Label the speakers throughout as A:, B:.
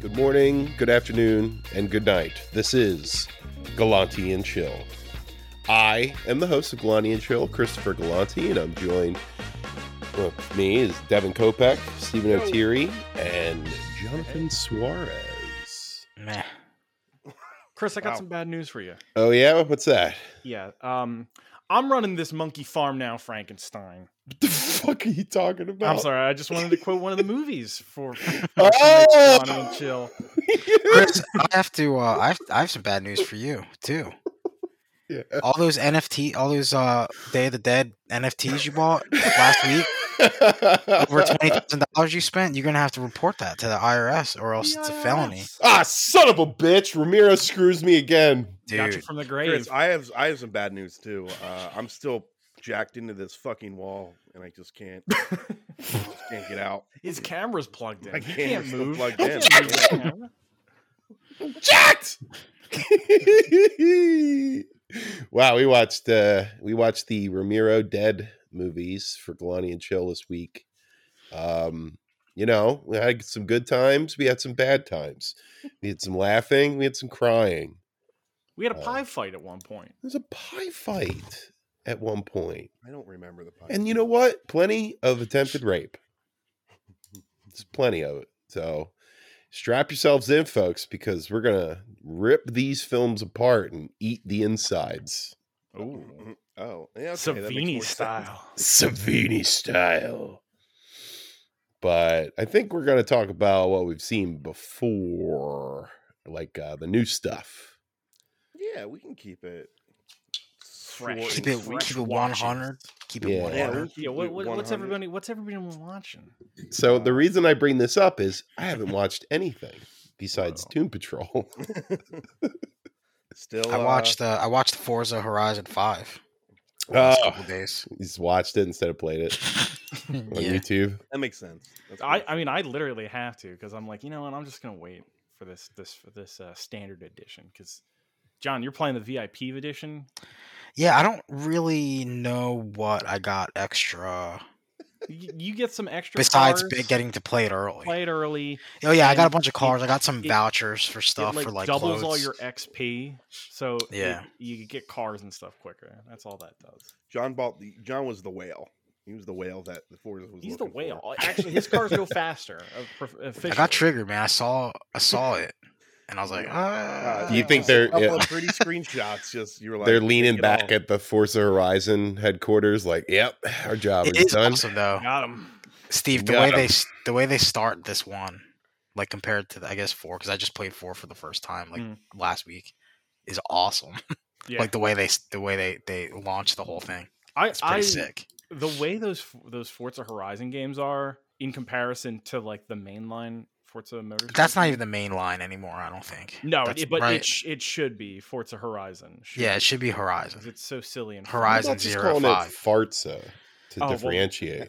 A: Good morning, good afternoon, and good night. This is Galanti and Chill. I am the host of Galanti and Chill, Christopher Galanti, and I'm joined well, me is Devin Kopeck, Stephen O'Teary, and Jonathan Suarez.
B: Meh. Chris, I got
C: Wow.
B: some bad news for you.
A: Oh yeah, what's that?
B: Yeah, um, I'm running this monkey farm now, Frankenstein.
A: What the fuck are you talking about?
B: I'm sorry, I just wanted to quote one of the movies for, for
A: Oh!
B: Johnny and Chill.
C: Chris, I have to. Uh, I've I have some bad news for you too.
A: Yeah.
C: All those NFT, all those uh, Day of the Dead NFTs you bought last week, over twenty thousand dollars you spent, you're gonna have to report that to the IRS, or else it's a felony,
A: ah, son of a bitch! Ramiro screws me again.
B: Got you
C: dude.
B: from the
D: Chris,
B: grave.
D: I have I have some bad news too. Uh, I'm still jacked into this fucking wall, and I just can't just can't get out.
B: His camera's plugged in.
D: My
B: He can't
D: camera's still
B: move.
D: plugged
B: He
D: in.
B: can't move his camera.
A: jacked. wow, we watched uh we watched the Ramiro Dead movies for Galani and Chill this week. Um, you know, we had some good times, we had some bad times. We had some laughing, we had some crying.
B: We had a
D: Oh.
A: Uh,
B: pie fight at one point.
A: There's a pie fight at one point.
D: I don't remember the podcast.
A: And you know what? Plenty of attempted rape. There's plenty of it. So strap yourselves in, folks, because we're gonna rip these films apart and eat the insides.
B: Ooh,
D: Oh, yeah, okay, that makes
B: Savini
D: more sense.
B: style.
A: Savini style. But I think we're gonna talk about what we've seen before, like uh, the new stuff.
D: Yeah, we can keep it. short
B: Fresh.
D: and
C: Keep it,
D: sweet.
C: keep it
B: watches.
C: one hundred. Keep it
A: Yeah.
C: one
D: Yeah, we
C: hundred.
D: keep
B: Yeah, what,
D: it
B: what, what's
D: 100.
B: everybody? What's everybody been watching?
A: So the reason I bring this up is I haven't watched anything besides
B: Wow.
A: Tomb Patrol.
D: Still,
C: I
D: uh,
C: watched the I watched Forza Horizon Five. the last
A: Oh,
C: couple days. Hmm,
A: he's watched it instead of played it
B: Hmm.
A: on
C: yeah.
A: YouTube.
D: uh, That makes sense. That's
B: I,
D: cool.
B: I mean, I literally have to because I'm like, you know what? I'm just gonna wait for this this for this uh, standard edition because John, you're playing the VIP edition.
C: yeah, I don't really know what I got extra
B: You, you get some extra
C: besides
B: cars,
C: big- getting to play it early.
B: play it early.
C: Oh yeah, I got a
B: and
C: bunch of cars. I got some
B: it-
C: vouchers for stuff
B: it like,
C: for like
B: doubles all
C: clothes.
B: your XP, so it-
C: Yeah.
B: you, could get cars and stuff quicker. That's all that does.
D: John bought the John was the whale. He was the whale that the Forza was.
B: He's the
D: looking for.
B: whale. Actually, his cars go faster. uh, prof-
C: I got
B: officially.
C: triggered, man. I saw I saw it, and I was like,
D: Uh,
C: ah.
A: Do you
D: yeah,
A: think
D: just a
A: they're-
D: couple
A: yeah.
D: of pretty screenshots? Just you were like
A: They're leaning
D: it
A: back
D: all.
A: at the Forza Horizon headquarters, like, "Yep, our job
C: it
A: is
C: is
A: done."
C: awesome though,
B: Got him.
C: Steve? The
A: Got
C: way
A: 'em.
C: they s- the way they start this one, like compared to the, I guess four, because I just played four for the first time like
B: Mm.
C: last week, is awesome.
B: Yeah,
C: like the way they s- the way they they launch the whole thing.
B: I,
C: It's pretty
B: I
C: sick.
B: the way those f- those Forza Horizon games are in comparison to like the mainline Forza Motorsport.
C: That's not even the main line anymore. I don't think.
B: No,
C: That's
B: it, but
C: right.
B: it, sh- it should be Forza Horizon. should
C: yeah,
B: be,
C: it should be
B: 'cause
C: Horizon.
B: it's so silly and
A: How about
C: Horizon
A: just
C: Zero
A: calling
C: Five.
A: it Fartsa to
D: Oh,
B: well-
A: differentiate.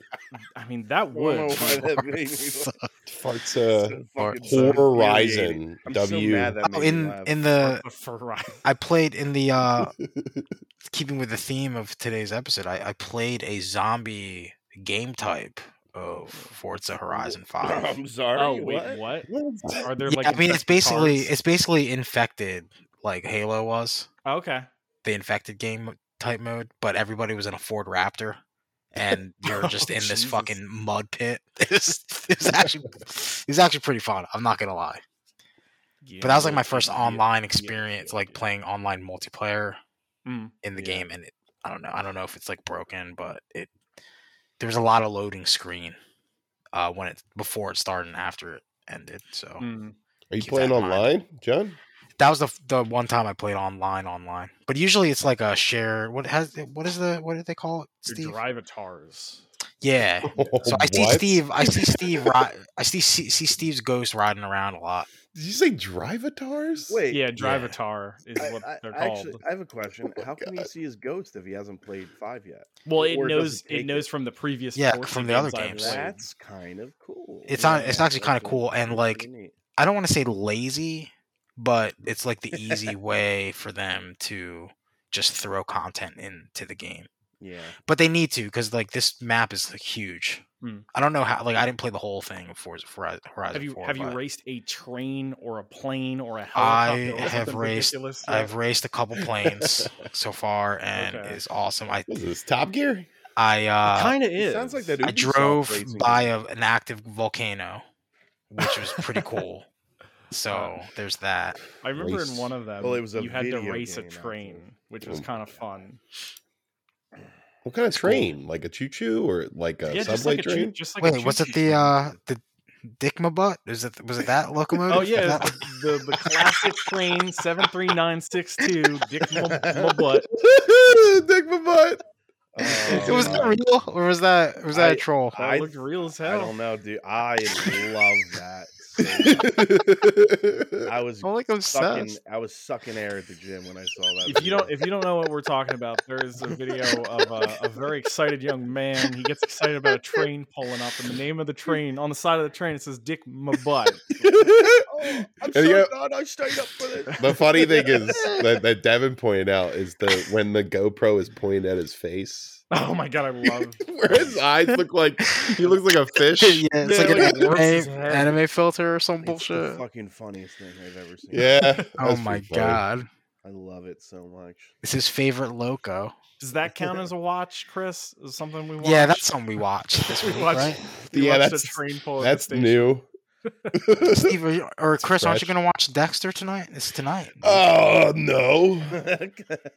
B: I mean, that
D: I don't know
B: would.
D: why that made me laugh.
A: Fartsa
D: fucking so infuriating.
A: Horizon
D: I'm so
A: W.
D: mad that
C: Oh,
D: made me
C: in
D: laugh.
C: in the
B: Forza Horizon.
C: I played in the uh keeping with the theme of today's episode, I, I played a zombie game type of Forza Horizon Five.
D: I'm sorry.
B: Oh wait, what?
D: what?
A: What?
B: Are there
C: Yeah,
B: like?
C: I mean, it's
B: infected
C: basically
B: cars?
C: it's basically infected, like Halo was
B: Oh, okay.
C: the infected game type mode, but everybody was in a Ford Raptor. And you're
B: Oh,
C: just in this
B: Jesus.
C: fucking mud pit. It was, it was actually, it was actually pretty fun. I'm not gonna lie,
B: Yeah,
C: but that was like
B: yeah,
C: my first
B: yeah,
C: online
B: yeah,
C: experience,
B: yeah,
C: like
B: yeah.
C: playing online multiplayer.
B: Mm,
C: in the
B: Yeah.
C: game and it, i don't know i don't know if it's like broken but it there was a lot of loading screen uh when it before it started and after it ended so
B: mm.
A: Are you
C: Keep
A: playing
C: that in mind.
A: online, John?
C: that was the f- the one time i played online online but usually it's like a share what has what is the what do they call it
B: Your
C: steve
B: drivatars.
C: yeah so i see
A: What?
C: steve i see steve ri- i see, see see steve's ghost riding around a lot
A: Did you say Drivatars?
D: Wait.
B: Yeah, drivatar is
D: I,
B: what
D: I-
B: they're
D: I
B: called.
D: actually, I have a question.
A: Oh my
D: How can he
A: God.
D: see his ghost if he hasn't played five yet?
B: well, it
D: or it doesn't
B: knows
D: take
B: it
D: it.
B: knows from the previous.
C: Yeah,
B: Forza
C: from the other
B: I've
C: games.
B: played.
D: That's kind of cool.
C: It's on- it's actually
D: that's
C: kinda
D: pretty-
C: cool and,
D: that's
C: like,
D: pretty neat.
C: i don't want to say lazy but it's like the easy way for them to just throw content into the game
D: yeah.
C: but they need to because like this map is like, huge
B: Hmm.
C: I don't know how. Like, I didn't play the whole thing of Forza Hori- Horizon.
B: Have you
C: 4,
B: have you
C: but
B: raced a train or a plane or a
C: I
B: helicopter? or
C: have
B: something
C: raced-
B: ridiculous? Yeah.
C: I've raced a couple planes so far, and
B: Okay.
C: it's awesome. I
A: What is this Top Gear?
C: I
B: it
C: uh,
B: kind of is.
D: sounds like that.
C: I
D: Ubisoft
C: drove
D: racing
C: by
D: game.
C: a, an active volcano, which was pretty cool. So there's that.
B: I remember in
A: race.
B: one of them,
D: Well, it was a
B: you had to
D: video
B: race a
D: game,
B: train,
D: actually.
B: which was
A: Mm.
B: kind of fun.
A: What kind of
C: cool.
A: train? Like a choo choo or like a
B: yeah, just
A: subway
B: like a choo-
A: train?
B: just like a
C: Wait, was it
B: choo-choo
C: the
B: train.
C: uh the Dickma butt? Is it was it that locomotive?
B: Oh
C: Was
B: yeah,
C: that-
B: it's the, the classic train seven three nine six two. Dick my, my butt.
A: Dick my butt.
D: Oh,
C: it was
D: my
C: that real or was that was that a
D: I-
C: troll?
B: That
D: I-
B: looked real as
D: I
B: hell.
D: don't know, dude. I love that. so much.
A: I
D: I was
C: I'm like obsessed.
D: sucking. I was sucking air at the gym when I saw that.
B: if you
D: video.
B: don't if you don't know what we're talking about, there is a video of a, a very excited young man. He gets excited about a train pulling up, and the name of the train on the side of the train it says "Dick my butt."
D: Oh, I'm
A: There
D: so
A: you go.
D: glad I stayed up for this.
A: the funny thing is that, that Devin pointed out is the when the GoPro is pointed at his face,
B: Oh my god, I love.
A: where his eyes look like he looks like a fish.
C: yeah, it's
B: Yeah,
C: like an
B: like, it warps his
C: anime,
B: head.
C: anime filter or some
D: It's the
C: bullshit.
D: fucking funniest thing I've ever seen.
A: Yeah.
C: Oh
A: that's
C: my
A: pretty funny.
C: god,
D: I love it so much.
C: it's his favorite loco.
B: Does that count as a watch, Chris? Is something we watch?
C: Yeah, that's something we watched this
B: We
C: week,
B: watched-
C: right?
B: we
A: Yeah,
B: watched
A: that's-
B: a train pull. at the
A: That's
B: station.
A: new.
C: Steve are you- or Chris, aren't you
A: fresh.
C: gonna watch Dexter tonight? It's tonight,
A: Oh no.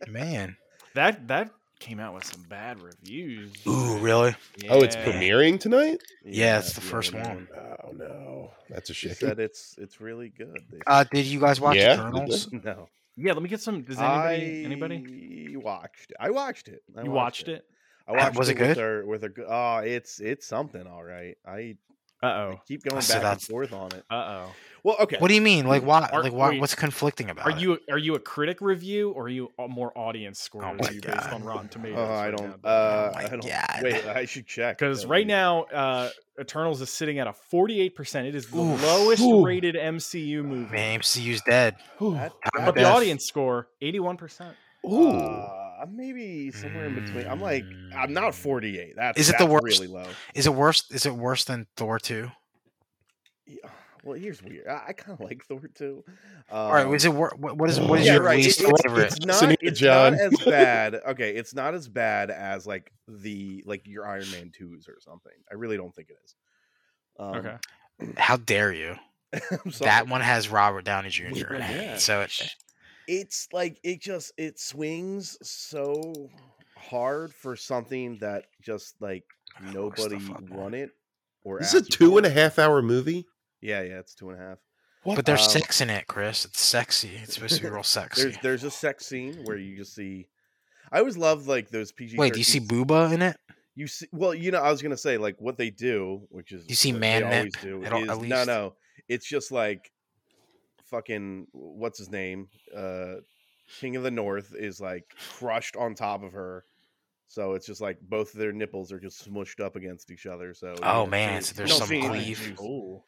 C: man.
B: That that came out with some bad reviews.
C: Ooh, really?
A: Oh, it's
B: Yeah.
A: premiering tonight?
C: Yeah, it's the first
D: they
C: one.
D: did.
A: Oh no. That's a
D: She
A: shame.
D: said it's it's really good. They
C: Uh, did you guys watch
A: Yeah,
C: Eternals?
D: said- no,
B: Yeah, let me get some. Does anybody? Anybody?
D: I watched. It. I watched it. I
B: You watched it?
D: I watched
C: Was
D: it,
C: it
D: with
C: good?
D: her with her. g- Oh, it's it's something. All right. I, I
B: Uh
D: keep going
C: So
D: back and
C: that's-
D: forth on it.
B: oh. Uh oh.
D: Well, okay.
C: What do you mean? Like why?
B: Are-
C: like why?
B: wait.
C: What's conflicting about?
B: Are
C: it?
B: you are you a critic review or are you a more audience score
C: Oh my
B: review based
C: God.
B: on Rotten Tomatoes?
D: Oh, I
B: right
D: don't.
B: now?
D: Uh,
C: my
D: I don't.
C: God.
D: Wait, I should check.
B: Because
D: Uh,
B: right now, uh, Eternals is sitting at a 48%. It is the
C: Oof.
B: lowest
A: Ooh.
B: rated MCU movie.
C: Man, MCU's dead.
A: Ooh.
D: that-
C: How
B: But
D: that-
B: the
C: Beth.
B: audience score, 81%.
A: Ooh.
D: Uh, I'm maybe somewhere in between. I'm like, I'm not 48. That's
C: Is it the
D: that's
C: worst?
D: Really low.
C: Is it worse? Is it worse than Thor two?
D: Yeah, Well, here's weird. I, I kind of like Thor too. Um,
C: All right. Is it wor- what? What is what is
A: yeah,
C: your
A: right, it-
C: least
D: it's,
C: favorite?
D: It's
A: Listen
D: not,
A: here,
D: it's not
A: John.
D: as bad. Okay, it's not as bad as like the like your Iron Man twos or something. I really don't think it is. Um,
B: okay.
C: How dare you?
D: I'm sorry.
C: That one has Robert Downey Jr. in
D: Yeah.
C: it. So it,
D: it's like it just it swings so hard for something that just like
C: Of course the
D: nobody
C: fuck not.
D: wanted or
A: This is a
D: asked
A: two
D: for.
A: and a half hour movie.
D: Yeah, yeah, it's two and a half.
A: What?
C: but there's
D: Um,
C: sex in it, Chris. It's sexy. It's supposed to be real
D: There's
C: sexy.
D: there's a sex scene where you just see. I always love like those PG.
C: Mm-hmm. Wait, do you see booba in it?
D: You see, well, you know, I was gonna say like what they do, which is
C: You see
D: what
C: man
D: they always
C: nip
D: do
C: at all-
D: is
C: at
D: no,
C: least.
D: no, it's just like fucking what's his name, uh, King of the North is like crushed on top of her, so it's just like both of their nipples are just smushed up against each other. So you
C: Oh
D: don't
C: man, so
D: see- you
C: there's
D: don't
C: some
D: see anything.
C: cleave.
B: Ooh.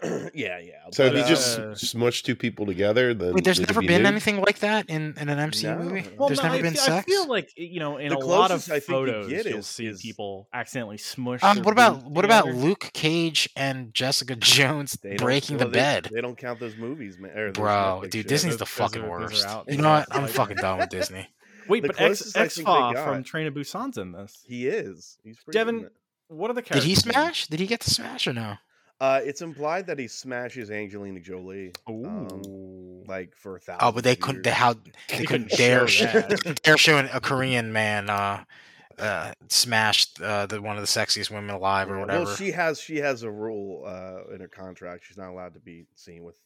D: yeah, yeah.
A: So
D: but,
A: if you just
B: uh,
A: smush two people together, then
C: Wait, there's
A: they could
C: never
A: be
C: been
A: nude?
C: anything like that in, in an MCU
D: No.
C: movie.
D: Well,
C: there's
B: no,
C: never
B: I
C: been
B: feel,
C: sex.
B: I feel like eh, you know, in
D: The
B: a lot of
D: closest I think you
B: photos,
D: get
B: you'll
D: is-
B: see
D: is-
B: people accidentally smush.
C: um,
B: their
C: what about
B: boobs
C: what about
B: together.
C: Luke Cage and Jessica Jones
D: they don't-
C: breaking the
D: well, they-
C: bed?
D: They, don't count those movies, man. or those
C: Bro,
D: Netflix
C: dude,
D: shows.
C: Disney's
B: those-
C: the
B: those
C: fucking
B: are- those
C: worst.
B: are out.
C: You know what?
B: Yeah,
C: I'm
B: like-
C: fucking done with Disney.
B: Wait,
D: the
B: but X
D: closest I
B: X
D: think they
B: Fa
D: got-
B: from Train to Busan's in this.
D: He is. He's pretty good
B: Devin,
D: in it.
B: What are the
C: Did
B: characters?
C: he
B: in it?
C: smash? Did he get to smash or no?
D: Uh, it's implied that he smashes Angelina Jolie.
B: Ooh.
D: like for a thousand.
C: Oh, but they couldn't. They how they couldn't dare
B: show
C: sh-
B: that.
C: dare show an- a Korean man uh, uh, smashed uh, the one of the sexiest women alive or whatever.
D: Well, she has she has a rule uh, in her contract. She's not allowed to be seen with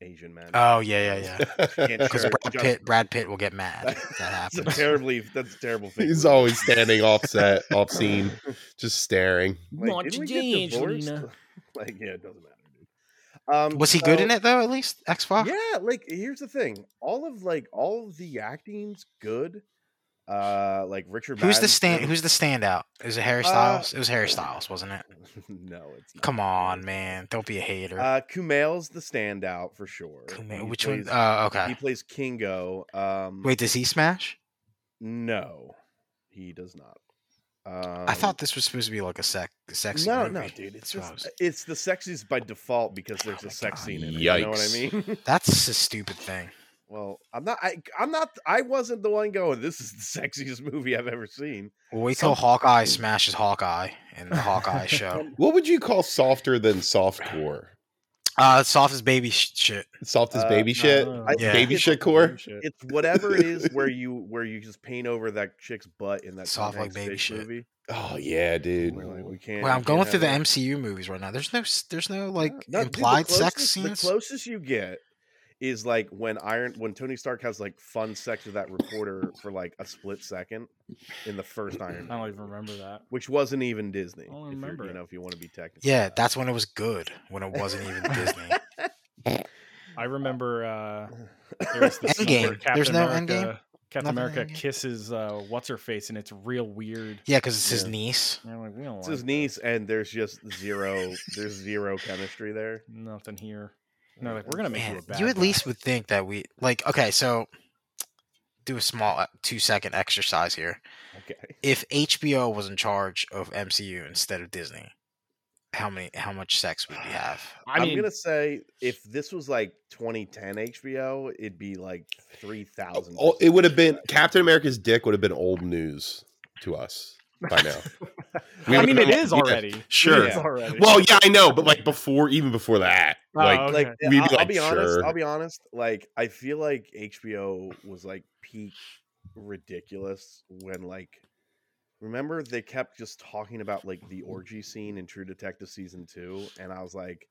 D: Asian men.
C: oh yeah, yeah, yeah.
D: Can't
C: Because
D: share-
C: Brad
D: just-
C: Pitt, Brad Pitt will get mad. if That
D: That's a
C: happens.
D: terribly. That's a terrible thing.
A: He's always standing off set, off scene, just staring.
B: Not
D: didn't we
B: today,
D: get divorced?
B: Angelina.
D: like, yeah, it doesn't matter, dude. Um,
C: Was he good
D: so-
C: in it though? At least X Fox.
D: Yeah, like here's the thing. All of like all of the acting's good. Uh, like Richard.
C: Who's the
D: Madden's
C: stand?
D: great.
C: Who's the standout? Is it Harry
D: Uh,
C: Styles? it was Harry Styles, wasn't it?
D: no, it's not.
C: Come on, man! Don't be a hater.
D: Uh, Kumail's the standout for sure.
C: Kumail-
D: He
C: Which one?
D: plays-
C: Uh,
D: He
C: okay.
D: plays Kingo. Um,
C: Wait, does he smash?
D: no, he does not. Um,
C: I thought this was supposed to be like a sex sexy
D: no,
C: movie.
D: no, dude. It's
C: That's what I
D: just
C: was-
D: it's the sexiest by default because there's
C: Oh
D: a
C: my
D: sex
C: God.
D: scene in it. You know what I
A: Yikes.
D: mean?
C: That's a stupid thing.
D: well, I'm not. I, I'm not. I wasn't the one going. This is the sexiest movie I've ever seen.
C: Well, wait till Hawkeye smashes Hawkeye in the Hawkeye show.
A: What would you call softer than softcore?
C: Uh, soft as baby sh- shit.
A: Soft as
D: Uh,
A: baby shit?
B: No,
D: I-
B: no,
C: Yeah.
A: Baby
D: it's-
A: shit core?
D: It's whatever it is where you where you just paint over that chick's butt in that Tom
C: Soft like
D: Hanks
C: baby
D: fake
C: shit.
D: movie.
A: Oh, yeah, dude.
D: We're like, we can't.
C: Well, I'm
D: we can't
C: going
D: have
C: through the
D: that.
C: MCU movies right now. There's no, s- there's no like
D: No, dude, the
C: implied sex
D: closest-
C: scenes.
D: The closest you get is like when Iron when Tony Stark has like fun sex with that reporter for like a split second in the first Iron
B: I
D: Man,
B: don't even remember that.
D: which wasn't even Disney.
B: I don't
D: if you're-
B: Oh. remember
D: you
B: it.
D: know, if you want to be technical.
C: yeah,
D: about it.
C: that's when it was good. When it wasn't even Disney.
B: I remember uh, there's this scene
C: Endgame.
B: where Captain
C: There's no
B: America,
C: Endgame?
B: Captain
C: Nothing
B: America
C: Endgame?
B: kisses uh, what's her face, and it's real weird.
C: Yeah, because it's his
D: Yeah.
C: niece.
B: And I'm like, we don't
D: It's
B: like
D: his niece, and there's just zero. there's zero chemistry there.
B: this. Nothing here. No, like we're gonna make you
C: Man,
B: a bad.
C: you at
B: guy.
C: least would think that we like. Okay, so do a small uh, two second exercise here.
D: Okay.
C: If HBO was in charge of MCU instead of Disney, how many, how much sex would we have?
B: I
D: am
B: mean,
D: gonna say if this was like 2010 HBO, it'd be like three thousand.
A: Oh, it would have been Captain America's dick would have been old news to us by now. We
B: I
A: would have
B: mean, it
A: been like,
B: is
A: yeah,
B: already. It
A: sure.
B: is already.
A: Well, yeah, I know, but like before, even before that,
B: Oh,
A: like
B: okay.
D: like
A: We'd be
D: I'll, I'll
A: like,
D: be honest
A: "Sure."
D: i'll be honest like i feel like hbo was like peak ridiculous when like remember they kept just talking about like the orgy scene in true detective season two and i was like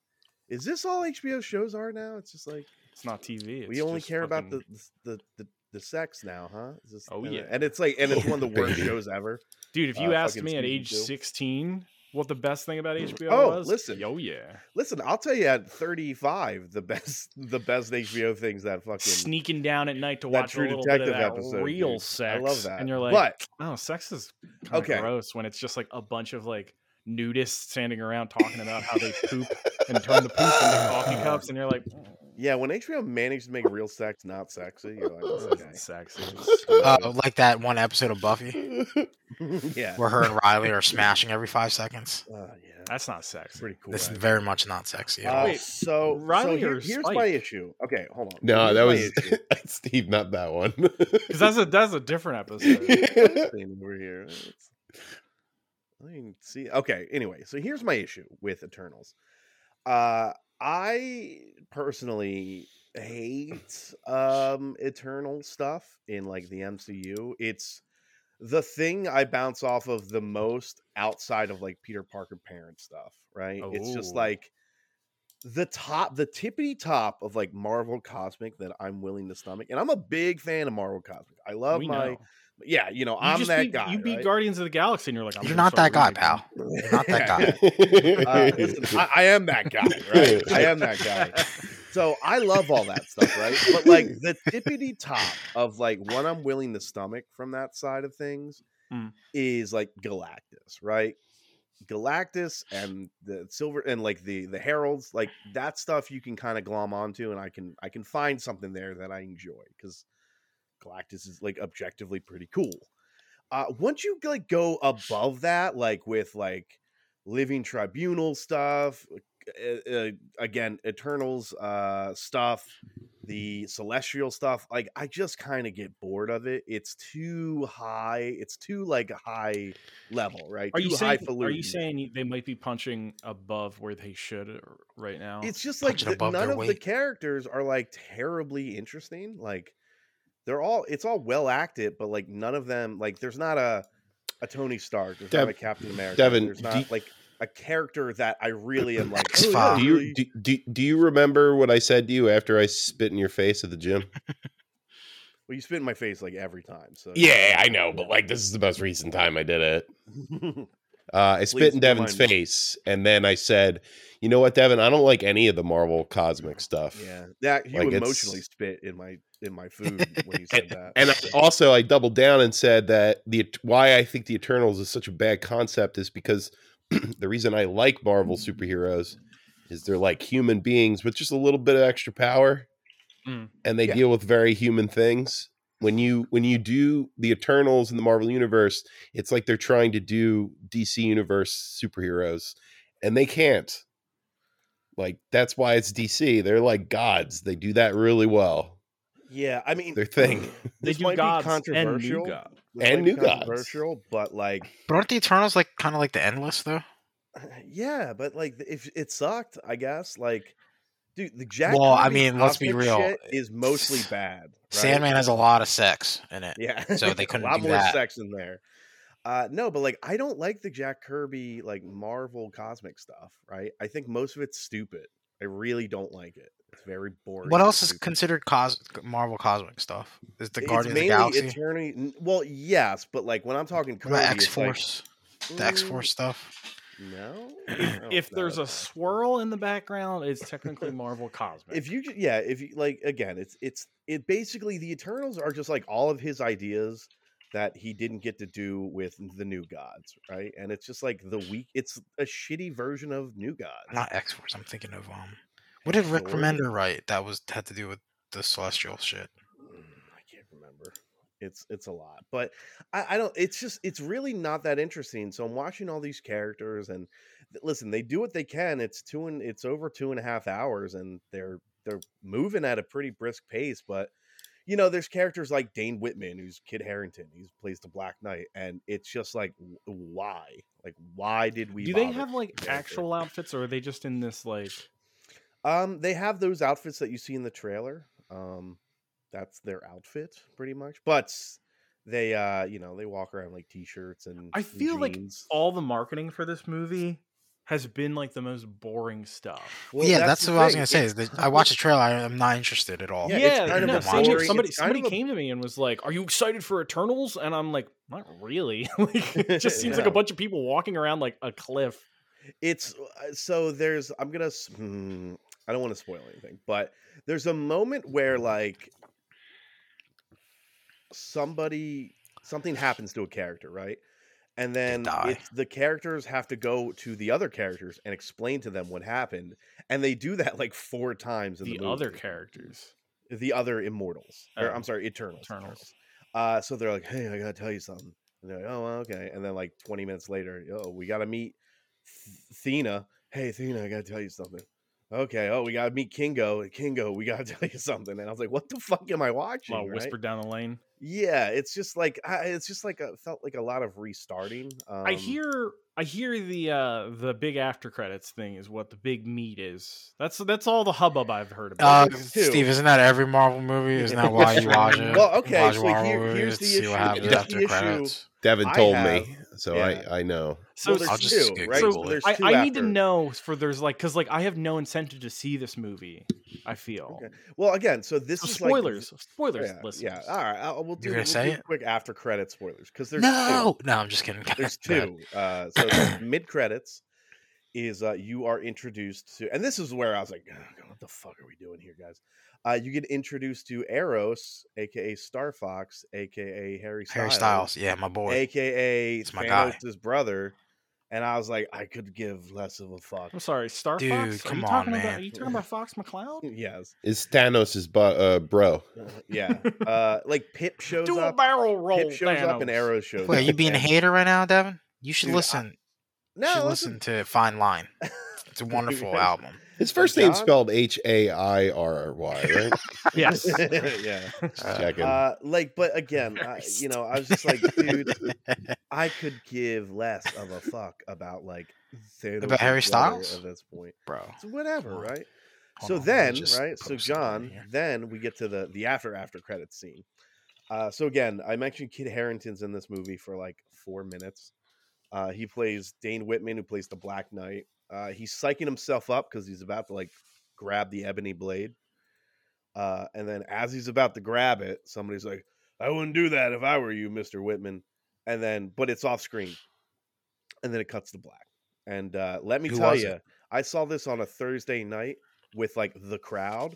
D: is this all hbo shows are now it's just like
B: it's not TV. It's
D: we only
B: just
D: care about
B: fucking-
D: the the the, the sex now huh Is this-
B: Oh,
D: and-
B: yeah.
D: and it's like and it's one of the worst
A: Baby.
D: shows ever
B: dude. If
D: uh,
B: you asked
D: fucking
B: me at
D: season
B: age
D: two.
B: 16 what the best thing about HBO
D: Oh,
B: was,
D: listen.
B: oh yeah,
D: listen i'll tell you at 35 the best the best hbo things that fucking
B: sneaking down at night to
D: that
B: watch a
D: True
B: little
D: Detective
B: bit of that
D: episode,
B: real
D: dude.
B: sex.
D: I love that.
B: And you're like,
D: but
B: oh, sex is kind of
D: Okay.
B: gross when it's just like a bunch of like nudists standing around talking about how they poop and turn the poop into coffee cups, and you're like,
D: Yeah, when HBO managed to make real sex not sexy, you're like,
B: this isn't
D: "It's
B: sexy.
C: Uh, like that one episode of Buffy
D: okay. yeah.
C: where her and Riley are smashing every five seconds.
D: Uh, yeah.
B: That's not
D: That's
B: sexy.
D: pretty cool.
C: This is
D: actually.
C: very much not sexy at
D: Uh,
C: all.
B: Wait,
D: so, so
B: Riley
D: here-
B: or
D: here's my
B: Spike?
D: issue. Okay, hold on.
A: no,
D: Here's
A: that
D: my
A: was
D: issue.
A: Steve, not that one.
B: Because that's a that's a different episode.
D: thing over here. It's- I didn't see. Okay, anyway, so here's my issue with Eternals. Uh, I personally hate um Eternal stuff in like the MCU. It's the thing I bounce off of the most outside of like Peter Parker parent stuff, right? It's just
B: Oh.
D: like the top, the tippity top of like Marvel Cosmic that I'm willing to stomach. And I'm a big fan of Marvel Cosmic. I love
B: we
D: my
B: know.
D: yeah, you know,
B: You
D: I'm
B: just
D: that
B: beat,
D: guy.
B: You beat
D: right?
B: Guardians of the Galaxy, and you're like, I'm
C: You're
B: gonna
C: not that guy,
B: start
C: pal. You're not that guy.
D: Uh, listen, I, I am that guy, right? I am that guy.
B: reading.
D: So I love all that stuff, right? But like the tippity top of like what I'm willing to stomach from that side of things
B: Mm.
D: is like Galactus, right? Galactus and the silver and like the the heralds, like that stuff you can kind of glom onto, and I can I can find something there that I enjoy because Galactus is like objectively pretty cool. Uh, once you like go above that, like with like living tribunal stuff, uh, uh, again Eternals uh, stuff, the celestial stuff. Like I just kind of get bored of it. It's too high. It's too like high level, right?
B: Are you
D: too
B: saying? Are
D: highfalutin.
B: you saying you- they might be punching above where they should r- right now?
D: It's just like
C: punch it
D: the,
C: above their
D: none of the
C: weight.
D: characters are like terribly interesting. Like they're all it's all well acted, but like none of them like there's not a a Tony Stark, there's
A: Dev-
D: not a Captain America,
A: Devin,
D: there's
A: do
D: not
A: you-
D: like a character that I really am like.
C: X
D: "Oh, yeah,
C: Files.
A: do
D: really-
A: you do, do, do you remember what I said to you after I spit in your face at the gym?
D: Well, you spit in my face like every time. So
A: Yeah, I know, but like this is the most recent time I did it.
D: know.
A: Uh, I
D: Please
A: spit in
D: remind
A: Devin's
D: me.
A: face, and then I said, "You know what, Devin? I don't like any of the Marvel cosmic stuff."
D: Mm, yeah, that you
A: Like, it's-
D: emotionally spit in my in my food when you said that.
A: And I, also, I doubled down and said that the why I think the Eternals is such a bad concept is because the reason I like Marvel
D: Mm.
A: superheroes is they're like human beings with just a little bit of extra power,
B: Mm.
A: and they
D: Yeah.
A: deal with very human things. when you when you do the Eternals in the Marvel universe, it's like they're trying to do DC universe superheroes and they can't. Like that's why it's DC. They're like gods. They do that really well.
D: Yeah, I mean,
A: Their thing.
B: They
D: This
B: do
D: might be
B: gods and new
D: controversial.
B: god.
D: this
A: And
D: might be
A: new gods.
D: controversial, but like,
C: But aren't the Eternals like kind of like the Endless though?
D: yeah, but like, if it sucked, I guess like, dude, the Jack.
C: Well, I
D: Kirby
C: mean, let's be
D: cosmic
C: real.
D: shit is mostly bad. right?
C: Sandman has a lot of sex in it.
D: Yeah.
C: So they
D: A
C: couldn't
D: lot
C: do
D: more
C: that.
D: sex in there. Uh, no, but like I don't like the Jack Kirby like Marvel cosmic stuff, right? I think most of it's stupid. I really don't like it. It's very boring.
C: What
D: and
C: else is
D: stupid.
C: considered cos- Marvel cosmic stuff? Is the
D: It's
C: Guardians of the
D: mainly
C: Galaxy?
D: Attorney- n- well, yes, but like when I'm talking
C: What
D: Kirby,
C: about X
D: it's like,
C: Force? the X Force stuff?
D: "Mm, No.
B: If,
D: No,
B: if
D: no,
B: there's a
D: that's not-
B: swirl in the background, it's technically Marvel Cosmic.
D: if you ju- yeah if you like again it's it's it basically the eternals are just like all of his ideas that he didn't get to do with the new gods right and it's just like the weak it's a shitty version of new gods
C: Not X Force. I'm thinking of um. What did Rick
D: Thor?
C: Remender write that was had to do with the celestial shit?
D: Mm, i can't remember it's it's a lot but I, I don't it's just it's really not that interesting so i'm watching all these characters and th- listen they do what they can it's two and it's over two and a half hours and they're they're moving at a pretty brisk pace but you know there's characters like dane whitman who's kid harrington he plays the black knight and it's just like w- why like why did we
B: do they
D: bother?
B: have like
D: character.
B: actual outfits, or are they just in this like?
D: Um, they have those outfits that you see in the trailer. Um, that's their outfit pretty much. But they, uh, you know, they walk around like t-shirts and
B: I
D: and
B: feel like
D: jeans.
B: All the marketing for this movie has been like the most boring stuff.
D: Well,
C: yeah, that's,
D: the
C: what I was
D: thing,
C: gonna say.
D: it-
C: Is that I watched the trailer. I am not interested at all.
D: Yeah,
B: Yeah,
D: it's kind of
B: no,
D: a
B: same here.
D: boring-
B: somebody
D: it's kind
B: somebody
D: of a-
B: came to me and was like, "Are you excited for Eternals?" And I'm like, "Not really." like, it just seems like
D: Yeah.
B: a bunch of people walking around like a cliff.
D: it's uh, so there's i'm gonna s- hmm, i don't want to spoil anything but there's a moment where like somebody something happens to a character right and then
C: die.
D: it's, the characters have to go to the other characters and explain to them what happened and they do that like four times in the,
B: The other
D: movie.
B: characters.
D: the other immortals or
B: Oh,
D: i'm sorry eternals
B: Eternals.
D: uh, so they're like, "Hey, I gotta tell you something." And they're like, "Oh, well, okay." And then like 20 minutes later, oh, we gotta meet Th- Thena. Hey, Thena, I gotta tell you something. Okay. Oh, we gotta meet Kingo. Kingo, we gotta tell you something. And I was like, "What the fuck am I watching?"
B: Well,
D: right?
B: whispered down the lane.
D: Yeah, it's just like I, it's just like a, felt like a lot of restarting. Um,
B: I hear I hear the uh the big after credits thing is what the big meat is. That's that's all the hubbub I've heard
C: Uh,
B: about.
D: Those are two.
C: Steve, isn't that every Marvel movie? Isn't that why you watch it?
D: Well, okay,
C: Watch
D: so
C: Marvel
D: here-
C: movies
D: here's the
C: to see what
D: issue-
C: happens
A: here's
C: after
D: the
C: the
D: issue.
C: credits.
A: Devin
D: I
A: told me,
D: have-
A: so
D: yeah.
A: I I know.
B: so
D: well,
B: s-
D: there's
C: I'll just
D: two,
C: Google
D: right?
C: it.
D: So there's
B: I,
D: two
B: I need to
D: after-
B: know for there's like because like I have no incentive to see this movie. I feel
D: Okay. Well, again, so this
B: so
D: is
B: spoilers. spoilers,
D: Like,
B: listeners.
D: yeah, yeah. All right, I'll, we'll do,
C: You're gonna
D: we'll
C: say
D: do
C: it?
D: quick after credit spoilers because there's two.
C: No, no, I'm just kidding.
D: there's
C: Bad.
D: two. Uh, so mid credits is uh, you are introduced to, and this is where I was like, "Oh, God, what the fuck are we doing here, guys? Uh, you get introduced to Eros, aka Star Fox, aka Harry Styles,
C: Harry Styles, yeah, my boy.
D: aka
C: It's my guy.
D: Thanos' brother. And I was like, I could give less of a fuck.
B: I'm sorry, Star
C: Dude,
B: Fox. are
C: come
B: you
C: on,
B: talking
C: man.
B: about? Are you talking about Fox McCloud?
D: yes,
A: Is Thanos his bu- uh, bro?
D: yeah. Uh, like Pip shows
B: Do a
D: up.
B: barrel roll.
D: Pip shows up and
B: Thanos.
D: Arrow shows
C: Wait,
D: up.
C: you being a
D: and-
C: hater right now, Devin? You should
D: Dude, I-
C: listen.
D: No,
C: you should
D: listen.
C: listen to Fine Line. It's a wonderful
D: Yes.
C: album.
A: His first name's
D: John?
A: spelled H A I R R Y, right?
B: Yes.
D: yeah.
A: Just
C: Uh,
A: checking.
D: Uh, like, but again, I, you know, I was just like, dude, I could give less of a fuck about like Thanos'
C: About Harry
D: brother
C: Styles?
D: at this point.
C: bro.
D: So whatever,
C: on.
D: right?
C: Hold
D: so
C: on, let me
D: then,
C: just
D: right? So
C: post something
D: John,
C: here.
D: then we get to the the after after credits scene. Uh, so again, I mentioned Kid Harrington's in this movie for like four minutes. Uh, he plays Dane Whitman, who plays the Black Knight. Uh, he's psyching himself up because he's about to like grab the ebony blade. Uh, and then as he's about to grab it, somebody's like, "I wouldn't do that if I were you, Mister Whitman." And then, but it's off screen, and then it cuts to black. And uh, let me
C: Who
D: tell
C: was it?
D: you, I saw this on a Thursday night with like the crowd.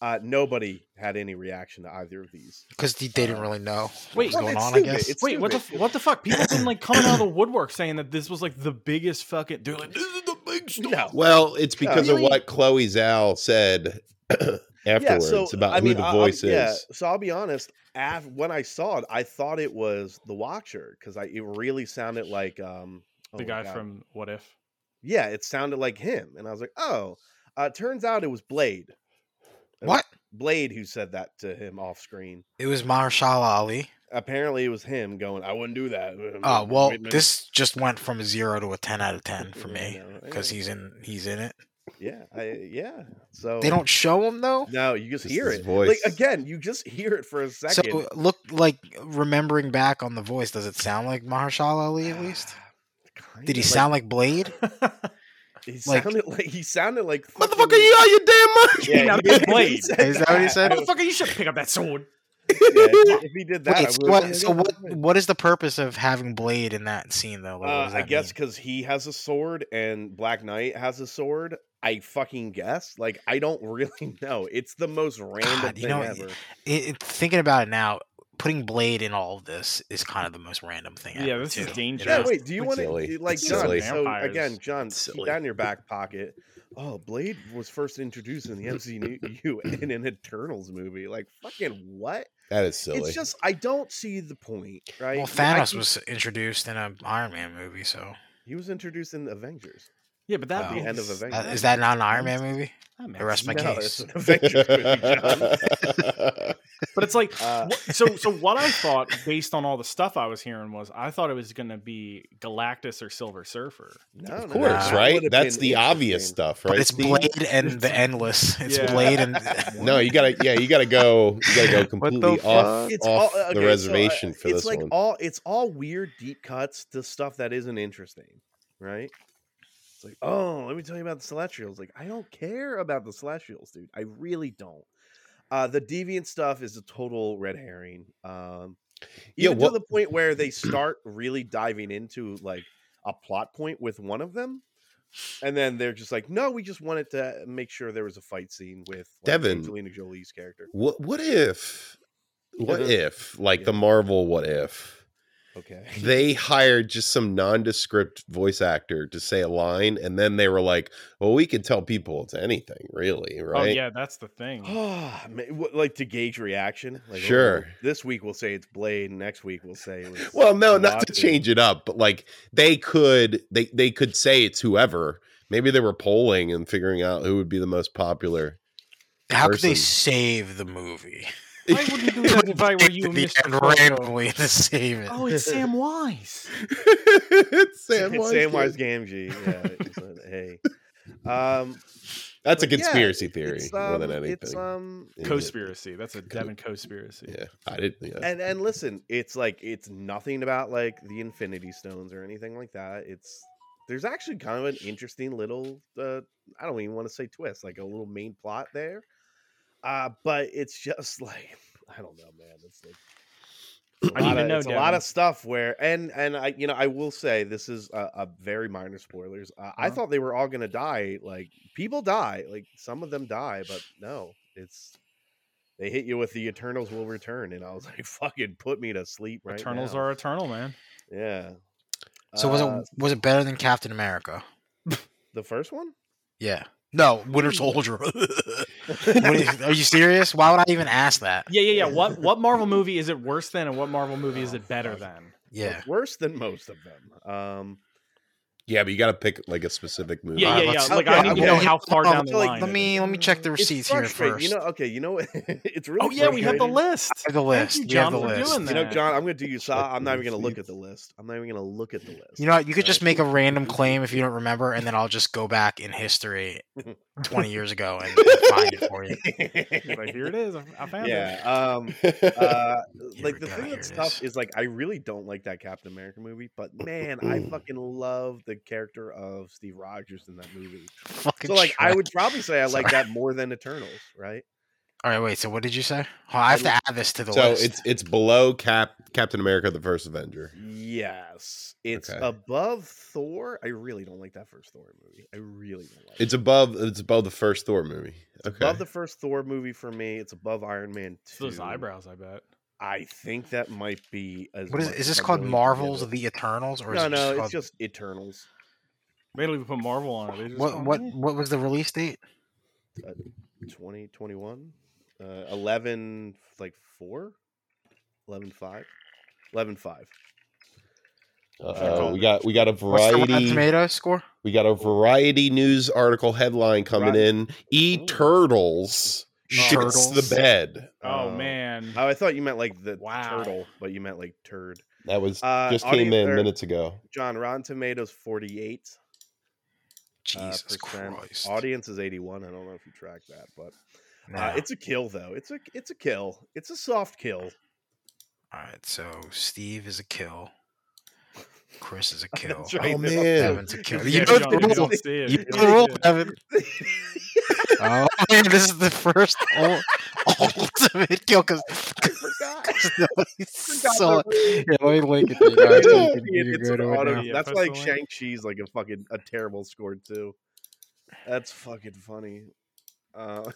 D: Uh, nobody had any reaction to either of these.
C: because they
D: uh,
C: didn't really know what
B: Wait,
C: was
B: well,
C: going
D: it's
C: on.
D: stupid.
C: I guess
D: It's
B: Wait, what the
D: stupid.
B: f- what the fuck? People have been like coming out of the woodwork saying that this was like the biggest fucking. They're like, this is the big stuff.
D: No.
A: well, it's because
B: Really?
A: of what Chloe Zhao said afterwards
D: yeah, so,
A: about
D: I
A: who
D: mean,
A: the
D: I- I'll-
A: voice is.
D: yeah, so I'll be honest. Af- when I saw it, I thought it was the Watcher because I it really sounded like um oh
B: the
D: my
B: guy
D: God.
B: from What If.
D: yeah, it sounded like him, and I was like, oh. Uh, turns out it was Blade,
C: What?
D: Blade who said that to him off screen.
C: It was Mahershala Ali.
D: Apparently, it was him going, "I wouldn't do that." uh,
C: Oh well,
D: Whitman."
C: this just went from a zero to a ten out of ten for
D: Yeah,
C: me
D: no,
C: because
D: yeah,
C: he's in he's in it.
D: eh, yeah, I, yeah. So
C: They don't show him though.
D: No, you just
A: Just
D: hear
A: his
D: it.
A: voice.
D: Like again, you just hear it for a
C: So uh,
D: second.
C: look like remembering back on the voice, does it sound like Mahershala Ali at least? Did he sound like Blade?
D: Ah, He
C: like-
D: sounded like he sounded like
A: Motherfucker,
D: fucking-
A: you out your damn mind.
D: Yeah,
B: Yeah,
D: he
B: he's
D: did-
B: Blade.
D: he said
C: Is that what he said?
B: Motherfucker, you should pick up that sword.
D: Yeah, if he- if he did that, I
C: Wait, so
D: would've-
C: what, so what? What is the purpose of having Blade in that scene though? Like, what
D: Uh,
C: does
D: I
C: that
D: guess
C: mean?
D: because he has a sword and Black Knight has a sword. I fucking guess. Like I don't really know. It's the most random
C: God, you
D: thing
C: know,
D: ever.
C: It, it- thinking about it now, putting Blade in all of this is kind of the most random thing.
B: Yeah,
C: ever,
B: this is
C: too.
B: dangerous.
D: Yeah,
C: know?
D: wait. Do you
A: It's
D: want
A: silly.
D: to like
A: It's
D: John?
A: silly.
D: So
B: Vampires.
D: again, John,
A: It's
D: keep
A: silly.
D: down your back pocket. Oh, Blade was first introduced in the MCU E in an Eternals movie. Like fucking what?
A: That is silly.
D: It's just I don't see the point, right?
C: Well,
D: I
C: Thanos
D: keep-
C: was introduced in an Iron Man movie, so
D: He was introduced in Avengers.
B: Yeah, but that
C: Wow.
D: The end of
B: makes-
D: Avengers.
C: uh, is that not an Iron Man movie?
B: that makes
C: the rest of my
B: sense.
D: no,
C: case.
D: it's an Avengers movie, John.
B: But it's like
D: Uh,
B: Wha- so so what I thought based on all the stuff I was hearing was I thought it was going to be Galactus or Silver Surfer.
D: no,
A: of
D: no,
A: course,
D: that
A: right?
D: would've
A: That's
D: been
A: the obvious
D: interesting.
A: stuff, right?
C: But it's
A: Steve?
C: Blade and the Endless. It's
B: Yeah.
C: Blade and
A: No, you gotta, yeah, you gotta go, you gotta go completely off,
C: fuck?
D: It's
A: off
D: all- okay, so,
A: the
D: uh,
A: reservation for
D: it's
A: this
D: like
A: one.
D: all it's all weird deep cuts to stuff that isn't interesting, right? It's like, oh, let me tell you about the Celestials. Like, I don't care about the Celestials, dude. I really don't. Uh, the deviant stuff is a total red herring. Um,
A: Yeah,
D: even
A: what-
D: to the point where they start really diving into like a plot point with one of them, and then they're just like, no, we just wanted to make sure there was a fight scene with like,
A: Devin.
D: Angelina Jolie's character.
A: what, what if, what
D: Yeah.
A: if, like
D: Yeah.
A: the Marvel, what if
D: Okay,
A: they hired just some nondescript voice actor to say a line, and then they were like, well, we can tell people it's anything, really,
B: Oh
A: right?
B: yeah, that's the thing.
D: Ah, ma- wh- like to gauge reaction. Like, oh,
A: Sure.
D: this week we'll say it's Blade. Next week we'll say it was.
A: Well, no, not to
D: Lockwood.
A: change it up, but like they could they they could say it's whoever. Maybe they were polling and figuring out who would be the most popular.
C: how could they
A: person.
C: save the movie?
B: I wouldn't do that if I were you,
C: At the
B: Mister.
C: end randomly to save it.
B: Oh, it's Sam Wise.
A: it's
D: It's
A: Samwise.
D: Samwise
A: Gamgee.
D: Gamgee. Yeah. it's a- hey. Um,
A: That's a
D: But yeah,
A: conspiracy theory
D: it's,
A: more than
D: um,
A: anything.
D: It's um,
A: Idiot.
B: Conspiracy. That's a Devin conspiracy.
A: Yeah, I didn't. Yeah.
D: and and listen, it's like it's nothing about like the Infinity Stones or anything like that. It's there's actually kind of an interesting little uh, I don't even want to say twist, like a little main plot there. Uh, but it's just like I don't know, man. It's like it's a
B: I need
D: lot
B: to
D: of-
B: know,
D: it's a lot
B: Devin.
D: of stuff where and and I you know I will say this is a, a very minor spoilers. Uh, I
B: Uh-huh.
D: thought they were all gonna die. Like people die. Like some of them die, but no, it's they hit you with the Eternals will return, and I was like, fucking put me to sleep right
B: Eternals
D: now.
B: are eternal, man.
D: yeah.
C: So was
D: Uh,
C: it was it better than Captain America?
D: the first one?
C: Yeah. No, Winter Soldier. What is- are you serious? Why would I even ask that?
B: Yeah, yeah, yeah. What what Marvel movie is it worse than, and what Marvel movie is
D: Oh,
B: it better
D: fuck.
B: than?
C: Yeah.
D: It's worse than most of them. Um,
A: yeah, but you got to pick like a specific movie.
B: Yeah,
C: Alright,
B: yeah, yeah.
C: let's-
B: Like
D: okay,
B: I need to
D: okay.
B: know how far
C: Oh,
B: down the
D: like,
B: line.
C: Let
B: it
C: me
B: is.
C: let me check the
D: it's
C: receipts here
D: frustrating,
C: first.
D: You know, okay, you know, it's really.
B: Oh yeah, we have the
D: frustrating.
B: list.
C: I have the
B: Thank
C: list.
B: you,
C: You
B: John,
C: have the
B: for
C: list.
B: doing that.
D: You know, John, I'm gonna do you.
A: Check
D: saw. I'm
A: the
D: not even gonna look at
A: receipts.
D: the list. I'm not even gonna look at the list.
C: You know, what? you could just
D: Right.
C: make a random claim if you don't remember, and then I'll just go back in history 20 years ago and find it for you.
B: Like, here it is. I I found it.
D: yeah. Um.
A: yeah.
D: Uh.
C: Here
D: like
C: we
D: the
C: go,
D: thing
C: here
D: that's
C: it
D: tough is like I really don't like that Captain America movie, but man, I fucking love the character of Steve Rogers in that movie.
C: Fucking
D: So like I
C: Shrek.
D: would probably say I like that more than Eternals, right?
C: All right, wait. So what did you say? Hold on, I have to add this to the
A: so
C: list.
A: it's it's below Cap Captain America: The First Avenger.
D: Yes. It's
A: Okay.
D: above Thor. I really don't like that first Thor movie. I really don't like
A: It's
D: it.
A: above it's above the first Thor movie. Okay.
D: above the first Thor movie for me. It's above Iron Man 2.
B: It's those eyebrows, I bet.
D: I think that might be as
C: what is,
D: much
C: is
D: as
C: this
D: I'm
C: called?
D: willing to give
C: Marvels
D: it.
C: of the Eternals, or is
D: No,
C: it just
D: no, it's
C: called-
D: just Eternals.
B: They don't even put Marvel on it. They just
C: what
B: call
C: what
B: it-
C: what was the release date?
D: 20, 21, uh, 11, like 4, 11, 5, 11, 5.
A: Uh, we got we got a
C: What's the Rotten
A: variety.
C: tomato score?
A: We got a variety news article headline coming
D: Variety.
A: in. E turtles shits
C: Turtles.
A: the bed.
B: Oh
D: Uh,
B: man.
D: Oh, I thought you meant like the
B: Wow.
D: turtle, but you meant like turd.
A: That was
D: Uh,
A: just
D: audience-
A: came in
D: or-
A: minutes ago.
D: John, Rotten Tomatoes 48. uh,
C: Jesus
D: percent.
C: Christ!
D: Audience is 81. I don't know if you track that, but
C: Nah.
D: uh, it's a kill though. It's a it's a kill. It's a soft kill.
C: All right, so Steve is a kill. Chris is a kill.
D: That's right.
A: Oh, man.
C: Kevin's a kill.
B: Yeah,
C: You know
B: John,
C: the
B: you
C: rule.
B: don't see it.
C: You know the rule, Kevin. Oh, man, this is the first ul- ultimate kill because
D: forgot.
C: nobody's
D: Forgot
C: saw
D: the
C: it. Yeah, let me link it to you guys. so you
D: Yeah,
C: can- you can
D: it's
C: go
D: an
C: to it
D: auto-
C: now.
B: Yeah,
D: That's
B: post the
D: like Shang
B: link.
D: Chi's like a fucking a terrible score too. That's fucking funny. Uh,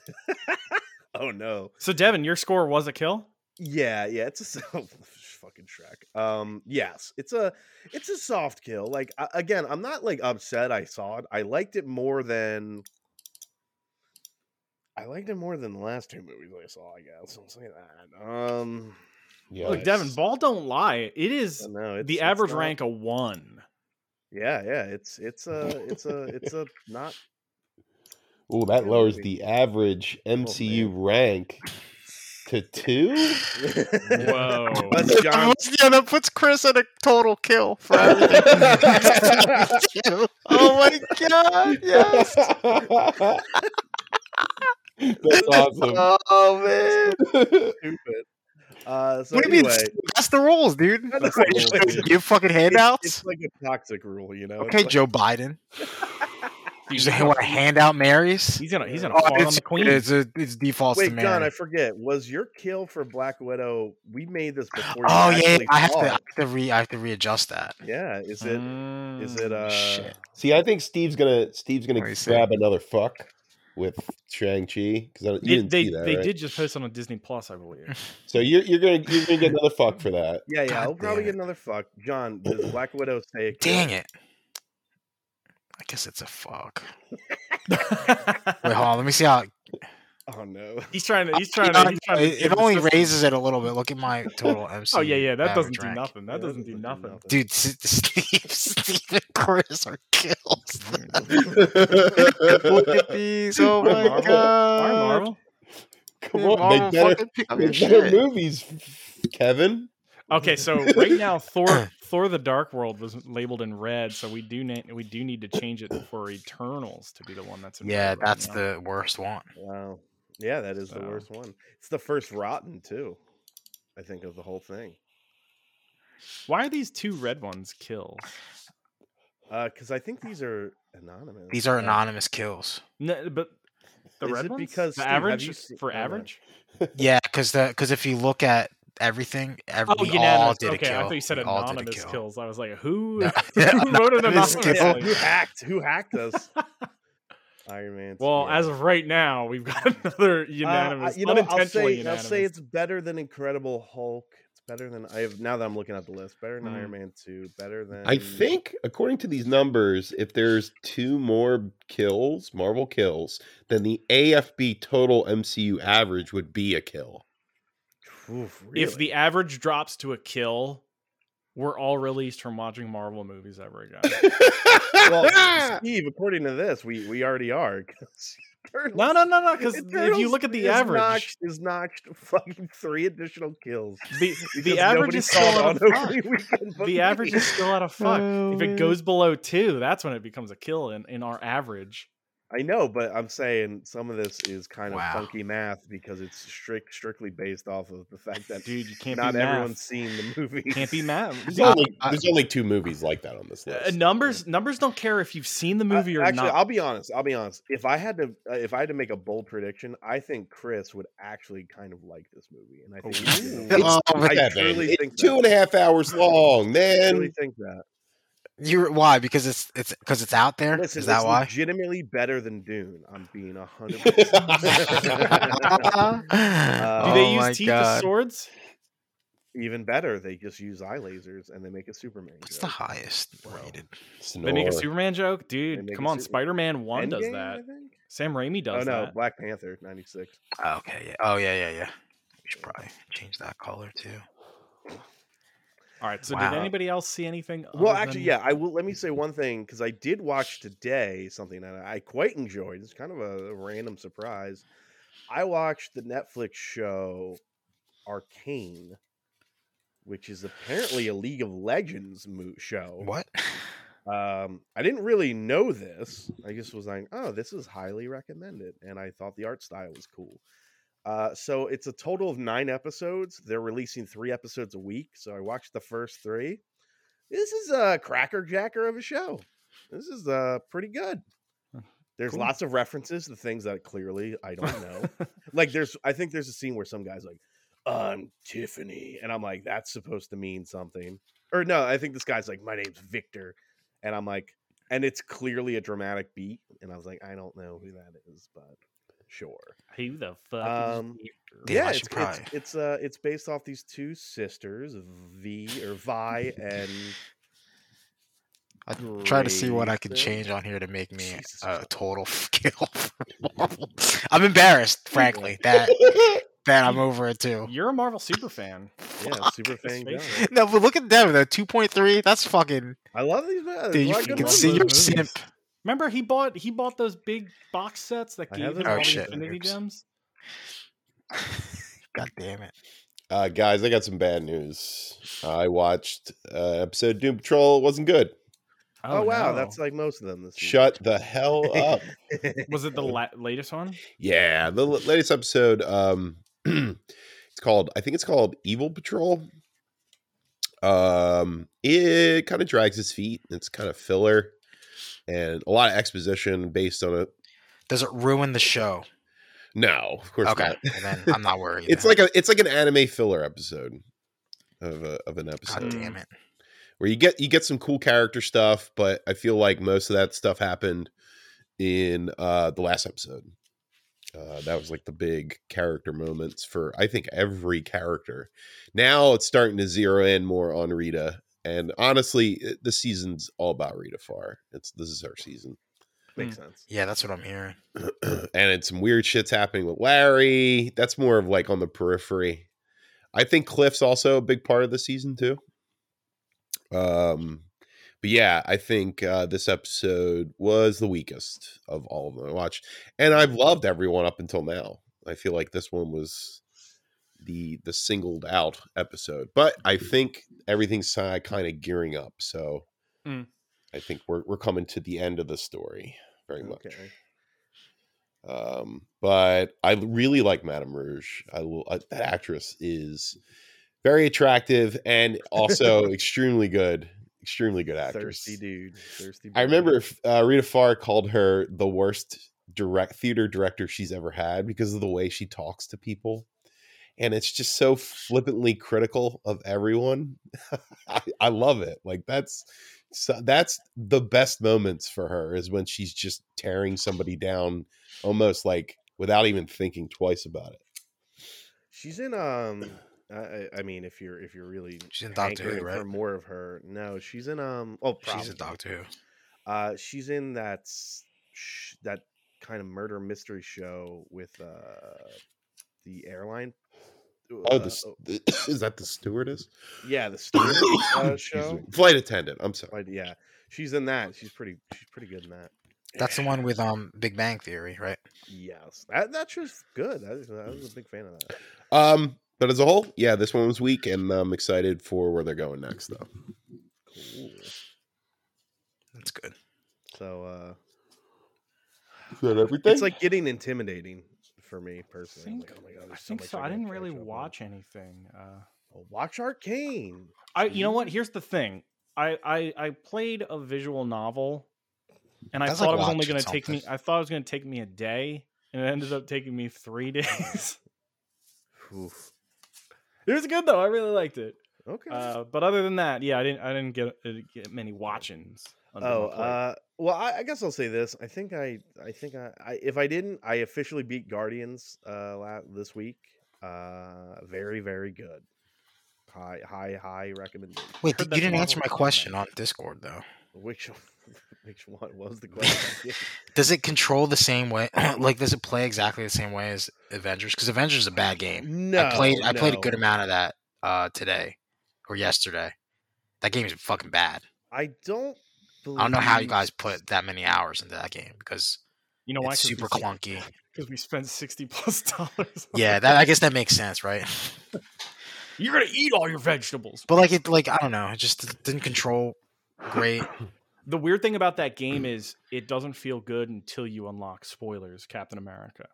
D: oh no.
B: So Devin, your score was a kill?
D: Yeah, yeah, it's a so- fucking Shrek. Um, yes, it's a it's a soft kill. Like I, again, I'm not like upset. I saw it. I liked it more than I liked it more than the last two movies I saw. I guess I'll say that. Um,
A: Yeah.
B: Look, Devin, ball don't lie. It is
D: no, it's,
B: the
D: it's
B: average
D: not-
B: rank a one.
D: Yeah, yeah, it's it's a it's a it's a not
A: Ooh, that
D: Yeah,
A: lowers
D: maybe.
A: the average
B: Oh,
A: MCU rank to two.
B: Whoa.
D: Unless John.
C: Yeah, that puts Chris at a total kill for everything. oh my god! Yes.
A: That's awesome.
C: Oh man.
D: Stupid. Uh, so
C: what do you
D: anyway,
C: mean? That's the rules, dude.
D: That's
C: What,
D: the
C: you
D: rules.
C: don't Give fucking handouts.
D: It's, it's like a toxic rule, you know. It's
C: okay,
D: like-
C: Joe Biden. You just want to hand out Marys?
B: He's gonna he's gonna
D: Oh,
B: fall on
C: it's,
B: the queen.
C: It's, a, it's defaults
D: Wait,
C: to Mary.
D: John, I forget. Was your kill for Black Widow? We made this before. You
C: oh yeah,
D: actually
C: I have, to,
D: saw
C: I
D: it.
C: have to re I have to readjust that.
D: Yeah, is it? Is
B: Mm.
D: it? Uh,
C: shit.
A: See, I think Steve's gonna Steve's gonna
C: Let me
A: grab
C: see.
A: another fuck with Shang Chi because
B: They-
A: you didn't
B: they
A: see that,
B: they
A: right?
B: did just post on a Disney Plus, I believe.
A: So you're you're gonna you're gonna get another fuck for that.
D: Yeah, yeah.
C: God
D: I'll probably
C: damn
D: get another fuck. John, does Black Widow say? a kill?
C: Dang it. I guess it's a fuck. Wait, hold on. Let me see how.
D: Oh no.
B: he's trying to he's
C: You
B: trying
C: know,
B: to, he's trying to
C: Uh, it,
B: give
C: it
B: the
C: only
B: system-
C: raises it a little bit. Look at my total MC.
B: Oh yeah, yeah, that doesn't
C: average
B: do
C: rank.
B: nothing. That doesn't do nothing.
C: Dude, S- Steve, Steve, and Chris are kills. Look at these. Oh
A: We're
C: my
A: Marvel. We're
C: god.
B: Sorry, Marvel.
A: Come
C: Dude,
A: on,
C: Marvel
A: make better,
C: fucking pick
A: make
C: their
A: better
C: shit.
A: movies, Kevin.
B: Okay, so right now Thor Thor the Dark World was labeled in red, so we do na- we do need to change it for Eternals to be the one that's in
C: Yeah,
B: red right
C: that's
B: now.
C: the worst one.
D: Wow. Yeah, that is the
B: So.
D: worst one. It's the first rotten too. I think of the whole thing.
B: Why are these two red ones kills?
D: Because Uh, I think these are anonymous.
C: These are
D: Uh,
C: anonymous kills.
B: No, but the
D: Is
B: red
D: it
B: ones
D: because,
B: the
D: Steve, have
B: average
D: you
B: is
D: seen-
B: for
D: hold on.
B: average.
C: Yeah, because the because if you look at everything, ev-
B: Oh,
C: we all
B: unanimous.
C: did a
B: okay,
C: kill.
B: I thought you said
C: We all did a
B: anonymous
C: kill.
B: kills. I was like, who,
C: No,
B: who wrote an anonymous
C: anonymous
D: Yeah,
C: kill.
D: who hacked? Who hacked us? Iron Man.
B: Well,
D: yeah.
B: as of right now, we've got another
D: Uh, I-
B: unanimous.
D: you know, what, I'll
B: unintentionally
D: say
B: unanimous.
D: I'll say it's better than Incredible Hulk. It's better than I have now that I'm looking at the list. Better than
B: Mm-hmm.
D: Iron Man Two. Better than
A: I think, according to these numbers, if there's two more kills, Marvel kills, then the AFB total MCU average would be a kill.
D: Oof,
B: if the average drops to a kill, we're all released from watching Marvel movies ever again.
D: really? well, Steve, according to this, we we already are. 'cause Eternals-
B: no, no, no, no. Because if you
D: Eternals
B: look at the
D: is
B: average,
D: notched, is notched fucking three additional kills.
B: the,
D: because
B: the average
D: nobody
B: is still
D: caught
B: out
D: on
B: of
D: every
B: fuck.
D: weekend but
B: The average
D: me.
B: is still out of fuck.
C: Oh,
B: If it
C: man.
B: goes below two, that's when it becomes a kill in, in our average.
D: I know, but I'm saying some of this is kind of
C: Wow.
D: funky math because it's strict, strictly based off of the fact that
B: Dude, you can't
D: not
B: be
D: everyone's
B: math.
D: seen the movie.
B: Can't be math.
A: There's
C: I-
A: only,
C: I-
A: there's only two movies like that on this
B: Uh,
A: list.
B: numbers numbers don't care if you've seen the
D: I-
B: movie or
D: actually,
B: not.
D: I'll be honest. I'll be honest. If I had to, uh, if I had to make a bold prediction, I think Chris would actually kind of like this movie, and I think he would.
A: Ooh.
C: Oh, but
D: I
A: Kevin,
D: truly
A: it's
D: think
A: two
D: that.
A: and a half hours long,
D: I
A: man.
D: really think that.
C: you why? Because it's it's because it's out there. Is
D: Listen,
C: that
D: it's
C: why?
D: legitimately better than Dune. I'm being a hundred. percent
B: Do
D: Uh,
B: they
C: Oh my
B: use teeth
C: God.
B: as swords?
D: Even better, they just use eye lasers and they make a Superman.
C: What's the
D: joke.
C: highest
D: Wow.
C: rated?
B: They make a
A: Snore.
B: Superman joke, dude.
D: make
B: Come
D: a
B: on,
D: Super-
B: Spider Man One does
D: Endgame, I
B: that.
D: think?
B: Sam Raimi
D: Oh
B: does
D: no,
B: that.
D: Black Panther '96.
C: Oh, okay. Yeah. Oh yeah, yeah, yeah. We should probably change that color too.
B: All right. So
C: Wow.
B: did anybody else see anything?
D: Well,
B: other
D: actually,
B: than-
D: yeah, I will. Let me say one thing because I did watch today something that I quite enjoyed. It's kind of a random surprise. I watched the Netflix show Arcane, which is apparently a League of Legends mo- show.
C: What?
D: Um, I didn't really know this. I just was like, oh, this is highly recommended, and I thought the art style was cool. Uh, so it's a total of nine episodes. They're releasing three episodes a week. So I watched the first three. This is a crackerjacker of a show. This is uh pretty good.
B: Huh,
D: There's
B: cool.
D: lots of references to things that clearly I don't know. like there's, I think there's a scene where some guy's like, "I'm Tiffany," and I'm like, that's supposed to mean something. Or no, I think this guy's like, "My name's Victor," and I'm like, and it's clearly a dramatic beat, and I was like, I don't know who that is, but sure.
B: Who the fuck?
D: Um,
B: is Victor?
C: Damn, I
D: yeah,
C: should
D: it's, it's
C: probably-
D: it's uh it's based off these two sisters, V or Vi and
C: I try to see what I can
D: Grace,
C: change on here to make me
D: Jesus
C: a
D: Christ.
C: total kill. I'm embarrassed, frankly. That that I'm over it too.
B: You're a Marvel super fan.
D: yeah, super fan.
B: face.
D: Gunn.
C: No, but look at them though. Two point three. That's fucking.
D: I love these. uh, guys.
C: Dude,
D: Well,
C: you
D: good
C: can
D: luck
C: see
D: with
C: your
D: it.
C: simp.
B: Remember, he bought he bought those big box sets that
D: I
B: gave
D: have
B: him
D: those
B: all
D: box
B: the
D: sets.
B: Infinity
C: Oops.
B: Gems.
C: God damn it.
A: Uh, guys, I got some bad news. I watched uh, episode Doom Patrol. It wasn't good.
D: Oh, wow,
B: no.
D: that's like most of them. This
A: Shut the hell up.
D: season.
B: was it the la- latest one?
A: yeah, the l- latest episode. Um, it's called. I think it's called Evil Patrol. Um, it kind of drags its feet. It's kind of filler, and a lot of exposition based on it.
C: Does it ruin the show?
A: No, of course
C: Okay,
A: not.
C: and then I'm not worried.
A: It's like a it's like an anime filler episode of a, of an episode.
D: Hmm.
C: God damn it.
A: where you get you get some cool character stuff, but I feel like most of that stuff happened in uh the last episode. Uh that was like the big character moments for I think every character. Now it's starting to zero in more on Rita. And honestly, it- this season's all about Rita Farr. It's this is her season.
D: Makes sense.
C: Yeah, that's what I'm hearing.
A: and it's some weird shit's happening with Larry. That's more of like on the periphery. I think Cliff's also a big part of the season too. Um, but yeah, I think uh, this episode was the weakest of all of them I watched, and I've loved everyone up until now. I feel like this one was the the singled out episode, but I think everything's kind of gearing up. So
B: Mm.
A: I think we're we're coming to the end of the story very much.
D: Okay.
A: Um, but I l- really like Madame Rouge. I will, uh, that actress is very attractive and also extremely good, extremely good actress.
D: Thirsty dude. Thirsty.
A: I
D: boy.
A: remember if, uh, Rita Farr called her the worst direct theater director she's ever had because of the way she talks to people. And it's just so flippantly critical of everyone. I, I love it. Like that's so that's the best moments for her is when she's just tearing somebody down almost like without even thinking twice about it.
D: she's in. Um, I- I, I mean, if you're if you're really
C: She's in Doctor
D: hankering
C: Who, right?
D: for more of her, no, she's in. Um, oh, probably.
C: She's in Doctor Who.
D: Uh, she's in that s- sh- that kind of murder mystery show with uh the airline.
A: Oh,
D: uh,
A: the, s- is that the stewardess?
D: yeah, the steward, uh,
A: Excuse
D: show.
A: me. Flight attendant. I'm sorry.
D: But yeah, she's in that. She's pretty. She's pretty good in that.
C: That's the one with um Big Bang Theory, right?
D: Yes, that that show's good. I was, I was a big fan of that.
A: Um, but as a whole, yeah, this one was weak, and I'm excited for where they're going next, though.
D: Cool.
C: That's good.
D: So uh,
A: Is that everything?
D: it's like getting intimidating for me personally. I'm
B: think-
D: like, oh my god,
B: I
D: there's so
B: think
D: much
B: so. I
D: gotta
B: didn't
D: catch
B: really
D: up on."
B: watch anything. Uh,
D: Well, watch Arcane.
B: I you know what? Here's the thing. I I, I played a visual novel, and I
C: That's like
B: thought it was only
C: watching
B: going to take me.
C: something.
B: I thought it was going to take me a day, and it ended up taking me three days.
D: Oof.
B: it was good though. I really liked it.
D: Okay.
B: Uh, but other than that, yeah, I didn't I didn't get uh, get many watchings. under my
D: oh,
B: plate.
D: uh, well, I, I guess I'll say this. I think I, I think I, I if I didn't, I officially beat Guardians uh la- this week. Uh, very, very good. High, high, high recommendation.
C: Wait,
B: heard
C: you
B: that's
C: didn't answer
B: Marvel
C: my
B: Comics.
C: question on Discord though.
D: Which which one was the question?
C: Does it control the same way? like, does it play exactly the same way as Avengers? Because Avengers is a bad game.
D: no,
C: I played. I played a
D: no.
C: good amount of that uh, today or yesterday. That game is fucking bad.
D: I don't. Believe...
C: I don't know how you guys put that many hours into that game because
B: You know why?
C: it's super clunky.
B: Because we spent sixty plus dollars. on
C: Yeah,
B: it.
C: that I guess that makes sense, right?
B: you're gonna eat all your vegetables.
C: But like it, like I don't know, it just didn't control great.
B: The weird thing about that game
C: Mm.
B: is it doesn't feel good until you unlock spoilers. Captain America.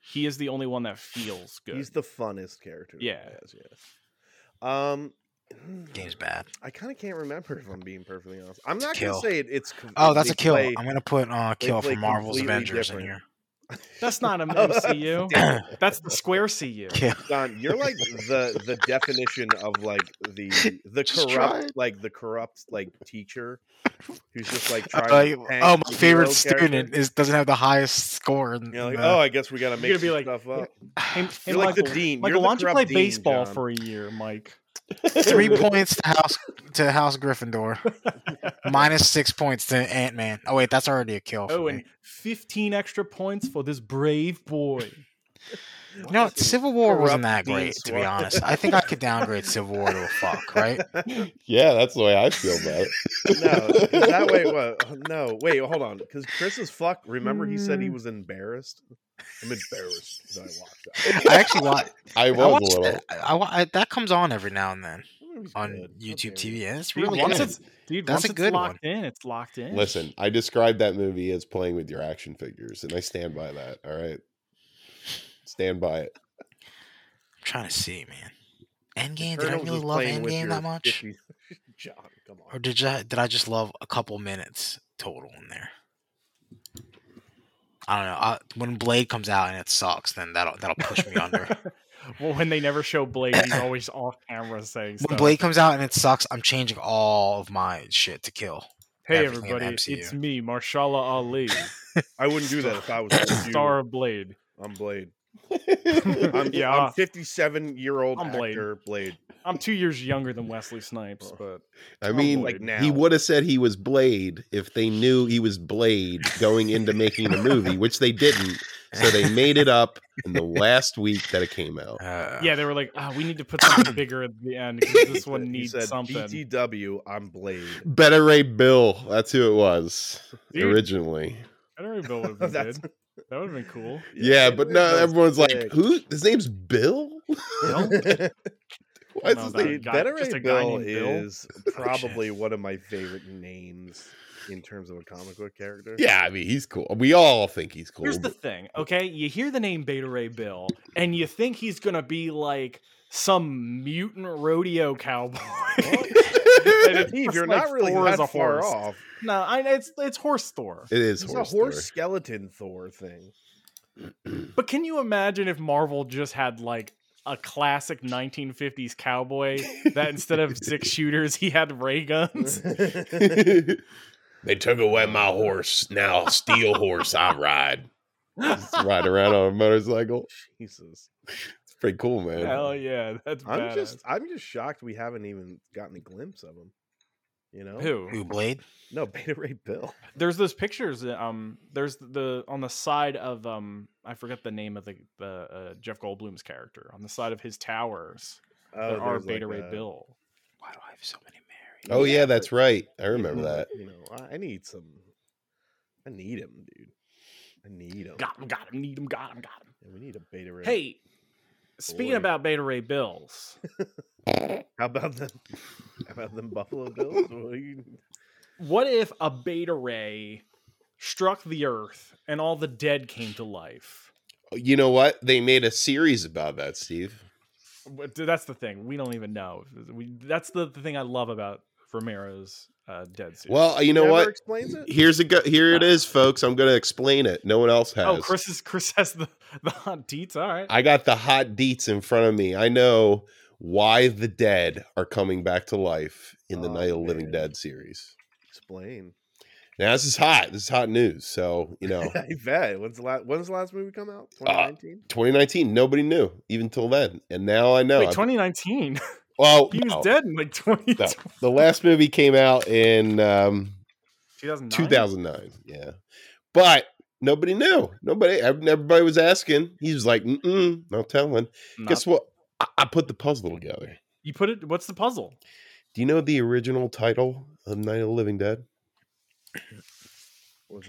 B: He is the only one that feels good.
D: He's the funnest character. that
B: Yeah.
D: he is, yeah. Um,
C: Game's bad.
D: I kind of can't remember if I'm being perfectly honest. I'm not
C: kill.
D: gonna say it, it's.
C: Oh, that's a
D: completely
C: kill.
D: played-
C: I'm gonna put uh,
D: they
C: kill
D: play
C: for Marvel's
D: completely
C: Avengers in
D: different.
C: here.
B: That's not an
D: Oh,
B: MCU.
D: damn it.
B: That's the Square CU.
C: Kill.
D: Don, you're like the the definition of like the the
C: Just
D: corrupt
C: tried.
D: like the corrupt like teacher who's just like
C: Uh,
D: trying. to tank
C: oh, my
D: the hero
C: favorite
D: character.
C: student is doesn't have the highest score. In,
D: You're like,
C: the-
D: oh, I guess we gotta make
B: gonna be
D: some
B: like,
D: stuff up.
B: Hey, hey,
D: You're like the
B: Michael,
D: dean.
B: Michael,
D: You're the
B: why don't you
D: corrupt
B: play
D: dean,
B: baseball
D: John.
B: for a year, Mike?
C: three points to House to House Gryffindor, minus six points to Ant Man. Oh wait, that's already a kill. For
B: Oh,
C: me.
B: and 15 extra points for this brave boy.
C: No,
D: Fucking
C: Civil War wasn't that
D: corrupt Dean
C: great, to be
D: Swan.
C: honest. I think I could downgrade Civil War to a fuck, right?
A: Yeah, that's the way I feel about it.
D: no, 'cause that way. Well, no, wait, hold on. Because Chris is fuck. Remember, he
C: Mm.
D: said he was embarrassed. I'm embarrassed that I watched that.
C: I actually want.
A: I
C: I
A: was
C: watch
A: a little.
C: that. I, wa- I- that comes on every now and then
D: That movie's
C: on
D: good.
C: YouTube
D: Okay.
C: TV, and it's
B: Dude,
C: really
B: once
C: good.
B: it's, dude,
C: That's
B: once
C: a
B: it's
C: good one.
B: locked in, it's locked in.
A: Listen, I described that movie as playing with your action figures, and I stand by that. All right, stand by it.
C: I'm trying to see, man. Endgame. Did I
D: Eternals is
C: really love
D: playing with
C: Endgame
D: your
C: that much,
D: 50 John, come on.
C: or did I did I just love a couple minutes total in there? I don't know. I, when Blade comes out and it sucks, then that'll that'll push me under.
B: well, when they never show Blade, he's always off camera saying
C: When
B: stuff.
C: Blade comes out and it sucks, I'm changing all of my shit to kill.
B: hey,
C: everything in
B: everybody,
C: MCU.
B: it's me, Marshala Ali,
D: I wouldn't do that if I was you.
B: star of Blade.
D: I'm Blade. I'm,
A: I'm
B: yeah,
D: I'm 57 year old
B: I'm Blade.
D: actor Blade.
B: I'm two years younger than Wesley Snipes,
D: Oh,
B: but
A: I mean,
D: like now.
A: he would have said he was Blade if they knew he was Blade going into making the movie, which they didn't. So they made it up in the last week that it came out.
C: Uh,
B: yeah, they were like, ah, we need to put something bigger at the end because this one
D: He
B: needs
D: said,
B: something.
D: BTW, I'm Blade.
A: Better Ray Bill. That's who it was
B: Dude.
A: originally.
B: I don't even know what would have
D: That's-
B: been good. That would have been cool.
A: Yeah, but
D: it
A: no,
D: was
A: everyone's like,
D: sick.
A: "Who? His name's Bill?
B: Bill?
A: Why is
B: No,
A: his
B: that-
A: name
D: Dude,
B: guy-
D: Better
B: just
D: Ray
B: a guy
D: Bill
B: named Bill?
D: is probably one of my favorite names in terms of a comic book character.
A: Yeah, I mean, he's cool. We all think he's cool.
B: Here's the thing, okay? You hear the name Beta Ray Bill, and you think he's gonna be like some mutant rodeo cowboy. And it's
D: Steve,
B: just
D: you're
B: like
D: not really
B: Thor as a
D: that far
B: horse.
D: off.
B: No, I, it's it's horse Thor.
A: it is
D: It's
A: horse.
D: a horse
A: Thor.
D: skeleton Thor thing.
B: But can you imagine if Marvel just had like a classic 1950s cowboy that instead of six shooters he had ray guns?
A: they took away my horse. Now steel horse I ride. Just ride around on a motorcycle.
D: Jesus.
A: It's pretty cool, man.
B: Hell yeah, that's
D: I'm
B: badass.
D: just I'm just shocked we haven't even gotten a glimpse of him. You know?
B: who?
C: Who Blade?
D: No, Beta Ray Bill.
B: there's those pictures that, um there's the on the side of um i forget the name of the the uh, jeff goldblum's character on the side of his towers
D: Oh,
B: there are
D: there's,
B: beta
D: like,
B: ray
D: a-
B: bill
C: Why do I have so many Marys?
A: Oh yeah,
D: Yeah.
A: that's right. I
D: you
A: remember
D: know,
A: that.
D: You know, I- I need some. I need him, dude. I need him.
B: got him got him need him got him got him
D: And we need a beta ray.
B: hey speaking
D: Boy.
B: about beta ray bills
D: how about them? How about them Buffalo Bills? What are you,
B: what if a beta ray struck the earth and all the dead came to life
A: You know what? They made a series about that, Steve.
B: But th- that's the thing we don't even know we, that's the, the thing i love about romero's uh, dead series.
A: Well, you know
D: Never
A: what?
D: Explains it.
A: Here's a go- here it is, folks. I'm going to explain it. No one else has.
B: Oh, Chris is Chris has the the hot deets. All right,
A: I got the hot deets in front of me. I know why the dead are coming back to life in the
D: Oh,
A: Night of the Living
D: man.
A: Dead series.
D: Explain.
A: Now this is hot. This is hot news. So you know,
D: I bet. When's the last? When's the last movie come out?
A: Uh,
D: 2019.
A: 2019, nobody knew even till then, and now I know.
B: Wait,
A: I-
B: 2019.
A: well,
B: he was
A: no,
B: dead in like 20.
A: no. The last movie came out in um,
B: 2009?
A: 2009. Yeah. But nobody knew. Nobody, everybody was asking. He was like, mm no telling.
B: Not-
A: Guess what? I, I put the puzzle together.
B: You put it. What's the puzzle?
A: Do you know the original title of Night of the Living Dead?
D: Was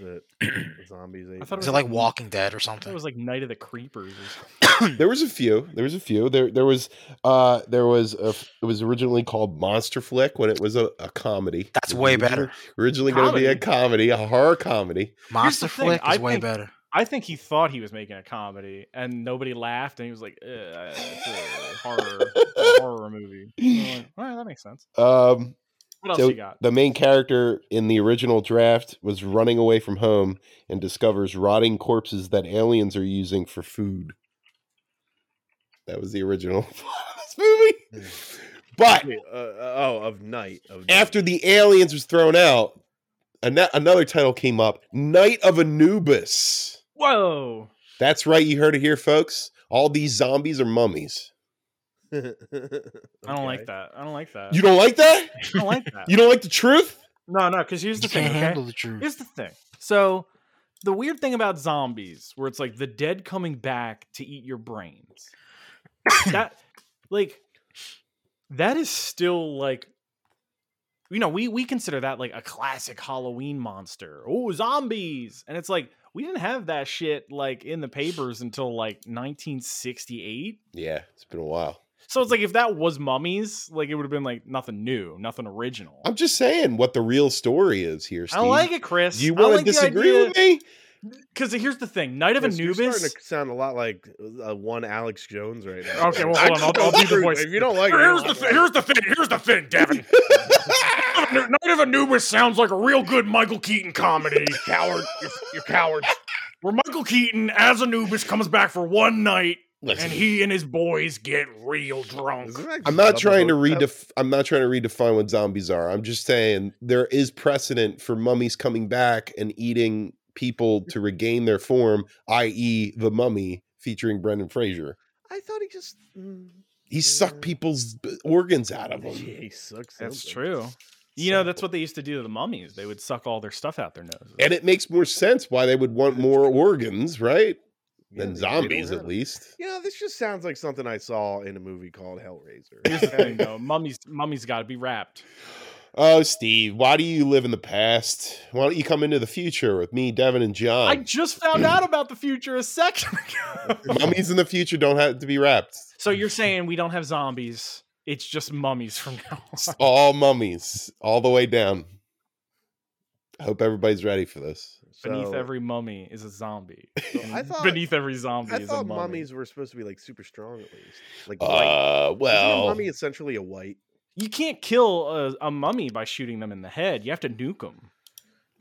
D: it zombies?
B: I thought
D: Ape
C: Is
B: was
C: it
D: Man?
C: like Walking Dead or
B: I thought it
C: something?
B: was like Night of the Creepers. Or something.
A: There was a few. There was a few. There there was uh there was a f- it was originally called Monster Flick when it was a, a comedy.
C: That's
A: It was
C: way
A: origi-
C: better.
A: Originally going to be a
B: Comedy?
A: comedy, a horror comedy.
C: Monster
B: the thing,
C: Flick
B: I
C: is way
B: think-
C: better.
B: I think he thought he was making a comedy, and nobody laughed, and he was like, "Ugh, "It's a horror, a horror movie." And I'm like, All right, that makes sense.
A: Um
B: What else
A: So-
B: you got?
A: the main character in the original draft was running away from home and discovers rotting corpses that aliens are using for food. That was the original plot of this movie. But
D: Wait, uh, uh, oh, of night. Of night.
A: after the aliens was thrown out, an- another title came up, Night of Anubis.
B: Whoa!
A: That's right, you heard it here, folks. All these zombies are mummies.
B: I don't
D: Okay.
B: like that. I don't like that.
A: You don't like that?
B: I don't like that.
A: You don't like the truth?
B: no, no. Because here's
C: You
B: the
C: can't
B: thing. Okay?
C: handle the
A: Hmm.
C: truth.
B: Here's the thing. So the weird thing about zombies, where it's like the dead coming back to eat your brains. that like that is still like you know, we we consider that like a classic Halloween monster. Oh, zombies. And it's like we didn't have that shit like in the papers until like 1968.
A: Yeah, it's been a while.
B: So it's like if that was mummies, like it would have been like nothing new, nothing original.
A: I'm just saying what the real story is here,
B: I
A: Steve.
B: don't like it, Chris.
A: Do you
B: I don't
A: want
B: like
A: to
B: the
A: disagree
B: idea-
A: with me?
B: Because here's the thing, Night of
D: Chris, you're starting
B: Anubis.
D: to sound a lot like uh, one Alex Jones right now.
B: Okay, well, hold on. I'll, I'll do the voice.
D: If you don't like it,
B: here's
D: you
B: the
D: don't
B: thing. Here's the thing. Here's the thing, Devin. Night of Anubis sounds like a real good Michael Keaton comedy. coward, you're, you're cowards. Where Michael Keaton as Anubis comes back for one night,
A: Listen.
B: and he and his boys get real drunk.
D: Isn't that
A: I'm not
D: Jabba
A: trying to
D: Hut-
A: redef- I'm not trying to redefine what zombies are. I'm just saying there is precedent for mummies coming back and eating people to regain their form, i.e., the mummy featuring Brendan Fraser.
D: I thought he just. mm,
A: He sucked
D: Yeah.
A: people's b- organs out of
D: yeah,
A: them.
D: he sucks.
B: That's
D: something.
B: true. You know, that's what they used to do to the mummies. They would suck all their stuff out their noses.
A: And it makes more sense why they would want more organs, right? Than
D: Yeah, they- they don't
A: zombies,
D: have
A: at
D: it.
A: least.
D: You know, this just sounds like something I saw in a movie called Hellraiser.
B: Here's the thing, though. Mummies, mummies got to be wrapped.
A: Oh, Steve, why do you live in the past? Why don't you come into the future with me, Devin, and
D: Oh.
A: John?
B: I just found out about the future a second ago.
A: Mummies in the future don't have to be wrapped.
B: So you're saying we don't have zombies? It's just mummies from now on.
A: all mummies, all the way down. I hope everybody's ready for this.
B: Beneath
D: So-
B: every mummy is a zombie.
D: so I
B: And
D: thought
B: beneath every zombie
D: I
B: is a
D: thought
B: mummy.
D: mummies were supposed to be like super strong at least. Like white.
A: Uh,
D: Isn't a
A: well,
D: mummy essentially a white.
B: You can't kill a, a mummy by shooting them in the head. You have to nuke them.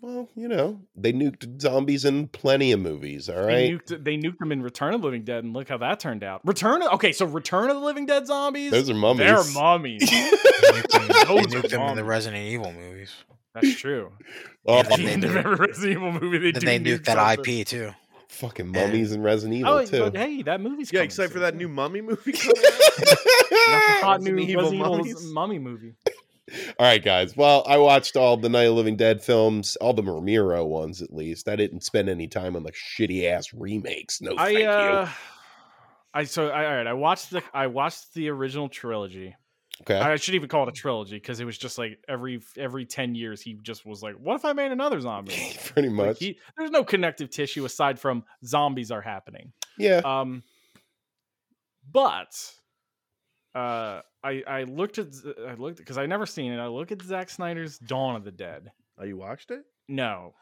A: well, you know, they nuked zombies in plenty of movies. All
B: They
A: right,
B: nuked they nuked them in Return of the Living Dead, and look how that turned out. Return of, okay, so Return of the Living Dead zombies.
A: those are mummies.
B: They're mummies.
C: They nuked them,
B: Those
C: they
B: are
C: nuked them in the
B: zombies.
C: Resident Evil movies.
B: That's true.
A: oh,
B: At
C: Then
B: the
C: they
B: end of
C: nuke-
B: every Resident Evil movie, they
C: Then
B: do
C: they
B: nuke
C: nuked that
B: something.
C: IP too.
A: fucking mummies and Resident Evil
B: Oh,
A: too.
B: but hey, that movie's
D: Yeah,
B: coming
D: except for
B: soon,
D: that
B: too.
D: new mummy movie. coming out.
B: That's the hot new
D: Resident
B: Resident
D: Evil
B: Evil's
D: mummies.
B: mummy movie.
A: all right, guys. Well, I watched all the Night of the Living Dead films, all the Romero ones at least. I didn't spend any time on the shitty ass remakes. No,
B: I
A: Oh, thank
B: uh, I so I, all right. I watched the I watched the original trilogy.
A: you. Okay,
B: I should even call it a trilogy because it was just like every every ten years he just was like, "What if I made another zombie?" movie?"
A: pretty much.
B: Like he, there's no connective tissue aside from zombies are happening.
A: yeah.
B: Um, but uh, I I looked at Z- I looked because I never seen it. I look at Zack Snyder's Dawn of the Dead.
D: oh, you watched it?
B: No.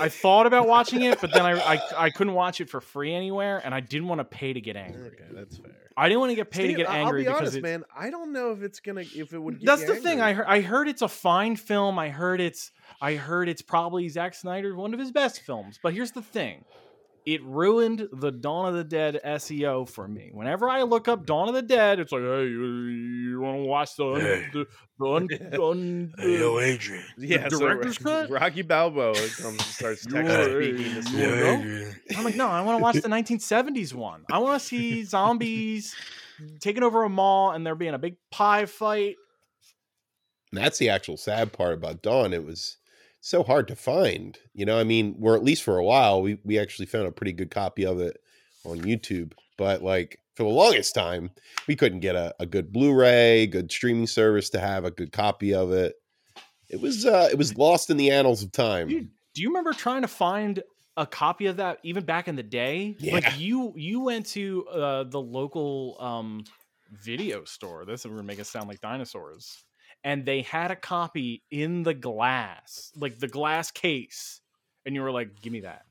B: I thought about watching it, but then I, I I couldn't watch it for free anywhere, and I didn't want to pay to get angry.
D: Okay, that's fair.
B: I didn't want to get paid
D: Steve,
B: to get
D: I-
B: angry
D: I'll be
B: because
D: honest,
B: it,
D: man. I don't know if it's gonna if it would. Get
B: that's
D: you
B: the thing. I
D: angry.
B: heard, I heard it's a fine film. I heard it's I heard it's probably Zack Snyder one of his best films. But here's the thing. It ruined the Dawn of the Dead SEO for me. Whenever I look up Dawn of the Dead, it's like, hey, you, you want to watch the un,
C: Hey.
B: the, the un, the un-
C: Adrian.
D: Yeah, so
B: director's cut?
D: Rocky Balboa comes and starts
B: You
D: texting
B: are
D: speaking this
B: You wanna
D: way.
B: go? I'm like, no, I want to watch the 1970s one. I want to see zombies taking over a mall and there being a big pie fight.
A: And that's the actual sad part about Dawn. It was so hard to find. You know, I mean, or at least for a while, we we actually found a pretty good copy of it on YouTube. But like for the longest time, we couldn't get a, a good Blu-ray, good streaming service to have a good copy of it. It was uh it was lost in the annals of time.
B: Dude, do you remember trying to find a copy of that even back in the day?
A: Yeah.
B: Like you you went to uh, the local um, video store. This would make us sound like dinosaurs. And they had a copy in the glass, like the glass case. And you were like, "Give me that."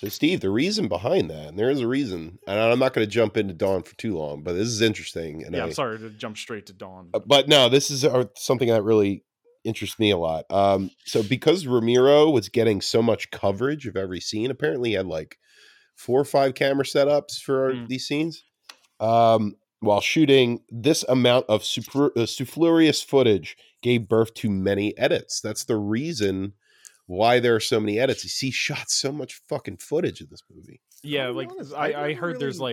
A: So, Steve, the reason behind that, and there is a reason, and I'm not going to jump into Dawn for too long, but this is interesting. And
B: yeah,
A: I,
B: I'm sorry to jump straight to Dawn.
A: Uh, but no, this is uh, something that really interests me a lot. Um, so because Ramiro was getting so much coverage of every scene, apparently he had like four or five camera setups for
B: Mm.
A: these scenes. Um, while shooting, this amount of super, uh, superfluous footage gave birth to many edits. That's the reason why there are so many edits. You see, shot so much fucking footage in this movie.
B: yeah,
D: I'll be
B: like
D: honest, I
B: I, I
D: never
B: heard there's
D: really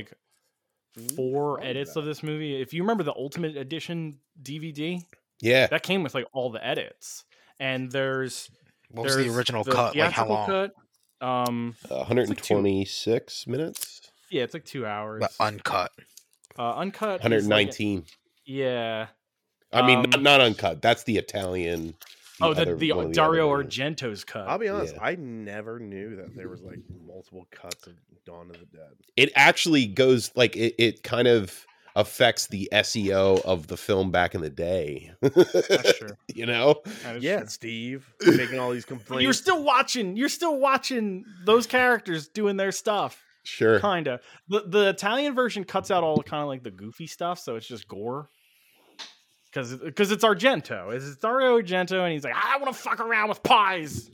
B: like four
C: Mm-hmm.
D: Hmm?
C: Oh,
D: thought of
B: edits
D: that.
B: of this movie. If you remember the Ultimate Edition DVD,
A: Yeah,
B: that came with like all the edits. And there's
C: What was the
B: There's
C: original
B: the
C: cut? Like how
B: theatrical
C: long?
B: cut. Um,
A: uh, 126 minutes,
B: yeah, it's like two hours.
C: But uncut.
B: uh, uncut, is like-
A: 119.
B: yeah.
A: I mean, not,
B: Um,
A: not uncut. That's the Italian.
B: oh, the,
A: other-
B: the
A: one of
B: Dario
A: other-
B: Argento's cut.
D: I'll be honest,
A: Yeah.
D: I never knew that there was like multiple cuts of Dawn of the Dead.
A: It actually goes like it, it kind of affects the SEO of the film back in the day.
B: That's true.
A: you know?
B: That is
D: Yeah,
B: true.
D: Steve making all these
B: But you're
D: complaints.
B: still watching. You're still watching those characters doing their stuff.
A: Sure.
B: Kinda. The the Italian version cuts out all kind of like the goofy stuff, so it's just gore. Because because it's Argento. It's Dario Argento, and he's like, I want to fuck around with pies.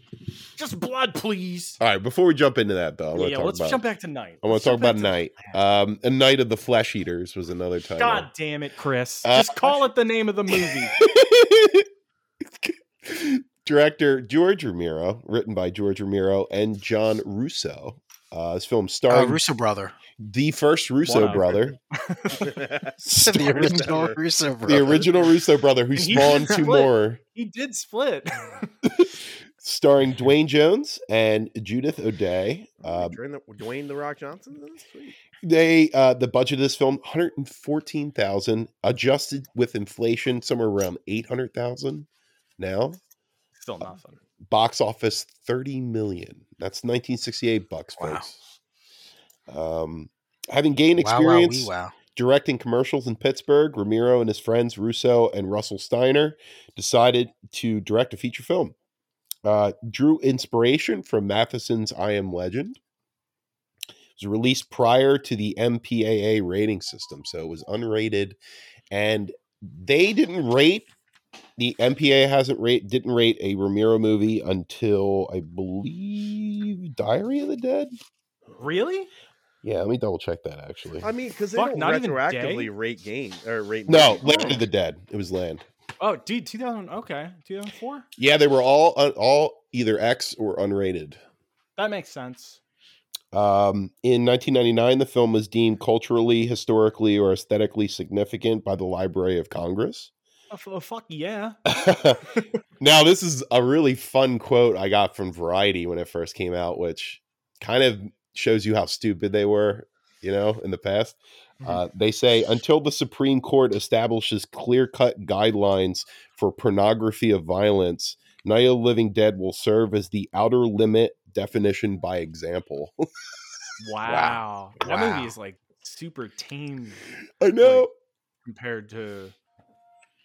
B: Just blood, please.
A: All right. Before we jump into that, though, Oh, I want to
B: yeah,
A: talk
B: let's
A: about.
B: jump back to night.
A: I want
B: Let's
A: to talk
B: jump back
A: about Night. Um, a Night of the Flesh Eaters was another title.
B: God damn it, Chris.
A: Uh,
B: Just call it the name of the movie.
A: Director George Romero, written by George Romero and John Russo. Uh, this film starring
C: Uh, Russo brother.
A: the first Russo
B: Wow.
A: brother,
C: The
A: starring
C: original Russo brother.
A: the original Russo brother who
B: And he
A: spawned two
B: split.
A: more.
B: he did split.
A: starring Dwayne Jones and Judith O'Day.
B: Um,
D: Uh,
A: Uh,
D: Dwayne, the, Dwayne the Rock Johnson. That's sweet.
A: they uh, the budget of this film 114,000 adjusted with inflation somewhere around 800,000 now.
B: Still nothing.
A: Box office 30 million. That's 1968 bucks,
C: Wow.
A: folks. Um having gained
C: Wow, wow,
A: experience
C: wee, wow.
A: directing commercials in Pittsburgh, Ramiro and his friends Russo and Russell Steiner decided to direct a feature film. Uh, drew inspiration from Matheson's I Am Legend. It was released prior to the MPAA rating system, so it was unrated, and they didn't rate. The MPAA hasn't rate didn't rate a Ramiro movie until I believe Diary of the Dead.
B: Really?
A: Yeah, let me double check that actually.
D: I mean, because they
B: Fuck,
D: don't
B: not even
D: retroactively
B: day?
D: rate game or rate
A: No,
D: movies.
A: Land of the Dead. It was Land.
B: Oh, dude, 2000. Okay. 2004?
A: Yeah, they were all uh, all either X or unrated.
B: That makes sense.
A: Um, in 1999, the film was deemed culturally, historically, or aesthetically significant by the Library of Congress.
B: Oh, f- oh, fuck yeah.
A: now, this is a really fun quote I got from Variety when it first came out, which kind of shows you how stupid they were, you know, in the past. Uh, they say until the Supreme Court establishes clear cut guidelines for pornography of violence, Night of the Living Dead will serve as the outer limit definition by example.
B: Wow. That
C: Wow.
B: movie is like super tame
A: I know.
B: compared to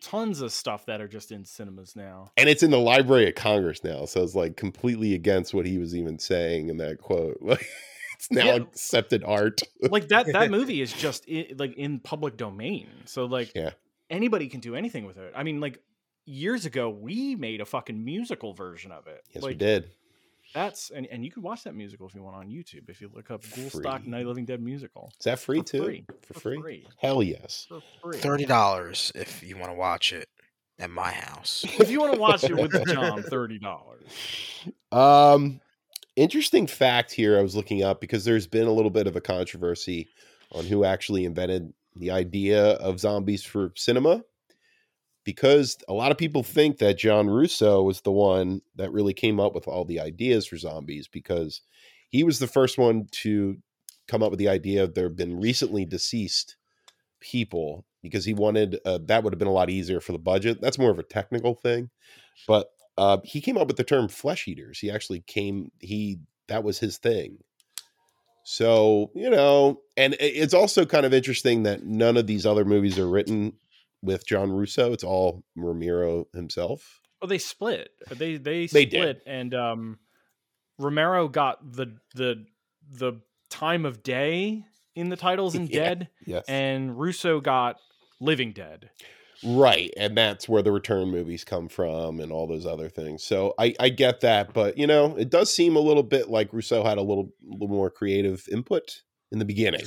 B: tons of stuff that are just in cinemas now.
A: And it's in the Library of Congress now. So it's like completely against what he was even saying in that quote. Like, it's now
B: Yeah.
A: accepted art.
B: Like that that movie is just i like in public domain. So like
A: Yeah.
B: anybody can do anything with it. I mean like years ago we made a fucking musical version of it.
A: Yes,
B: like,
A: we did.
B: That's and, and you can watch that musical if you want on YouTube if you look up Ghoulstock
A: Free.
B: Night of the Living Dead musical.
A: Is that free
B: For
A: too?
B: free.
A: For,
B: For
A: free?
B: free.
A: Hell yes.
B: For free.
C: Thirty dollars if you want to watch it at my house.
B: If you want to watch it with John, thirty dollars.
A: Um, interesting fact here I was looking up because there's been a little bit of a controversy on who actually invented the idea of zombies for cinema. because a lot of people think that John Russo was the one that really came up with all the ideas for zombies because he was the first one to come up with the idea of there have been recently deceased people because he wanted uh, that would have been a lot easier for the budget. That's more of a technical thing, but uh, he came up with the term flesh eaters. He actually came he that was his thing. So you know, and it- it's also kind of interesting that none of these other movies are written with John Russo. It's all Ramiro himself.
B: Oh, they split. They
A: They
B: they split,
A: did.
B: and um, Romero got the the the time of day in the titles and
A: Yeah.
B: Dead,
A: Yes,
B: and Russo got Living Dead.
A: right, and that's where the return movies come from, and all those other things. So I I get that, but you know, it does seem a little bit like Russo had a little little more creative input in the beginning.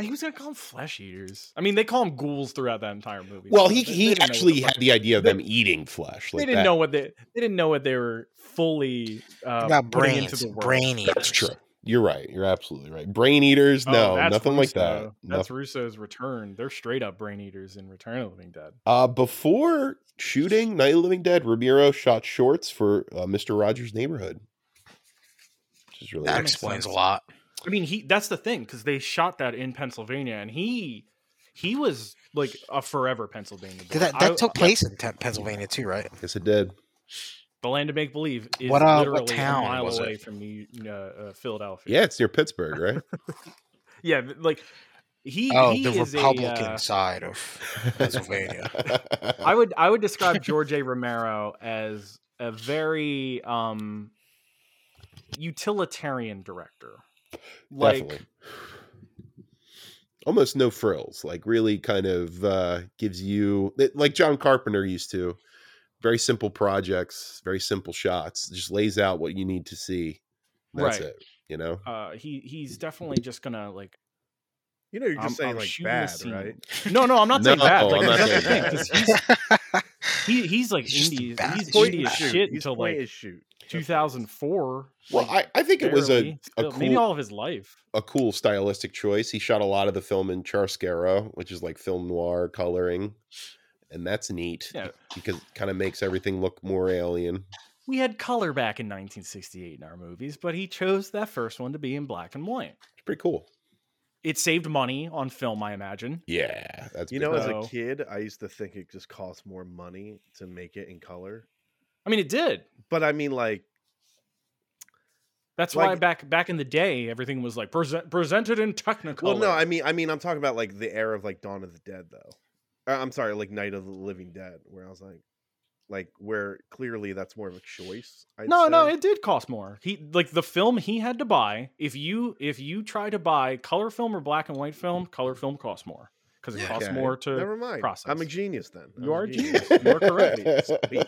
B: He was gonna call them flesh eaters. I mean, they call them ghouls throughout that entire movie.
A: Well,
B: so
A: he
B: they- they
A: he
B: didn't know what
A: actually
B: the fuck-
A: had the idea of
B: They-
A: them eating flesh.
B: they
A: like
B: didn't
A: that.
B: know what they they didn't know what they were fully uh,
C: about
B: putting into
C: brains,
B: the world.
C: brain
A: That's
C: eaters.
A: true. You're right. You're absolutely right. Brain eaters,
B: Oh,
A: no,
B: that's
A: nothing like that.
B: Russo. That's Russo's return. They're straight up brain eaters in Return of the Living Dead.
A: Uh, before shooting Night of the Living Dead, Ramiro shot shorts for uh, Mr. Rogers' Neighborhood, which is really
C: That
B: makes
C: explains a
B: sense.
C: lot.
B: I mean, he that's the thing because they shot that in Pennsylvania, and he he was like a forever Pennsylvania. Boy.
C: Did that
B: I-
C: that took place in Tem- Pennsylvania too, right?
A: yes, it did.
B: the land of make believe is
C: What, uh, what
B: literally
C: town
B: a mile
C: was it?
B: away from New, uh, uh, Philadelphia.
A: Yeah, it's near Pittsburgh, right?
B: yeah, but, like he.
C: Oh,
B: he
C: the
B: is a,
C: Republican
B: uh,
C: side of Pennsylvania.
B: I would I would describe George A. Romero as a very um utilitarian director. Like
A: Definitely. Almost no frills, like really kind of uh, gives you it- like John Carpenter used to. Very simple projects, very simple shots. Just lays out what you need to see. That's
B: Right.
A: it. You know.
B: uh he he's definitely just gonna like
D: You know, you're just
B: I'm-
D: saying
B: I'm
D: like
B: shooting a
D: bad,
B: scene.
D: right?
B: No, no, I'm not saying
A: No,
C: Oh,
B: that.
A: I'm
B: Like,
A: not
B: that's the
A: saying
B: thing, 'cause
A: that.
B: he's- he, he's like
C: He's just a
B: indie.
C: bad-
B: He's
C: he's
B: indie
D: and
B: as
C: bad.
B: shit
D: He's
B: until
D: point
B: like
D: and shoot. That's what it is.
B: 2004.
A: Well,
B: like,
A: I, I think it was a,
B: barely,
A: a
B: still-
A: cool
B: maybe all of his life.
A: a cool stylistic choice. He shot a lot of the film in chiaroscuro, which is like film noir coloring, and that's neat
B: Yeah.
A: because it kind of makes everything look more alien.
B: We had color back in 1968 in our movies, but he chose that first one to be in black and white.
A: It's pretty cool.
B: It saved money on film, I imagine.
A: Yeah, that's
D: You
A: pretty
D: know, as a
B: So-
D: kid, I used to think it just cost more money to make it in color.
B: I mean, it did.
D: But I mean, like,
B: That's why
D: Like-
B: back back in the day, everything was like present, presented in Technicolor.
D: well, no, I mean, I mean, I'm talking about like the era of like Dawn of the Dead, though. Uh, I'm sorry, like Night of the Living Dead, where I was like, like where clearly that's more of a choice. I'd
B: no, no,
D: say.
B: it did cost more. He like the film he had to buy. If you if you try to buy color film or black and white film, color film costs more because it
C: Yeah.
B: costs
D: Okay,
B: more to.
D: Never mind. I'm a
B: process.
D: genius then.
B: You
D: I'm
B: are a genius. You're correct.
D: Sweet.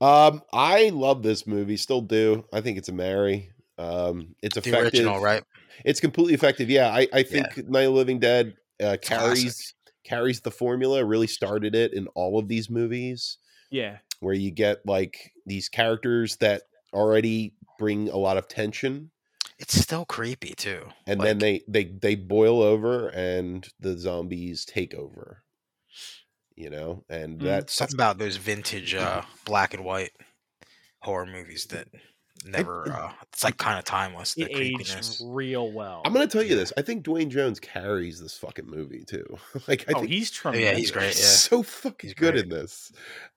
A: um, I love this movie, still do. I think it's a Mary. Um, it's
C: The
A: effective.
C: original, right?
A: It's completely effective. Yeah, I, I think Night of the Living Dead uh,
C: It's
A: carries
C: classic.
A: carries the formula. Really started it in all of these movies.
B: Yeah,
A: where you get like these characters that already bring a lot of tension
C: It's still creepy too.
A: and
C: Like-
A: then they they they boil over and the zombies take over you know and
B: Mm.
A: that's
C: something about those vintage uh, black and white horror movies that never uh, it's like kind of timeless the
B: it aged
C: creepiness
B: real well.
A: i'm gonna tell you
C: Yeah.
A: this i think dwayne jones carries this fucking movie too like i
B: oh,
A: think
B: he's tremendous.
C: yeah he's great
A: he's
C: yeah
A: so fucking
C: He's
A: good
C: great.
A: in this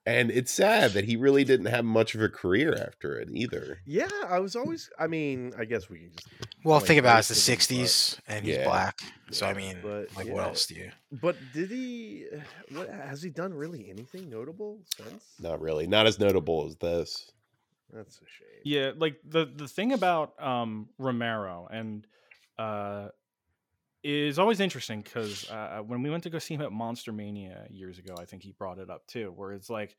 A: and it's sad that he really didn't have much of a career after it either
D: Yeah, I was always. I mean, I guess we can just.
C: well
D: like,
C: think about it, it's the
D: racism, but-
C: 60s and he's
A: Yeah.
C: black so i
A: Yeah,
C: mean
D: but,
C: like
D: yeah.
C: what else do you
D: But did he? What has he done really anything notable since?
A: not really not as notable as this
D: That's a shame.
B: Yeah, like the the thing about um Romero and uh is always interesting because uh, when we went to go see him at Monster Mania years ago, I think he brought it up too, where it's like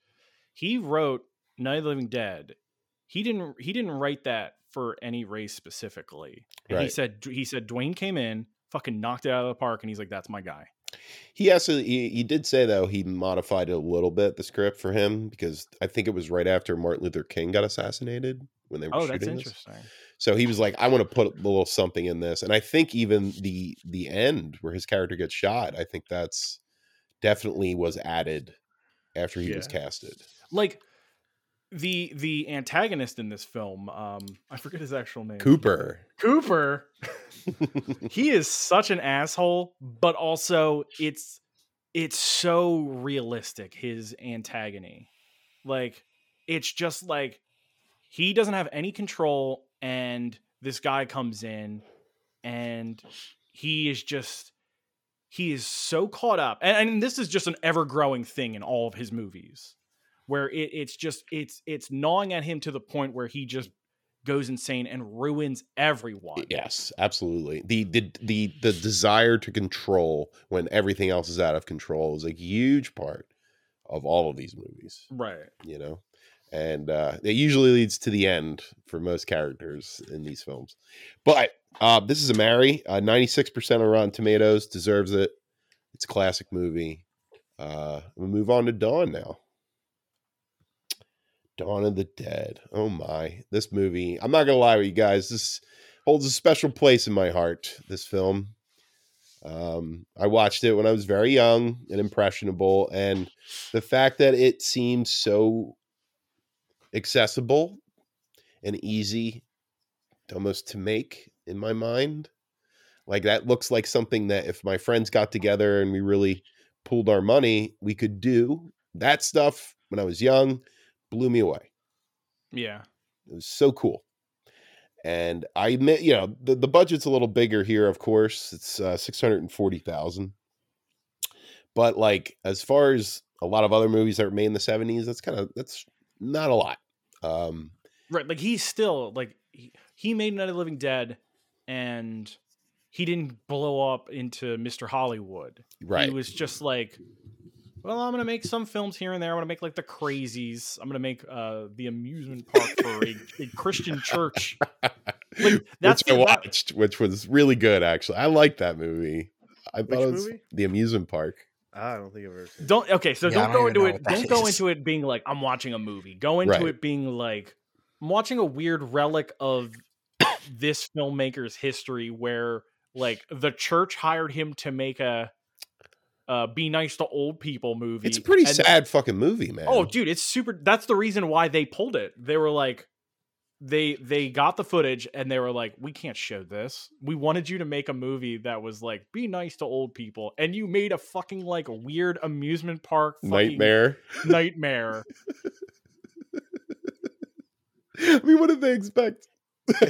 B: he wrote Night of the Living Dead. He didn't he didn't write that for any race specifically. And He
A: Right.
B: said he said Dwayne came in, fucking knocked it out of the park, and he's like, "That's my guy."
A: He actually he, he did say though he modified it a little bit the script for him because I think it was right after Martin Luther King got assassinated when they were
B: Oh,
A: shooting
B: that's
A: this.
B: interesting.
A: So he was like, I want to put a little something in this, and I think even the the end where his character gets shot, I think that's definitely was added after he was
B: Yeah.
A: casted.
B: Like the the antagonist in this film, um, I forget his actual name.
A: Cooper.
B: Cooper. he is such an asshole, but also it's it's so realistic his antagony. Like it's just like he doesn't have any control and this guy comes in and he is just he is so caught up and, and this is just an ever-growing thing in all of his movies where it, it's just it's it's gnawing at him to the point where he just goes insane and ruins everyone
A: Yes, absolutely. The, the the the desire to control when everything else is out of control is a huge part of all of these movies.
B: right
A: you know and uh it usually leads to the end for most characters in these films but uh this is a mary uh 96% on rotten tomatoes deserves it it's a classic movie uh we move on to dawn now dawn of the dead oh my this movie i'm not gonna lie with you guys this holds a special place in my heart this film um i watched it when i was very young and impressionable and the fact that it seems so accessible and easy almost to make in my mind like that looks like something that if my friends got together and we really pooled our money we could do that stuff when i was young blew me away
B: yeah
A: it was so cool. And I admit, you know, the, the budget's a little bigger here, of course. It's uh, 640,000. But like as far as a lot of other movies that were made in the 70s, that's kind of that's not a lot. Um
B: right like he's still like he, he made night of the living dead and he didn't blow up into mr hollywood
A: right.
B: he was just like well i'm gonna make some films here and there i'm gonna make like the crazies i'm gonna make uh the amusement park for a, a christian church like that's
A: which I
B: the- that-
A: watched, which was really good actually. I liked that movie. I thought
D: Which
A: it was
D: movie?
A: The Amusement Park.
D: I don't think I've ever seen. it.
B: don't okay so
C: Yeah, I
B: don't
C: don't
B: go
C: even
B: into
C: know
B: it
C: what that
B: don't go
C: is.
B: into it being like i'm watching a movie go into
A: Right.
B: it being like i'm watching a weird relic of this filmmaker's history where like the church hired him to make a uh, be nice to old people movie
A: It's a pretty
B: and-
A: sad fucking movie, man.
B: oh dude it's super that's the reason why they pulled it they were like they they got the footage and they were like we can't show this we wanted you to make a movie that was like be nice to old people and you made a fucking like weird amusement park fucking
A: nightmare.
B: nightmare.
A: I mean, what did they expect?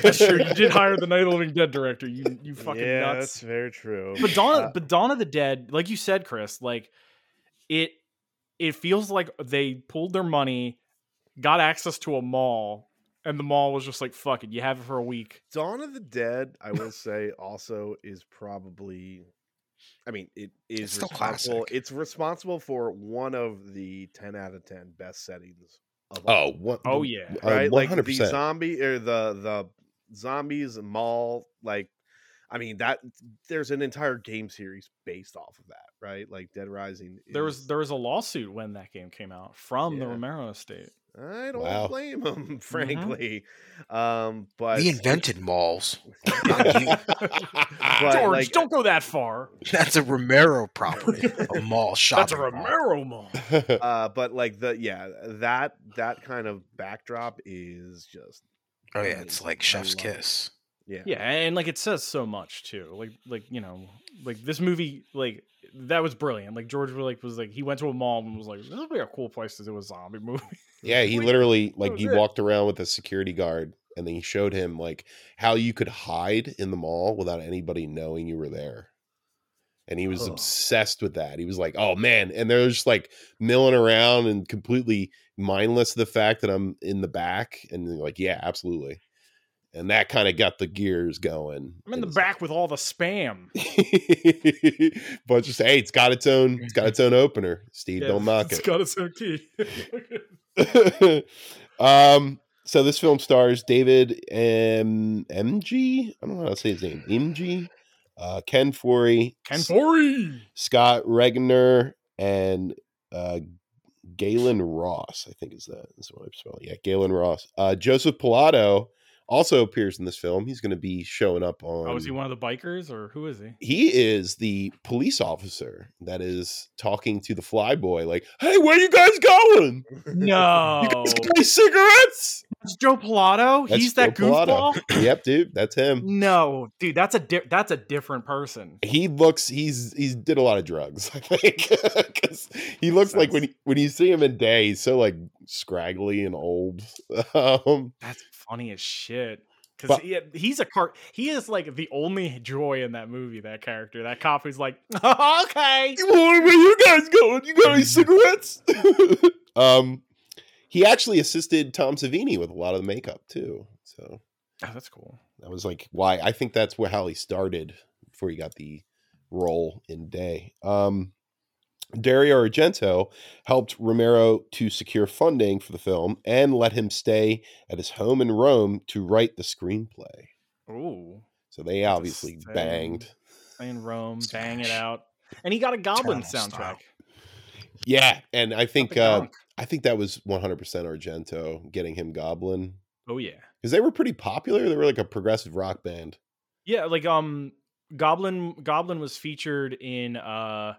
B: That's true. You did hire the Night of the Living Dead director. You you fucking
D: yeah, that's
B: nuts.
D: very true.
B: But Dawn,
D: Uh,
B: but Dawn of the Dead, like you said, Chris, like it it feels like they pulled their money, got access to a mall, and the mall was just like, fuck it, you have it for a week.
D: Dawn of the Dead, I will say, also is probably. I mean, it is
C: It's still
D: responsible.
C: classic.
D: It's responsible for one of the ten out of ten best settings. Of all
A: Oh, what?
B: Oh yeah.
A: Uh,
D: right? Like the
A: 100%.
D: zombie or the the zombies mall, like I mean that there's an entire game series based off of that, right? Like Dead Rising.
B: There was
D: is-
B: there was a lawsuit when that game came out from the
D: Yeah.
B: Romero estate.
D: I don't
A: Wow.
D: blame
B: Mm-hmm.
D: them, frankly. Um, but
C: We invented malls.
D: But,
B: George,
D: like-
B: don't go that far.
C: That's a Romero property. A mall shopping.
B: That's a
C: mall.
B: Romero mall.
D: uh, but like the yeah, that that kind of backdrop is just
C: Oh yeah, it's like Chef's
D: love it.
C: Kiss.
D: yeah.
B: yeah and like it says so much too like like you know like this movie like that was brilliant like george was like was like he went to a mall and was like this would be a cool place to do a zombie movie
A: Yeah, he
B: We-
A: literally like
B: was
A: he
B: it.
A: walked around with a security guard and then he showed him like how you could hide in the mall without anybody knowing you were there. And he was
B: Oh.
A: obsessed with that. He was like, "Oh man!" And they're just like milling around and completely mindless of the fact that I'm in the back. And they're like, "Yeah, absolutely." And that kind of got the gears going.
B: i'm in
A: And
B: the back with all the spam
A: it's- but just hey, it's got its own, it's got its own opener. Steve,
B: Yeah,
A: don't knock
B: it's
A: it.
B: got its own key
A: um, so this film stars David M- MG. I don't know how to say his name. MG, uh, Ken Forey,
B: ken
A: S-
B: Foree!
A: Scott Regner, and uh, Galen Ross. I think is that is what I'm spelling. Yeah, Galen Ross. Uh, Joseph Pilato Also appears in this film. He's going to be showing up on.
B: Oh, is he one of the bikers or who is he?
A: he is the police officer that is talking to the flyboy, like, "Hey, where you guys going?
B: No,
A: You guys got any cigarettes?"
B: That's Joe Pilato.
A: That's
B: He's that
A: Joe Pilato.
B: goofball.
A: yep, dude, that's him.
B: No, dude, that's a di- that's a different person.
A: He looks. He's he's did a lot of drugs. I think 'Cause he looks like when he, when you see him in day, he's so like scraggly and old. Um,
B: That's funny as shit. Because
A: But-
B: he, he's a car. He is like the only joy in that movie. That character, that cop who's like, okay,
A: Well, where you guys going? You got any cigarettes? um, he actually assisted Tom Savini with a lot of the makeup too. So
B: oh, that's cool.
A: that was like why I think that's where how he started before he got the role in Day. Um, Dario Argento helped Romero to secure funding for the film and let him stay at his home in Rome to write the screenplay.
B: Ooh,
A: So they obviously
B: stay.
A: banged.
B: in Rome, bang it
C: Smash.
B: out, and he got a Goblin
C: Eternal
B: soundtrack.
C: style.
A: Yeah, and I think
B: The
A: uh,
B: Gronk.
A: I think that was 100% Argento getting him Goblin.
B: oh yeah,
A: because they were pretty popular. They were like a progressive rock band.
B: yeah, like um, Goblin Goblin was featured in uh,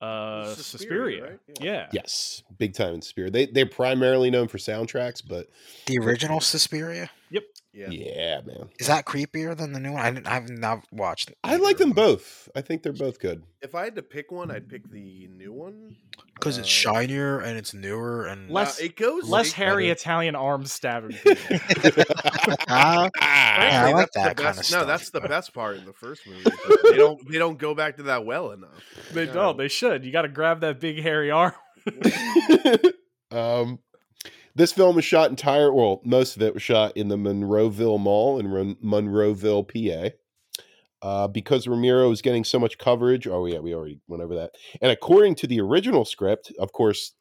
B: uh, Suspiria.
D: Suspiria, right?
B: Yeah.
A: Yes, big time in Spirit. They they're primarily known for soundtracks, but
C: The original Suspiria
D: Yeah.
A: yeah, man,
C: is that creepier than the new one? I, didn't, I have not watched.
A: I like them both. I think they're both good.
D: If I had to pick one, I'd pick the new one
C: because it's
D: Uh,
C: shinier and it's newer and
D: nah,
B: Less-
D: it goes
B: Less
D: it-
B: hairy
A: better.
B: Italian arm stabbing.
A: Ah,
C: Ah, I
D: Actually,
C: like
D: that's the
C: that kinda
D: best- No,
C: stuff.
D: that's the best part in the first movie. they don't they don't go back to that well enough.
B: they
D: Yeah.
B: don't. They should. You got to grab that big hairy arm.
A: um, this film was shot entire. Well, most of it was shot in the Monroeville Mall in Ron- Monroeville, PA. Uh, because Ramiro was getting so much coverage. Oh yeah, we already went over that. And according to the original script, of course,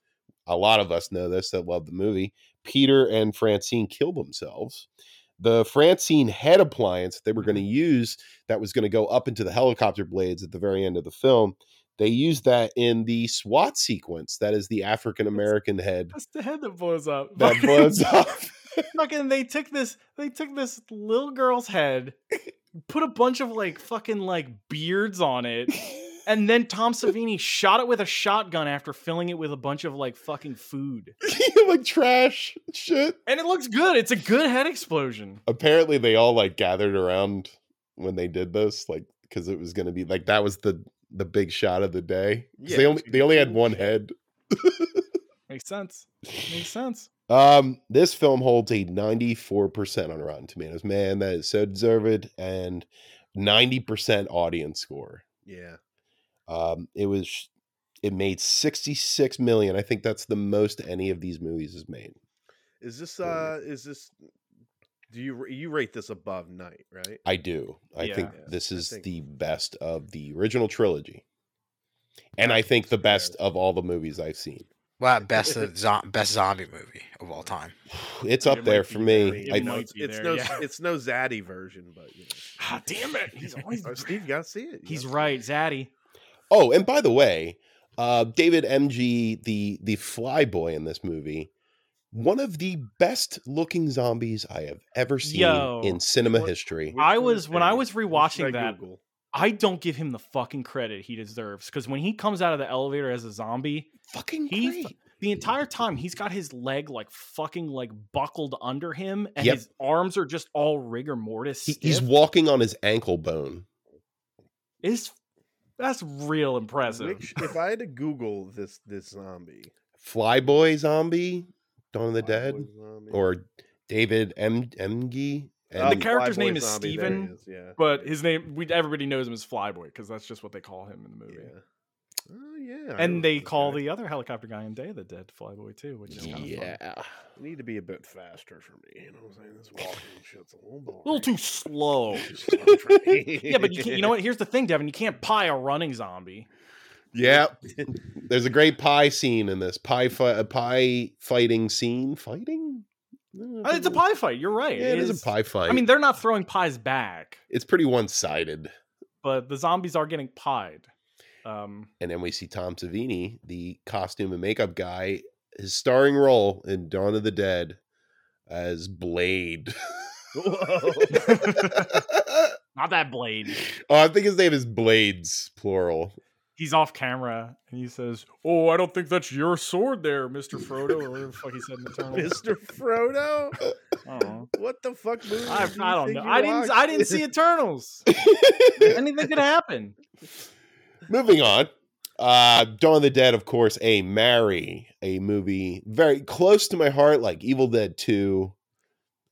A: a lot of us know this that love the movie. Peter and Francine killed themselves. The Francine head appliance that they were going to use that was going to go up into the helicopter blades at the very end of the film. They used that in the SWAT sequence. That is the African American head
B: That's the head that blows up.
A: that
B: Fucking-
A: blows up.
B: Fucking, they took this. They took this little girl's head, put a bunch of like fucking like beards on it, and then Tom Savini shot it with a shotgun after filling it with a bunch of like fucking food.
A: like trash shit.
B: And it looks good. It's a good head explosion.
A: apparently they all like gathered around when they did this like because it was going to be like that was the the big shot of the day 'Cause they
D: Yeah,
A: only
D: dude.
A: they only had one head
B: Makes sense. Makes sense.
A: um this film holds a 94% on rotten tomatoes man that is so deserved and 90% audience score
D: Yeah.
A: um it was it made 66 million i think that's the most any of these movies has made
D: Is this
A: Yeah.
D: uh is this do you you rate this above night, right?
A: I do. I
B: Yeah.
A: think
D: Yeah,
A: this
D: I
A: is
D: think-
A: the best of the original trilogy. And I think the best of all the movies I've seen.
C: well, best of zo- best zombie movie of all time.
A: It's
B: It
A: up there
B: might
A: for
B: be
A: me.
B: very-
A: I,
B: it might-
D: it's,
B: be
D: it's
B: there,
D: no
B: yeah.
D: it's no zaddy version, but you know.
B: Ah, damn it. He's always.
D: Oh, Steve, you gotta see it. You
B: He's
D: gotta see
B: right, Zaddy.
A: oh, and by the way, uh, David MG, the the fly boy in this movie, one of the best looking zombies I have ever seen
B: Yo.
A: in cinema
D: What-
A: history.
D: it. Which
B: I
D: one
B: was-
D: is
B: when I
D: it?
B: was
D: What should
B: rewatching
D: I
B: that-
D: Google?
B: I don't give him the fucking credit he deserves because when he comes out of the elevator as a zombie,
A: Fucking
B: he fu-
A: great.
B: the entire time he's got his leg like fucking like buckled under him, and
A: Yep.
B: his arms are just all rigor mortis.
A: He- he's
B: stiff.
A: walking on his ankle bone.
B: It's- that's real impressive.
D: Which- if I had to Google this this zombie,
A: Flyboy zombie, Dawn of the
D: Flyboy
A: Dead,
D: zombie-
A: or David M MG.
D: Oh,
B: the
A: and-
B: character's
D: Flyboy
B: name is
D: zombie, there he
B: Steven,
D: is, Yeah.
B: But his name, we everybody knows him as Flyboy because that's just what they call him in the movie.
D: Yeah. Oh yeah. I
B: And
D: know
B: they
D: this
B: call
D: guy.
B: the other helicopter guy in Day of the Dead Flyboy too, which is kind of
A: Yeah.
D: You need to be a bit faster for me. You know what I'm saying? This walking shit's a little boring.
B: a little too slow. yeah, but you, can't, you know what? Here's the thing, Devin. You can't pie a running zombie.
A: Yeah, there's a great pie scene in this pie fi- a pie fighting scene. Fighting? No,
B: Uh, It's a pie fight. You're right.
A: Yeah, it is a pie fight.
B: I mean, they're not throwing pies back,
A: it's pretty one sided.
B: but the zombies are getting pied. Um,
A: And then we see Tom Savini, the costume and makeup guy, his starring role in Dawn of the Dead as Blade.
D: Whoa.
B: Not that blade.
A: oh, I think his name is Blades, plural.
B: He's off camera and he says, "Oh, I don't think that's your sword, there, Mister Frodo, or whatever the fuck he said in Eternal."
D: Mr. Frodo?
B: I don't know.
D: What the fuck movie?
B: I,
D: do you
B: I don't
D: think
B: know.
D: you
B: I didn't. I
D: watched?
B: didn't see Eternals. Anything could happen.
A: Moving on. Uh, Dawn of the Dead, of course, a Mary, a movie very close to my heart, like Evil Dead 2,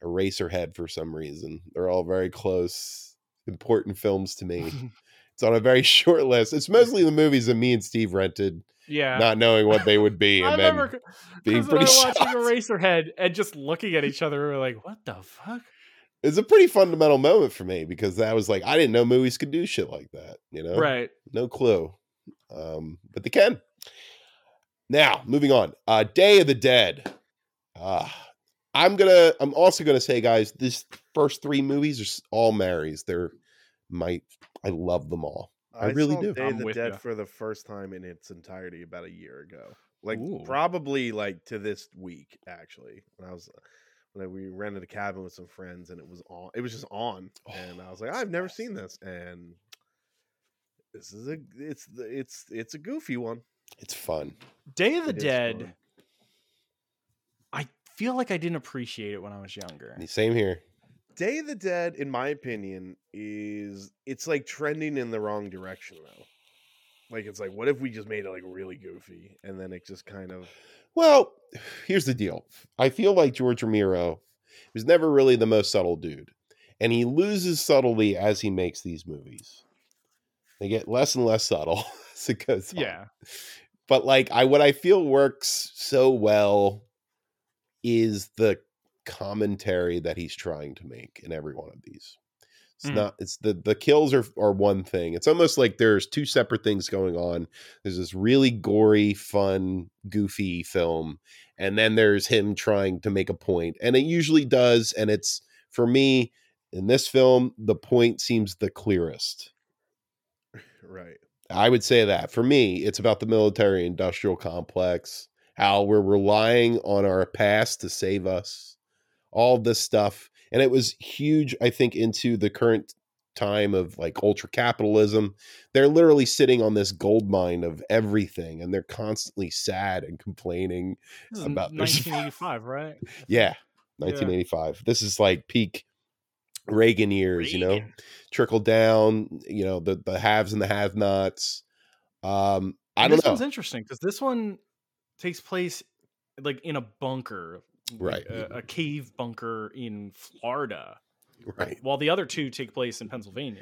A: Eraserhead for some reason. They're all very close, important films to me. it's on a very short list. It's mostly the movies that me and Steve rented,
B: Yeah.
A: not knowing what they would be.
B: I
A: And then
B: remember c-
A: being
B: Chris and I
A: pretty
B: watching Eraserhead and just looking at each other. We were like, "What the fuck?"
A: it's a pretty fundamental moment for me because that was like, I didn't know movies could do shit like that, you know?
B: Right.
A: No clue. Um, but they can. Now, moving on. Uh Day of the Dead. Uh I'm gonna I'm also gonna say, guys, these first three movies are s- all Marys. They're my I love them all. I really
D: saw
A: do.
D: Day of
B: I'm
D: the
B: with
D: Dead
B: ya.
D: for the first time in its entirety about a year ago. Like
B: Ooh.
D: probably like to this week actually. When I was uh, when we rented a cabin with some friends and it was on. It was just on, and
B: Oh,
D: I was like, I've never seen this, and this is a it's the- it's it's a goofy one.
A: It's fun.
B: Day of the
D: It is
B: Dead.
D: fun.
B: I feel like I didn't appreciate it when I was younger.
A: Same here.
D: Day of the Dead, in my opinion, is it's like trending in the wrong direction though. Like it's like, what if we just made it like really goofy, and then it just kind of
A: Well, here's the deal. I feel like George Romero was never really the most subtle dude, and he loses subtlety as he makes these movies. They get less and less subtle as it goes on.
B: Yeah.
A: but like I what I feel works so well is the commentary that he's trying to make in every one of these. It's
B: Mm.
A: not it's the the kills are are one thing. It's almost like there's two separate things going on. There's this really gory, fun, goofy film and then there's him trying to make a point and it usually does and it's for me in this film the point seems the clearest.
D: right.
A: I would say that for me, it's about the military industrial complex, how we're relying on our past to save us, all this stuff. And it was huge, I think, into the current time of like ultra capitalism. They're literally sitting on this gold mine of everything and they're constantly sad and complaining.
B: This is
A: About-
B: 1985, right?
A: Yeah, 1985. This is like peak Reagan years, you know, trickle down, you know, the, the haves and the have nots. Um, I
B: And
A: don't
B: this
A: know.
B: one's interesting because this one takes place like in a bunker, like,
A: Right.
B: A, a cave bunker in Florida,
A: right.
B: while the other two take place in Pennsylvania.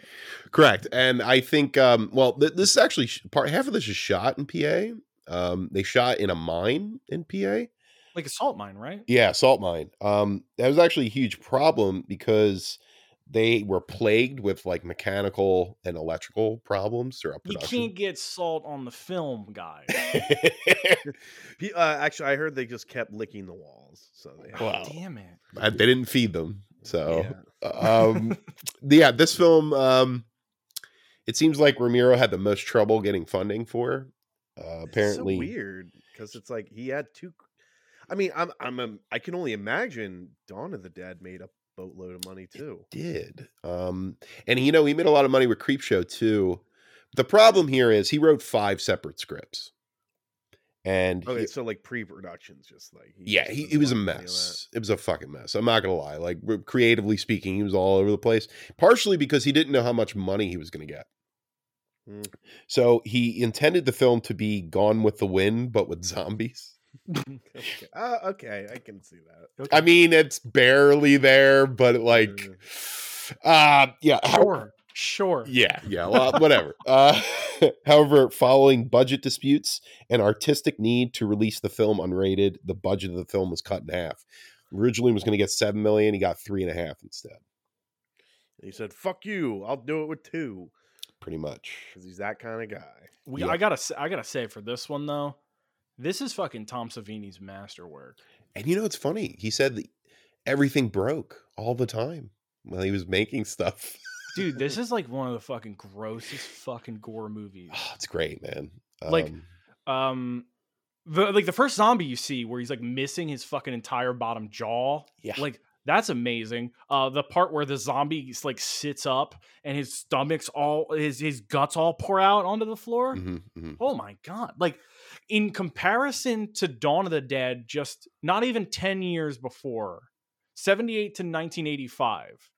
A: Correct, and I think um, well, th- this is actually sh- part half of this is shot in PA. Um, they shot in a mine in PA.
B: Like a salt mine, right?
A: Yeah, salt mine. Um, that was actually a huge problem because they were plagued with like mechanical and electrical problems throughout
B: You
A: production.
B: can't get salt on the film, guys.
D: Pe- Uh, actually, I heard they just kept licking the walls, so they had-
A: Wow.
B: Damn it.
A: Uh, they didn't feed them, so
D: Yeah.
A: um, yeah, this film. Um, it seems like Ramiro had the most trouble getting funding for. Uh,
D: It's so
A: apparently,
D: weird because it's like he had two. I mean, I'm I'm um, I can only imagine Dawn of the Dead made a boatload of money too.
A: did. Um, and you know, he made a lot of money with Creepshow too. The problem here is he wrote five separate scripts, and
D: Okay,
A: he-
D: Oh, so like pre-productions, just like
A: yeah,
D: just
A: he,
D: doesn't
A: he was a
D: want any of that.
A: mess. It was a fucking mess. I'm not gonna lie. Like re- creatively speaking, he was all over the place. Partially because he didn't know how much money he was gonna get.
D: Mm.
A: So he intended the film to be Gone with the Wind, but with zombies.
D: Okay. Uh, okay, I can see that.
A: I mean, it's barely there, but like,
D: Mm.
A: uh, yeah. how-
B: Sure. Sure.
A: Yeah, yeah, well, whatever. Uh, however, following budget disputes and artistic need to release the film unrated, the budget of the film was cut in half. Originally was going to get seven million, he got three and a half instead,
D: He said, "Fuck you, I'll do it with two
A: pretty much.
D: because he's that kind of guy.
B: We,
A: Yeah.
B: I gotta, s- I gotta say for this one though, this is fucking Tom Savini's masterwork.
A: And you know, it's funny. He said that everything broke all the time while he was making stuff.
B: Dude, this is like one of the fucking grossest fucking gore movies.
A: Oh, it's great, man.
B: Like-
A: Um,
B: Um, the like the first zombie you see where he's like missing his fucking entire bottom jaw.
A: yeah,
B: Like That's amazing. Uh, the part where the zombie s- like sits up and his stomach's all his his guts all pour out onto the floor.
A: Mhm, mhm.
B: Oh my god! Like in comparison to Dawn of the Dead, just not even ten years before, seventy eight to nineteen eighty five,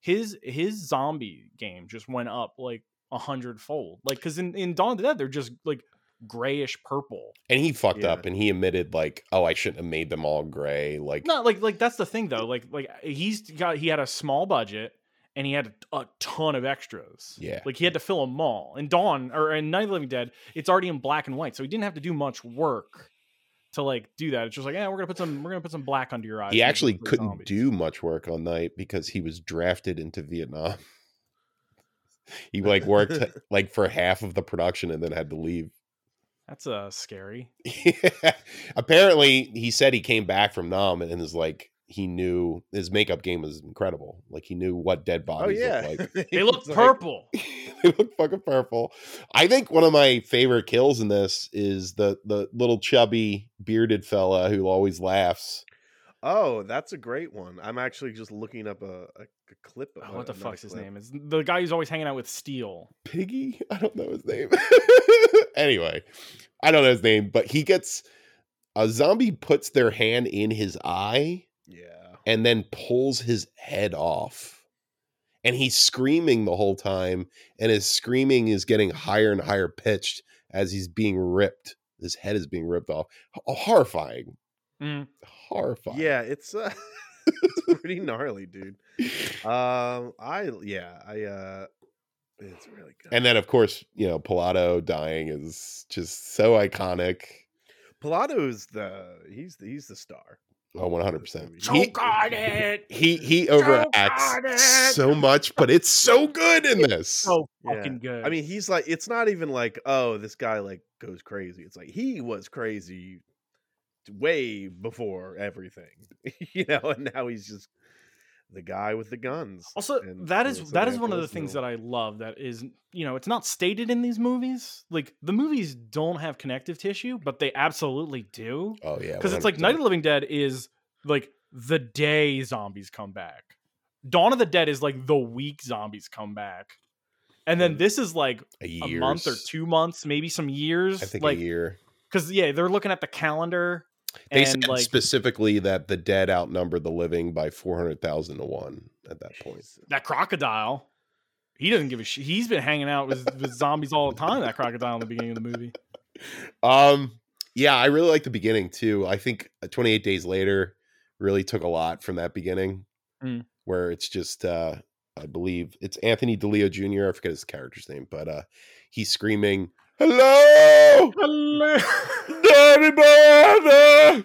B: his his zombie game just went up like a hundredfold. Like because in in Dawn of the Dead, they're just like grayish purple.
A: And he fucked
D: Yeah.
A: up and he admitted like, oh, I shouldn't have made them all gray. Like
B: No, like like that's the thing though. Like like he's got he had a small budget and he had a ton of extras.
A: Yeah.
B: Like he had to fill them all. And Dawn or in Night of the Living Dead, it's already in black and white, so he didn't have to do much work to like do that. It's just like, yeah, we're gonna put some we're gonna put some black under your eyes.
A: he
B: and
A: actually
B: look for
A: couldn't
B: zombies."
A: do much work on night because he was drafted into Vietnam. he like worked like for half of the production and then had to leave.
B: That's uh scary.
A: Apparently, he said he came back from Nam and is like he knew his makeup game was incredible. Like he knew what dead
D: Oh
A: bodies
D: yeah,
A: looked like.
B: They look
D: It's like-
B: purple. Oh,
A: they look fucking purple. I think one of my favorite kills in this is the the little chubby bearded fella who always laughs.
D: Oh, that's a great one. I'm actually just looking up a, a, a clip. Of
B: Oh,
D: a-
B: what the
D: not a
B: fuck's his
D: clip.
B: name? Is the guy who's always hanging out with Steel.
A: Piggy? I don't know his name. anyway, I don't know his name, but he gets a zombie puts their hand in his eye
D: Yeah.
A: and then pulls his head off. And he's screaming the whole time, and his screaming is getting higher and higher pitched as he's being ripped. His head is being ripped off. H- horrifying.
B: Mm.
A: Horrifying.
D: Yeah, it's uh, it's pretty gnarly, dude. Um, I yeah, I uh, it's really good.
A: And then, of course, you know, Pilato dying is just so iconic.
D: Pilato is the he's the, he's the star.
A: Oh, 100%.
D: He-
B: Choke on it.
A: He he
B: on it!
A: overacts so much, but it's so good in this.
B: So
D: Yeah.
B: fucking good.
D: I mean, he's like it's not even like oh this guy like goes crazy. It's like he was crazy way before everything, you know, and now he's just the guy with the guns.
B: Also,
D: and
B: that
D: you
B: is
D: know, so
B: that
D: they
B: is
D: have
B: one
D: to
B: of the
D: listen to
B: things
D: him.
B: that I love. That is, you know, it's not stated in these movies. Like the movies don't have connective tissue, but they absolutely do.
A: Oh yeah,
B: Because it's like Night of the Living Dead is like the day zombies come back. Dawn of the Dead is like the week zombies come back, and then
D: Mhm.
B: this is like a month or
A: Mm. Years.
B: two months, maybe some years.
A: I think a
B: like
A: year.
B: because yeah, they're looking at the calendar.
A: They
B: and
A: said
B: like,
A: specifically that the dead outnumbered the living by four hundred thousand to one at that point.
D: Jeez.
B: that crocodile. He doesn't give a shit. He's been hanging out with, with zombies all the time. That crocodile in the beginning of the movie.
A: Um, yeah, I really like the beginning too. I think Twenty Eight Days Later really took a lot from that beginning,
B: Mm.
A: where it's just, uh, I believe it's Anthony DeLeo Jr. I forget his character's name, but uh, he's screaming, "Hello,
B: Hello.
A: everybody!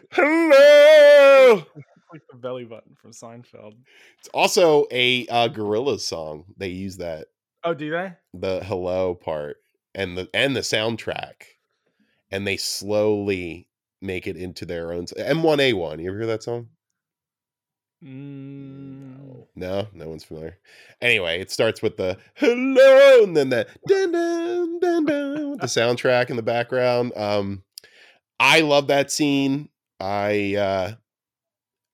A: Hello!"
B: like the belly button from Seinfeld.
A: It's also a uh, gorilla song. They use that
B: Oh, do they?
A: the hello part and the and the soundtrack and they slowly make it into their own s- m1a1 you ever hear that song
B: No.
A: no no one's familiar anyway it starts with the hello and then that dun, dun, dun, dun, with the soundtrack in the background um i love that scene i uh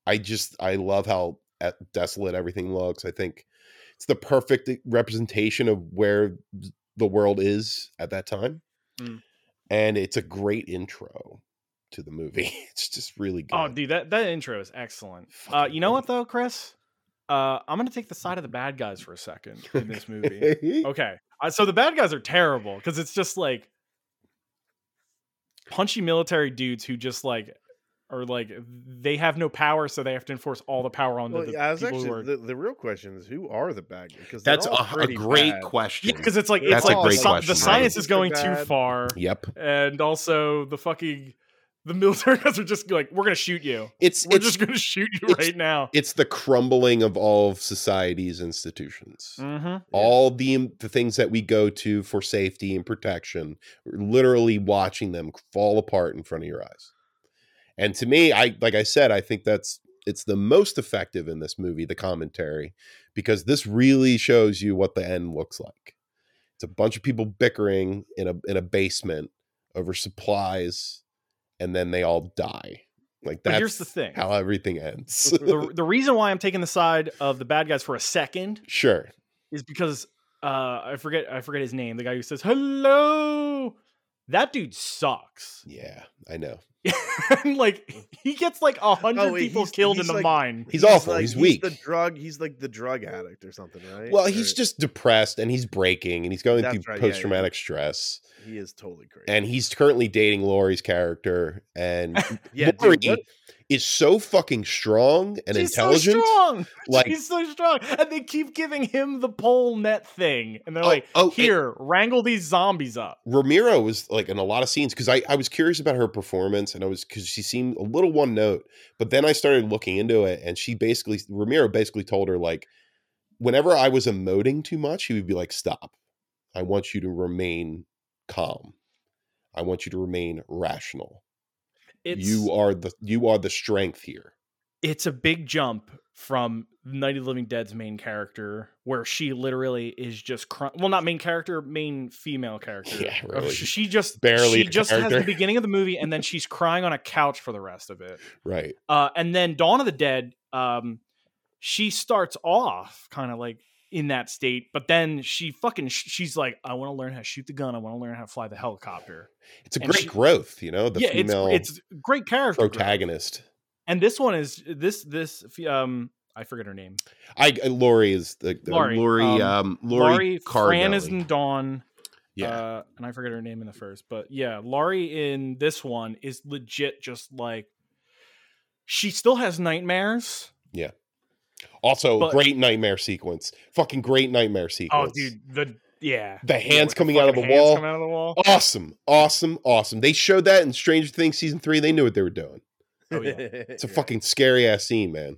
A: i just i love how uh, desolate everything looks i think it's the perfect representation of where the world is at that time
B: Mm.
A: and it's a great intro to the movie it's just really good
B: Oh, dude, that, that intro is excellent. Uh,
A: Fucking
B: you know
A: great.
B: what, though, Chris? Uh, I'm going to take the side of the bad guys for a second in this movie.
A: movie
B: Okay. Uh, so the bad guys are terrible because it's just like punchy military dudes who just like are like they have no power, so they have to enforce all the power on
D: Well,
B: the
D: yeah, I was
B: people who
D: actually
B: are.
D: the, the real question is who are the bad guys? 'Cause they're
A: that's
D: all
A: a, a
D: pretty
A: great
D: bad.
A: question
B: because it's like
A: That's
B: it's
A: a
B: like the,
A: great
B: sci-
A: question,
B: the science
D: right?
B: is going too
D: Bad.
B: far.
A: yep
B: and also the fucking the military guys are just like we're gonna shoot you
A: it's
B: we're
A: it's
B: just gonna shoot you
A: it's-
B: right now
A: it's the crumbling of all of society's institutions
B: mm-hmm.
A: all the the things that we go to for safety and protection we're literally watching them fall apart in front of your eyes and to me i like i said i think that's it's the most effective in this movie the commentary because this really shows you what the end looks like it's a bunch of people bickering in a in a basement over supplies and then they all die Like
B: But
A: that's
B: here's the thing.
A: how everything ends.
B: the, the reason why I'm taking the side of the bad guys for a second
A: sure.
B: is because uh, I forget I forget his name. The guy who says hello, that dude sucks.
A: Yeah, I know.
B: and like he gets like a hundred
D: wait,
B: people
D: he's-
B: killed
D: he's
B: in the
D: like-
B: mine.
A: Oh, He's awful.
D: like-
A: he's weak.
D: the drug. He's like the drug addict or something, right?
A: well, he's
D: Or-
A: just depressed and he's breaking and he's going
D: That's
A: through
D: right, yeah, yeah.
A: post traumatic stress.
D: he is totally crazy.
A: And he's currently dating Laurie's character. And
D: yeah,
A: Lori
D: dude, what-
A: is so fucking strong and
B: She's
A: intelligent.
B: So strong.
A: Like,
B: He's so strong, and they keep giving him the pole net thing, and they're like,
A: oh, and-
B: "Here, wrangle these zombies up."
A: Ramiro was like in a lot of scenes because I, I was curious about her performance and I was because she seemed a little one note, but then I started looking into it and she basically Ramiro basically told her like whenever I was emoting too much, he would be like, Stop. I want you to remain calm. I want you to remain rational.
B: It's
A: you are the you are the strength here.
B: it's a big jump from Night of the Living Dead's main character, where she literally is just cr- well, not main character, main female character.
A: Yeah,
B: Uh,
A: really.
B: She, she just
A: Barely
B: she
A: a
B: just has
A: character.
B: the beginning of the movie, and then she's crying on a couch for the rest of it.
A: Right.
B: Uh, and then Dawn of the Dead, um, she starts off kind of like in that state, but then she fucking sh- she's like, I want to learn how to shoot the gun. I want to learn how to fly the helicopter.
A: It's a
B: And
A: great
B: she-
A: growth, you know, the
B: yeah,
A: female
B: it's it's great character growth.
A: protagonist.
B: And this one is this this f- um I forget her name.
A: I uh, Lori is the, the
B: Lori,
A: Lori,
B: um,
A: um, Lori,
B: Fran
A: Cardinelli.
B: is in Dawn.
A: yeah.
B: Uh, and I forget her name in the first, but yeah, Laurie in this one is legit just like she still has nightmares.
A: Also,
B: But-
A: great nightmare sequence. Fucking great nightmare
B: Oh,
A: sequence.
B: dude, the yeah,
A: The
B: Yeah,
A: hands
B: with
A: coming out of
B: fucking
A: the
B: hands
A: wall.
B: Coming out of the wall.
A: Awesome, awesome, awesome. They showed that in Stranger Things season three. They knew what they were doing.
B: Oh, yeah.
A: It's a fucking scary ass scene, man.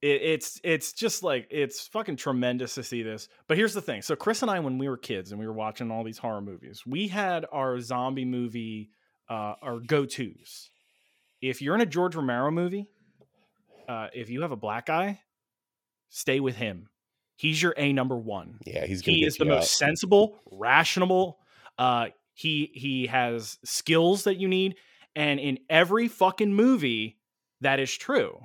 B: It, it's it's just like it's fucking tremendous to see this. But here's the thing: so Chris and I, when we were kids and we were watching all these horror movies, we had our zombie movie, uh, our go tos. If you're in a George Romero movie, uh, if you have a black guy, stay with him. He's your a number one.
A: Yeah, he's gonna
B: He
A: get
B: is the
A: you
B: most
A: out.
B: sensible, rational. Uh, he he has skills that you need, and in every fucking movie, that is true.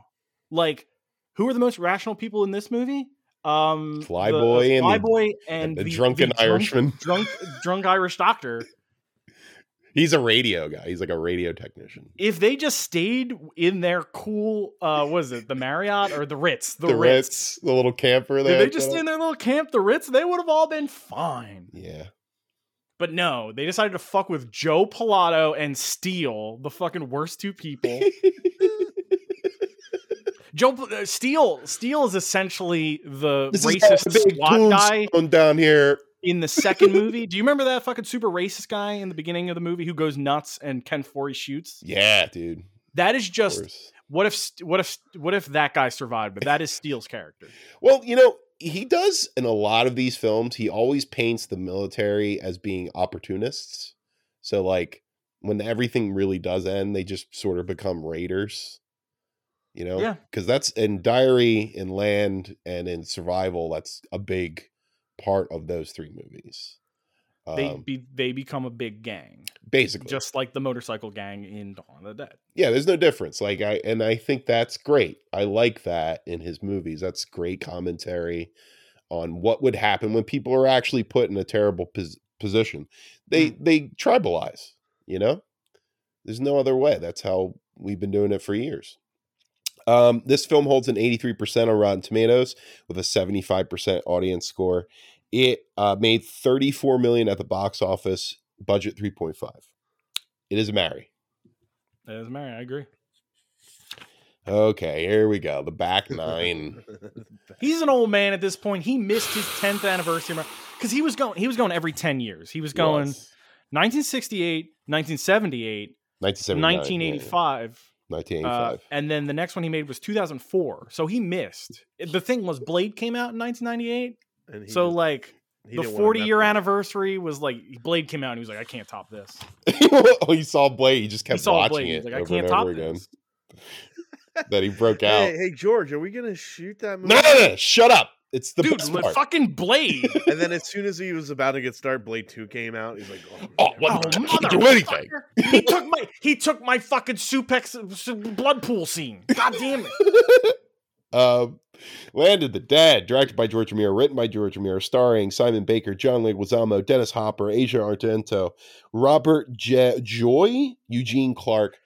B: Like, who are the most rational people in this movie? Um, the,
A: Flyboy and the-
B: Flyboy and,
A: the drunken
B: drunk-
A: Irishman.
B: drunk drunk Irish doctor.
A: He's a radio guy. He's like a radio technician.
B: If they just stayed in their cool, uh, what is it, the Marriott or the Ritz? The,
A: The, Ritz.
B: Ritz.
A: the little camper
B: If
A: there.
B: they just in their little camp, the Ritz, they would have all been fine.
A: yeah,
B: But no, they decided to fuck with Joe Pilato and Steele, the fucking worst two people. Joe Pil- uh, Steele Steele is essentially the
A: this is all
B: racist
A: the big
B: SWAT guy
A: tombstone down here.
B: in the second movie. Do you remember that fucking super racist guy in the beginning of the movie who goes nuts and Ken Forey shoots?
A: Yeah, dude. of
B: That is just
A: course.
B: what if St- what if what if that guy survived? But that is Steele's character.
A: Well, you know, he does in a lot of these films, he always paints the military as being opportunists. So like when everything really does end, they just sort of become raiders. You know?
B: Yeah.
A: Cuz that's in diary in land and in survival, that's a big part of those three movies.
B: They
A: Um,
B: be, they become a big gang,
A: basically.
B: just like the motorcycle gang in Dawn of the Dead.
A: yeah, there's no difference. Like I and I think that's great. I like that in his movies. That's great commentary on what would happen when people are actually put in a terrible pos- position. They they tribalize, you know? There's no other way. That's how we've been doing it for years. Um, this film holds an 83% on Rotten Tomatoes with a 75% audience score. It uh, made 34 million at the box office, budget 3.5. It is a Mary.
B: That is Mary. I agree.
A: Okay, here we go. The back nine.
B: He's an old man at this point. He missed his 10th anniversary because he was going. He was going every 10 years. He was going
A: was
B: 1968, 1978,
A: 1979, yeah,
B: 1985, uh,
A: 1985.
B: and then the next one he made was 2004. So he missed. The thing was, Blade came out in 1998.
D: And he
B: So
D: just-
B: like
D: he
B: the
D: didn't want to
B: 40 year
D: mess
B: anniversary was like Blade came out and he was like, I can't top this.
A: oh, he saw Blade. He just
B: He
A: kept
B: saw
A: watching
B: Blade.
A: it
B: He's like, I
A: over
B: can't
A: and
B: top
A: over again.
B: this.
A: That he broke
D: with it.
A: out.
D: Hey, hey, George, are we gonna shoot that movie?
A: No, no, no, shut up. It's the
B: Dude,
A: best
B: my
A: part.
B: fucking blade.
D: And then as soon as he was about to get started, Blade Two came out. He's like, "Oh,
A: oh,
D: man,
A: what
B: Oh,
A: the- can't do anything.
B: motherfucker. He took my he took my fucking suplex su- blood pool scene. God damn it.
A: Um, Land of the Dead, directed by George Romero, written by George Romero, starring Simon Baker, John Leguizamo, Dennis Hopper, Asia Argento, Robert Je- Joy, Eugene Clark.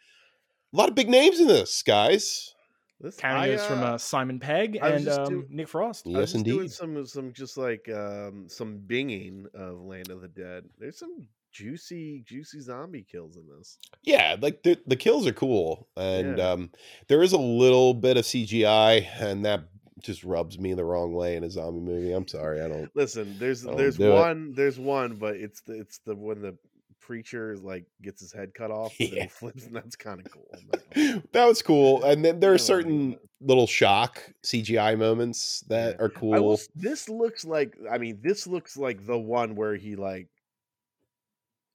A: A lot of big names in this, guys.
D: this-
B: Cameos
D: I,
B: from
D: uh,
B: uh, Simon Pegg
D: I was
B: and
D: just
B: um,
D: doing-
B: Nick Frost.
D: I was
A: Yes,
D: just doing
A: indeed.
D: some uh, some just like um, some binging of Land of the Dead. There's some juicy juicy zombie kills in this.
A: Yeah, like the, the kills are cool, and
D: Yeah.
A: um, there is a little bit of CGI, and that just rubs me the wrong way in a zombie movie. I'm sorry, I don't.
D: Listen, there's
A: Don't
D: there's
A: do it.
D: one there's one, but it's the it's the when the preacher like gets his head cut off and then
A: Yeah.
D: he flips, and that's kind of cool. I'm not gonna lie.
A: that was cool. And then there
D: I
A: are
D: don't like
A: certain
D: that.
A: little shock CGI moments that
D: Yeah.
A: are cool.
D: I will, s- this looks like I mean this looks like the one where he like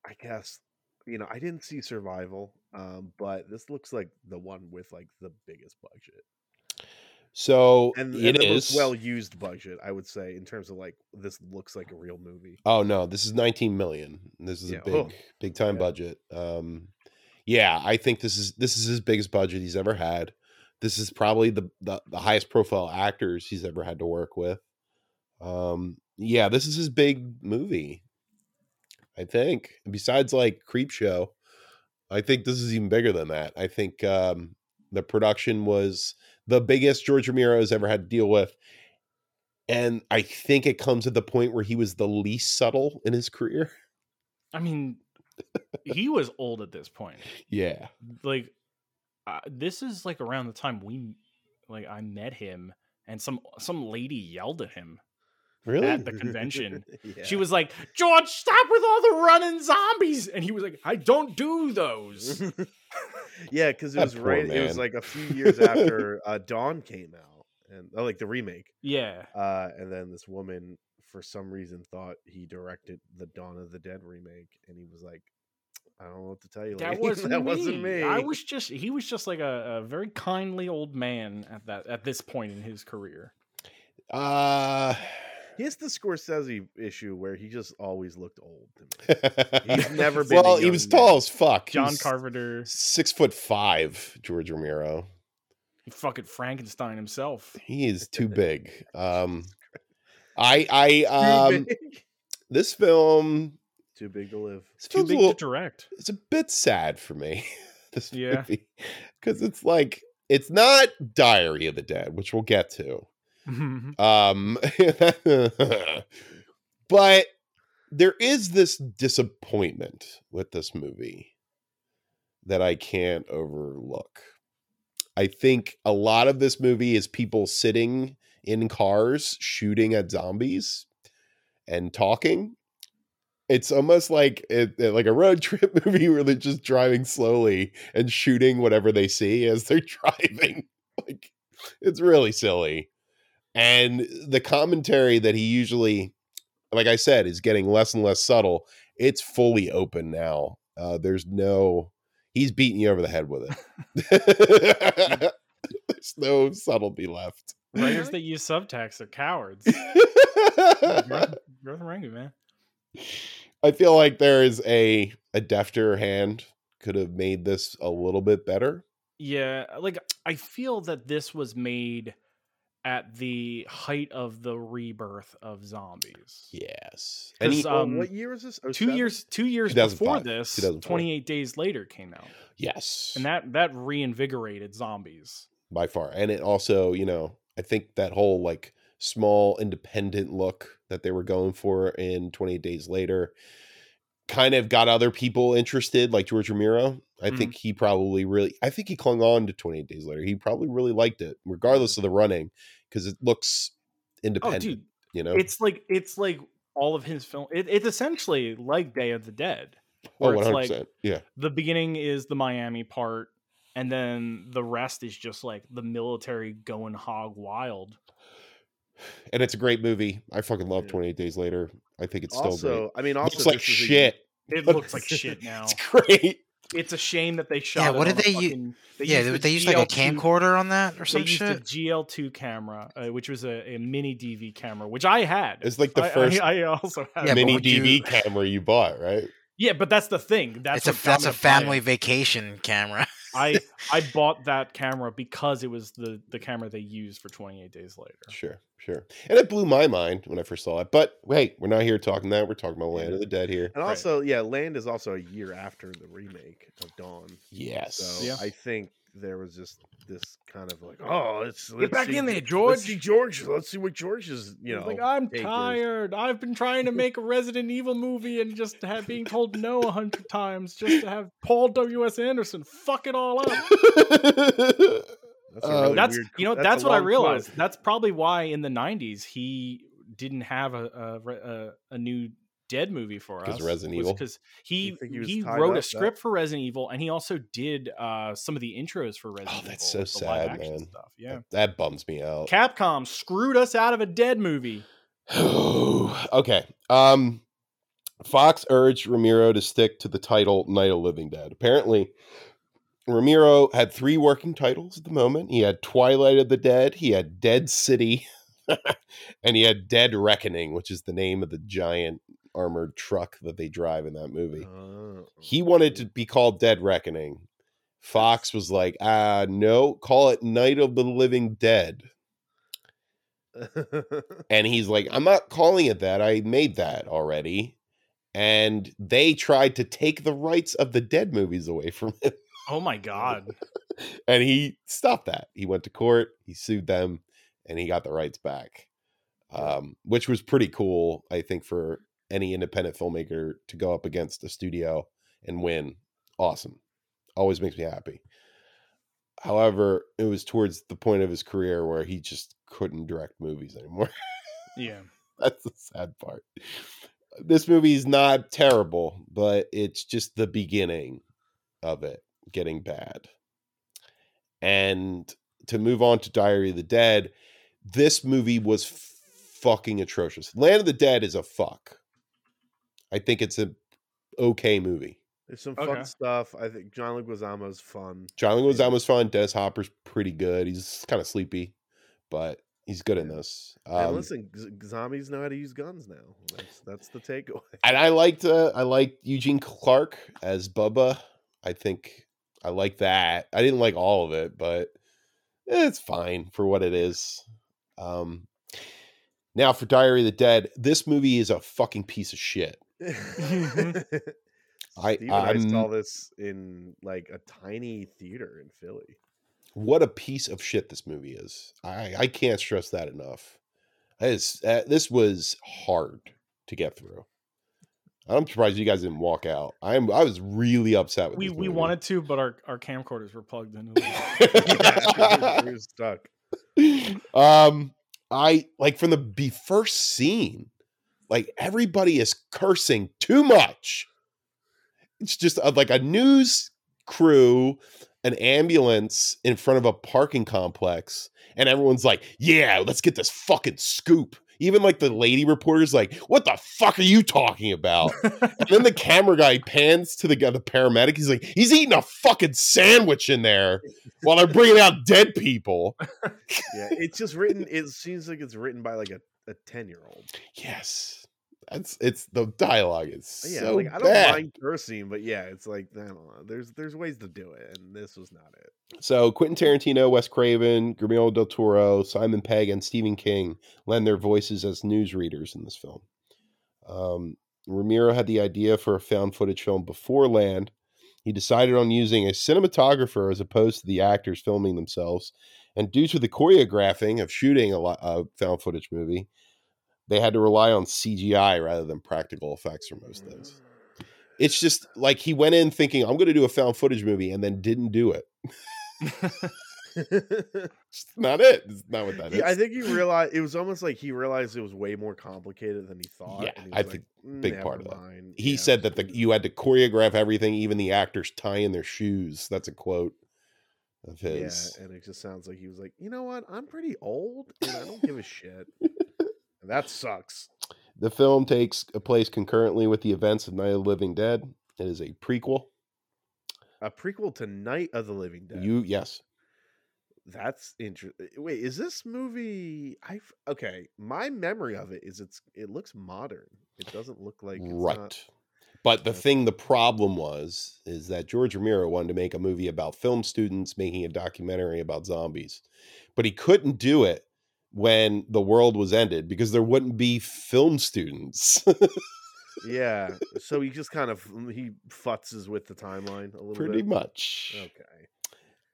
D: I guess you know I didn't see survival um but this looks like the one with like the biggest budget
A: So
D: and, and
A: it
D: the
A: is.
D: most well used budget I would say in terms of like this looks like a real movie.
A: oh no, this is 19 million. This is
D: Yeah,
A: a big,
D: oh.
A: big time
D: Yeah.
A: budget. Um, yeah, I think this is this is his biggest budget he's ever had. This is probably the the, the highest profile actors he's ever had to work with. Um, yeah, this is his big movie. I think. Besides like Creep Show, I think this is even bigger than that. I think um, the production was the biggest George Romero has ever had to deal with. And I think it comes at the point where he was the least subtle in his career.
B: I mean, he was old at this point.
A: Yeah.
B: Like uh, this is like around the time we like I met him and some some lady yelled at him
A: Really?
B: at the convention. She
D: Yeah.
B: was like, "George, stop with all the running zombies." And he was like, "I don't do those."
D: yeah, because it
A: That
D: was
A: poor
D: right. It
A: man.
D: was like a few years after uh, Dawn came out, and oh, like the remake.
B: yeah.
D: Uh, and then this woman, for some reason, thought he directed the Dawn of the Dead remake, and he was like, "I don't know what to tell you.
B: That
D: lady.
B: wasn't,
D: that
B: me.
D: wasn't me.
B: I was just he was just like a, a very kindly old man at that at this point in his career.
A: Uh,
D: He has the Scorsese issue where he just always looked old to me. He's never been a
A: Well, he
D: young
A: was
D: man.
A: tall as fuck. He
B: John
A: was
B: Carpenter,
A: Six foot five, George Romero.
B: fucking Frankenstein himself.
A: He is too big. Um, I, I, um,
D: too, big.
A: this film,
D: too big to live.
A: this
B: Too
A: film's a
B: big
A: little-
B: to direct.
A: it's a bit sad for me. this
B: Yeah.
A: because it's like it's not Diary of the Dead, which we'll get to. Um, but there is this disappointment with this movie that I can't overlook. I think a lot of this movie is people sitting in cars shooting at zombies and talking. It's almost like it, like a road trip movie where they're just driving slowly and shooting whatever they see as they're driving. Like it's really silly. And the commentary that he usually like I said is getting less and less subtle. It's fully open now. Uh there's no he's beating you over the head with it. there's no subtlety left.
B: Writers that use subtext are cowards. Growth Rangu, man.
A: I feel like there is a a defter hand could have made this a little bit better.
B: Yeah, like I feel that this was made at the height of the rebirth of zombies.
A: Yes. And
B: Because
A: he-
D: Um,
B: um,
D: what year is this? Oh,
B: two
D: seven?
B: years, two years before
A: 2005,
B: this,
A: 2004.
B: twenty eight days later came out,
A: yes.
B: and that that reinvigorated zombies.
A: by far. And it also, you know, I think that whole like small independent look that they were going for in 28 Days Later kind of got other people interested, like George Romero. I think
B: Mm-hmm.
A: he probably really, I think he clung on to 28 Days Later. He probably really liked it, regardless of the running, because it looks
B: Mm-hmm. Oh,
A: independent,
B: dude,
A: you know?
B: it's like it's like all of his film. It, it's essentially like Day of the Dead,
A: Oh,
B: where it's like
A: yeah.
B: the beginning is the Miami part, and then the rest is just like the military going hog wild.
A: And it's a great movie. I fucking love
D: Yeah.
A: 28 Days Later. I think it's still
D: Also, I mean,
A: great.
D: also
A: looks like
D: this is a-
A: shit.
B: It looks like shit now.
A: It's great.
B: It's a shame that they shot.
C: Yeah,
B: it
C: what
B: on
C: did
B: a
C: they u-
B: fucking-
C: yeah, they,
B: the
C: they used like a
B: GLP
C: camcorder on that or
B: They
C: some
B: used a
C: shit.
B: GL2 camera, uh, which was a, a mini DV camera, which I had.
A: It's like the
B: I- I-
A: first
B: I, also had.
C: Yeah,
B: one.
C: but
A: mini
C: would you-
A: DV camera you bought, right?
B: yeah, but that's the thing. That's
C: It's a
B: what got
C: that's
B: me
C: a
B: to buy it.
C: family vacation camera.
B: I I bought that camera because it was the the camera they used for 28 Days Later.
A: Sure, sure. And it blew my mind when I first saw it. But wait, we're not here talking that. We're talking about Land of the Dead here.
D: And
B: Right.
D: also, yeah, Land is also a year after the remake of Dawn.
A: Yes.
D: So
B: Yeah.
D: I think there was just this kind of like, oh, let's, let's
B: back
D: see,
B: in there,
D: Let's see
B: George."
D: George. Let's see what George is. You
B: It's
D: know,
B: like "Ah, I'm
D: take is-
B: tired. I've been trying to make a Resident Evil movie and just have, being told no a hundred times just to have Paul W S Anderson fuck it all up.
D: That's a
A: Uh,
D: really
B: that's
D: weird
B: you know
D: qu-
B: Oh, that's,
D: a
B: what I
D: long quote.
B: realized. That's probably why in the '90s he didn't have a a, re- a, a new Dead movie for us
A: 'Cause Resident Evil.
B: because he
D: You think he
B: he,
D: was tied up
B: wrote a
D: that-
B: script for Resident Evil and he also did uh, some of the intros for Resident Evil.
A: that's so
B: the
A: sad,
B: live action
A: man.
B: Stuff. Yeah,
A: That bums me out.
B: Capcom screwed us out of a Dead movie.
A: okay. Um Fox urged Ramiro to stick to the title Night of Living Dead. Apparently, Ramiro had three working titles at the moment. He had Twilight of the Dead, he had Dead City, and he had Dead Reckoning, which is the name of the giant armored truck that they drive in that movie.
D: Oh.
A: He wanted to be called Dead Reckoning. Fox was like, ah, no, call it Night of the Living Dead. And he's like, I'm not calling it that. I made that already. And they tried to take the rights of the dead movies away from him.
B: Oh my god!
A: And he stopped that. He went to court, he sued them, and he got the rights back, um, which was pretty cool, I think, for any independent filmmaker to go up against a studio and win. Awesome. Always makes me happy. However, it was towards the point of his career where he just couldn't direct movies anymore.
B: Yeah,
A: That's the sad part. This movie is not terrible, but it's just the beginning of it getting bad. And to move on to Diary of the Dead, this movie was fucking atrocious. Land of the Dead is a fuck. I think it's a okay movie.
D: There's some
B: Okay.
D: fun stuff. I think John Leguizamo's fun.
A: John Leguizamo's fun. Dennis Hopper's pretty good. He's kind of sleepy, but he's good in this.
D: and
A: Um,
D: listen, z- zombies know how to use guns now. That's that's the takeaway.
A: and I liked uh, I liked Eugene Clark as Bubba. I think I like that. I didn't like all of it, but eh, it's fine for what it is. Um, now for Diary of the Dead, this movie is a fucking piece of shit. I-
D: Steve and I saw
A: I'm-
D: this in like a tiny theater in Philly.
A: What a piece of shit this movie is. I I can't stress that enough. That is- uh, this was hard to get through. I'm surprised you guys didn't walk out. I'm I was really upset with
B: we
A: this
B: we
A: movie.
B: wanted to, but our our camcorders were plugged into.
D: Yeah, we were stuck.
A: um i like from the be first scene like everybody is cursing too much it's just uh, like a news crew an ambulance in front of a parking complex and everyone's like yeah let's get this fucking scoop even like the lady reporter's like what the fuck are you talking about and then the camera guy pans to the guy the paramedic he's like he's eating a fucking sandwich in there while they're bringing out dead people
D: Yeah, it's just written. It seems like it's written by like a, a ten year old.
A: Yes. That's it's the dialogue is
D: Uh, Yeah,
A: so
D: like I don't
A: bad.
D: mind cursing, but yeah, it's like I don't know. There's there's ways to do it, and this was not it.
A: So Quentin Tarantino, Wes Craven, Guillermo del Toro, Simon Pegg, and Stephen King lend their voices as newsreaders in this film. Um, Ramiro had the idea for a found footage film before Land. He decided on using a cinematographer as opposed to the actors filming themselves, and due to the choreographing of shooting a, lo- a found footage movie, they had to rely on CGI rather than practical effects for
D: Mm-hmm.
A: most things. It's just like he went in thinking I'm going to do a found footage movie and then didn't do it. It's not it. It's not what that is.
D: He- I think he realized it was almost like he realized it was way more complicated than he thought.
A: Yeah,
D: and he
A: I
D: was
A: think
D: like, "Mm,
A: big part
D: "Never
A: of that.
D: mind,"
A: he
D: yeah.
A: said that the, you had to choreograph everything, even the actors tie in their shoes. That's a quote of
D: Yeah,
A: his.
D: and it just sounds like he was like, you know what? I'm pretty old, and I don't give a shit. And that sucks.
A: The film uh, takes place concurrently with the events of Night of the Living Dead. It is a prequel.
D: a prequel to Night of the Living Dead.
A: You yes.
D: That's interesting. Wait, is this movie? I okay. My memory of it is it's it looks modern. It doesn't look like it's
A: right.
D: not-
A: But the
D: Okay.
A: thing, the problem was, is that George Romero wanted to make a movie about film students making a documentary about zombies, but he couldn't do it when the world was ended because there wouldn't be film students.
D: yeah. So he just kind of mm, he futzes with the timeline a little
A: Pretty
D: bit.
A: much.
D: Okay.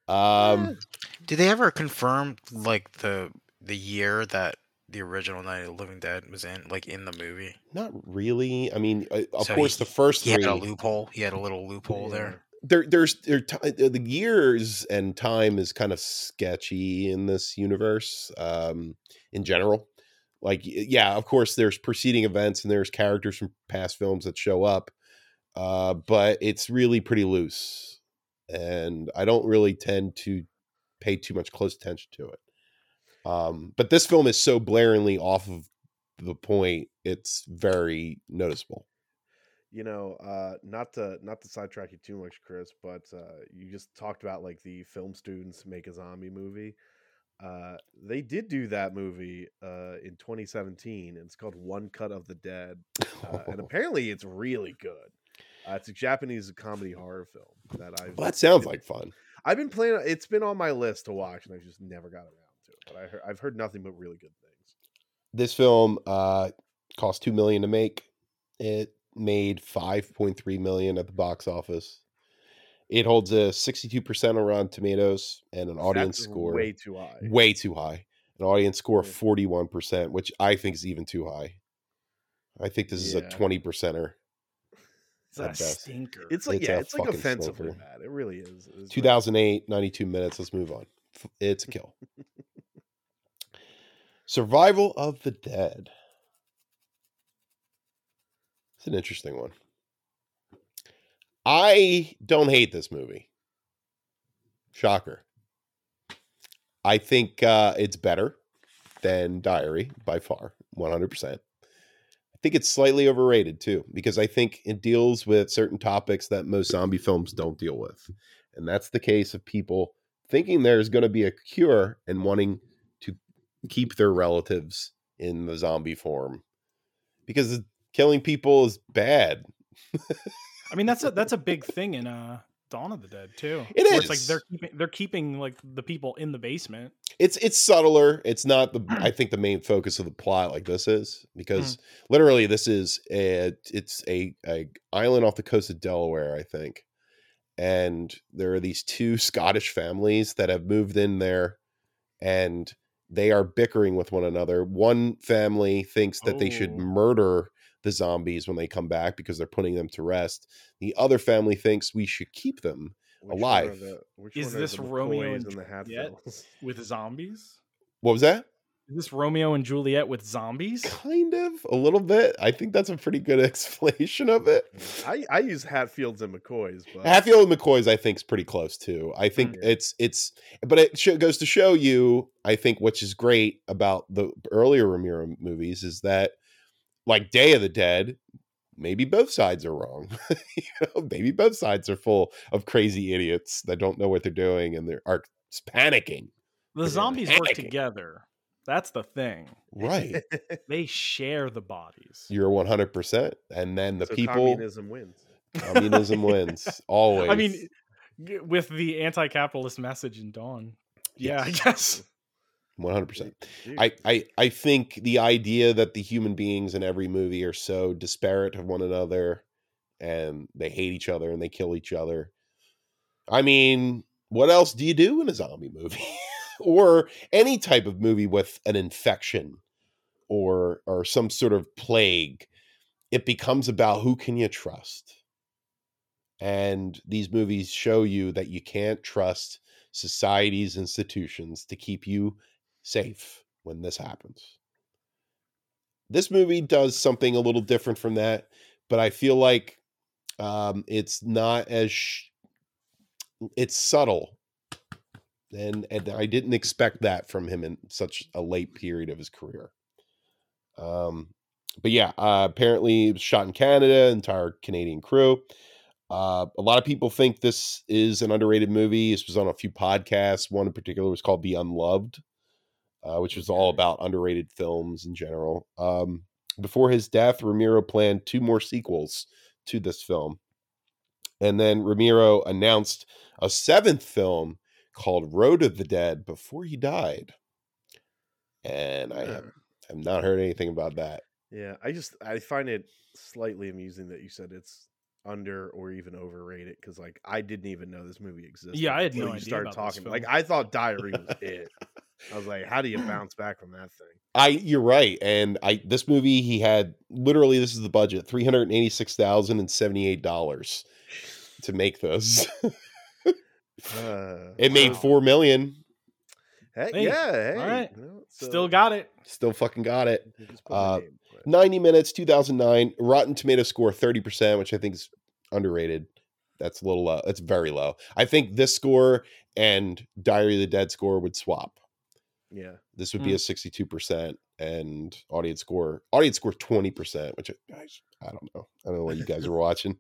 A: Um,
C: Did they ever confirm like the the year that the original Night of the Living Dead was in, like in the movie?
A: not really. I mean, uh, of
C: So
A: course,
C: he-
A: the first
C: He
A: three.
C: had a loophole. He had a little loophole there.
A: there there's there ti- uh, the years and time is kind of sketchy in this universe um in general like y- yeah of course there's preceding events and there's characters from past films that show up uh but it's really pretty loose and i don't really tend to pay too much close attention to it um but this film is so blaringly off of the point it's very noticeable
D: you know uh not to not to sidetrack you too much chris but uh you just talked about like the film students make a zombie movie uh they did do that movie uh in 2017 and it's called one cut of the dead uh, and apparently it's really good uh, it's a japanese comedy horror film that i've
A: that sounds
D: been-
A: like fun
D: i've been playing it's been on my list to watch and i've just never got around to it but I heard, i've heard nothing but really good things
A: this film uh cost 2 million to make it made 5.3 million at the box office it holds a 62% on rotten tomatoes and an audience
D: That's
A: score
D: way
A: way,
D: too high
A: too high an audience score of
D: Yeah.
A: 41% which i think is even too high i think this is a
D: Yeah.
A: 20%er
B: It's a
A: At best.
B: stinker.
D: it's like
A: It's
D: yeah
A: a
D: it's like
A: fucking
D: offensively
A: stinker.
D: bad it really is It's like-
A: 2008 92 minutes let's move on F- it's a kill survival of the dead it's an interesting one i don't hate this movie shocker i think uh, it's better than diary by far 100% I think it's slightly overrated too, because I think it deals with certain topics that most zombie films don't deal with and that's the case of people thinking there's going to be a cure and wanting to keep their relatives in the zombie form because killing people is bad
B: I mean, that's a that's a big thing in uh Dawn of the Dead too.
A: It
B: Where It's like
A: is.
B: they're keeping, they're keeping like the people in the basement.
A: it's it's subtler it's not the i think the main focus of the plot like this is because literally this is a, it's a, a island off the coast of delaware i think and there are these two scottish families that have moved in there and they are bickering with one another one family thinks that they should
B: Oh.
A: murder the zombies when they come back because they're putting them to rest the other family thinks we should keep them
D: Which one are
A: alive.
D: the- which
B: Is
D: one are
B: this
D: the
B: Romeo
D: McCoys
B: and
D: the
B: Juliet?
D: Hatfields?
B: with zombies?
A: what was that
B: Is this Romeo and Juliet with zombies?
A: kind of a little bit i think that's a pretty good explanation of it
D: I, I use Hatfields and McCoys, but
A: Hatfield and McCoy's, I think, is pretty close too. I think
D: Oh, Yeah.
A: it's it's, but it sho goes to show you, I think, which is great about the earlier Ramiro movies is that, like Day of the Dead, maybe both sides are wrong. you know, maybe both sides are full of crazy idiots that don't know what they're doing and they're are panicking.
B: The
A: Yeah.
B: zombies work
A: Panicking.
B: together. That's the thing.
A: Right,
B: They share the bodies.
A: you're one hundred percent, and then the
D: so
A: people communism,
D: communism wins.
A: wins always.
B: I mean, g- with the anti-capitalist message in Dawn. Yeah, I guess.
A: one hundred percent.
D: Dude,
A: I, I I think the idea that the human beings in every movie are so disparate of one another and they hate each other and they kill each other. I mean, what else do you do in a zombie movie? or any type of movie with an infection or or some sort of plague. It becomes about who can you trust? And these movies show you that you can't trust society's institutions to keep you safe when this happens. This movie does something a little different from that, but I feel like um, it's not as sh- it's subtle, and and I didn't expect that from him in such a late period of his career. Um, but yeah, uh, apparently it was shot in Canada, entire Canadian crew. Uh, a lot of people think this is an underrated movie. This was on a few podcasts. One in particular was called The Unloved, uh, which was all about underrated films in general. Um, before his death, Ramiro planned two more sequels to this film. And then Ramiro announced a seventh film called Road of the Dead before he died. And I have, have not heard anything about that.
D: Yeah, I just I find it slightly amusing that you said it's under or even overrated because like I didn't even know this movie existed.
B: Yeah, I had
D: until
B: no
D: you
B: idea
D: started
B: about this
D: talking. Like
B: film.
D: I thought Diary was it. I was like, how do you bounce back from that thing?
A: I you're right, and I this movie he had literally this is the budget three hundred eighty six thousand and seventy eight dollars to make this.
D: Uh,
A: it made
D: wow.
A: four million.
D: Heck,
B: Hey,
D: yeah, hey,
B: alright.
D: you know,
A: uh,
B: Still
D: so-
B: got it.
A: Still fucking got it.
D: You just put my
A: Uh,
D: name, but-
A: Ninety minutes, two thousand nine. Rotten Tomato score thirty percent, which I think is underrated. That's a little low. That's very low. I think this score and Diary of the Dead score would swap.
D: yeah,
A: This would be a sixty-two percent and audience score. Audience score twenty percent, which I, I don't know. I don't know what you guys are watching.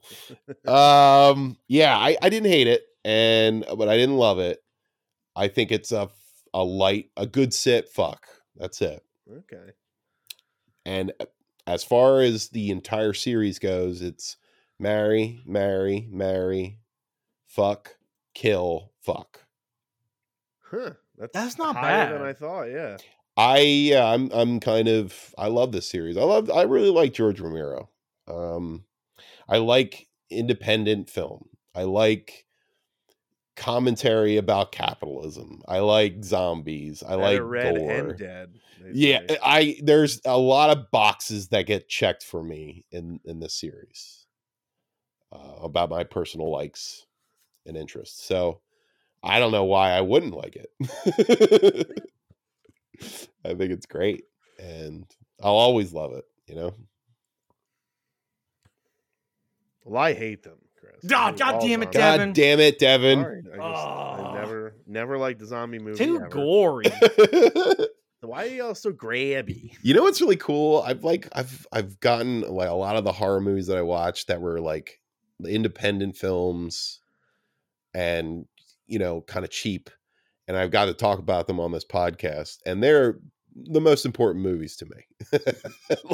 A: um yeah I, I didn't hate it and but i didn't love it i think it's a f- a light a good sit fuck that's it
D: okay.
A: and uh, as far as the entire series goes it's marry marry marry fuck kill fuck
D: Huh. That's
B: That's not
D: higher than
B: bad.
D: I thought. Yeah.
A: i yeah i'm i'm kind of i love this series i love i really like george romero um i like independent film i like commentary about capitalism i like zombies i like
D: Better red
A: gore.
D: and dead. they
A: yeah eh,
D: say.
A: i there's a lot of boxes that get checked for me in in this series uh, about my personal likes and interests so i don't know why i wouldn't like it i think it's great and i'll always love it you know
D: Well, I hate them, Chris. I
B: Ah,
D: hate
B: God
D: all
B: damn it,
D: zombies.
B: Devin.
A: god damn it devin
D: Sorry, I, just- I
B: Ah.
D: never, never liked the zombie movie.
B: Too
D: ever.
B: gory.
D: Why are y'all so grabby?
A: you know what's really cool i've like i've i've gotten like a lot of the horror movies that i watched that were like the independent films and you know kind of cheap and i've got to talk about them on this podcast and they're the most important movies to me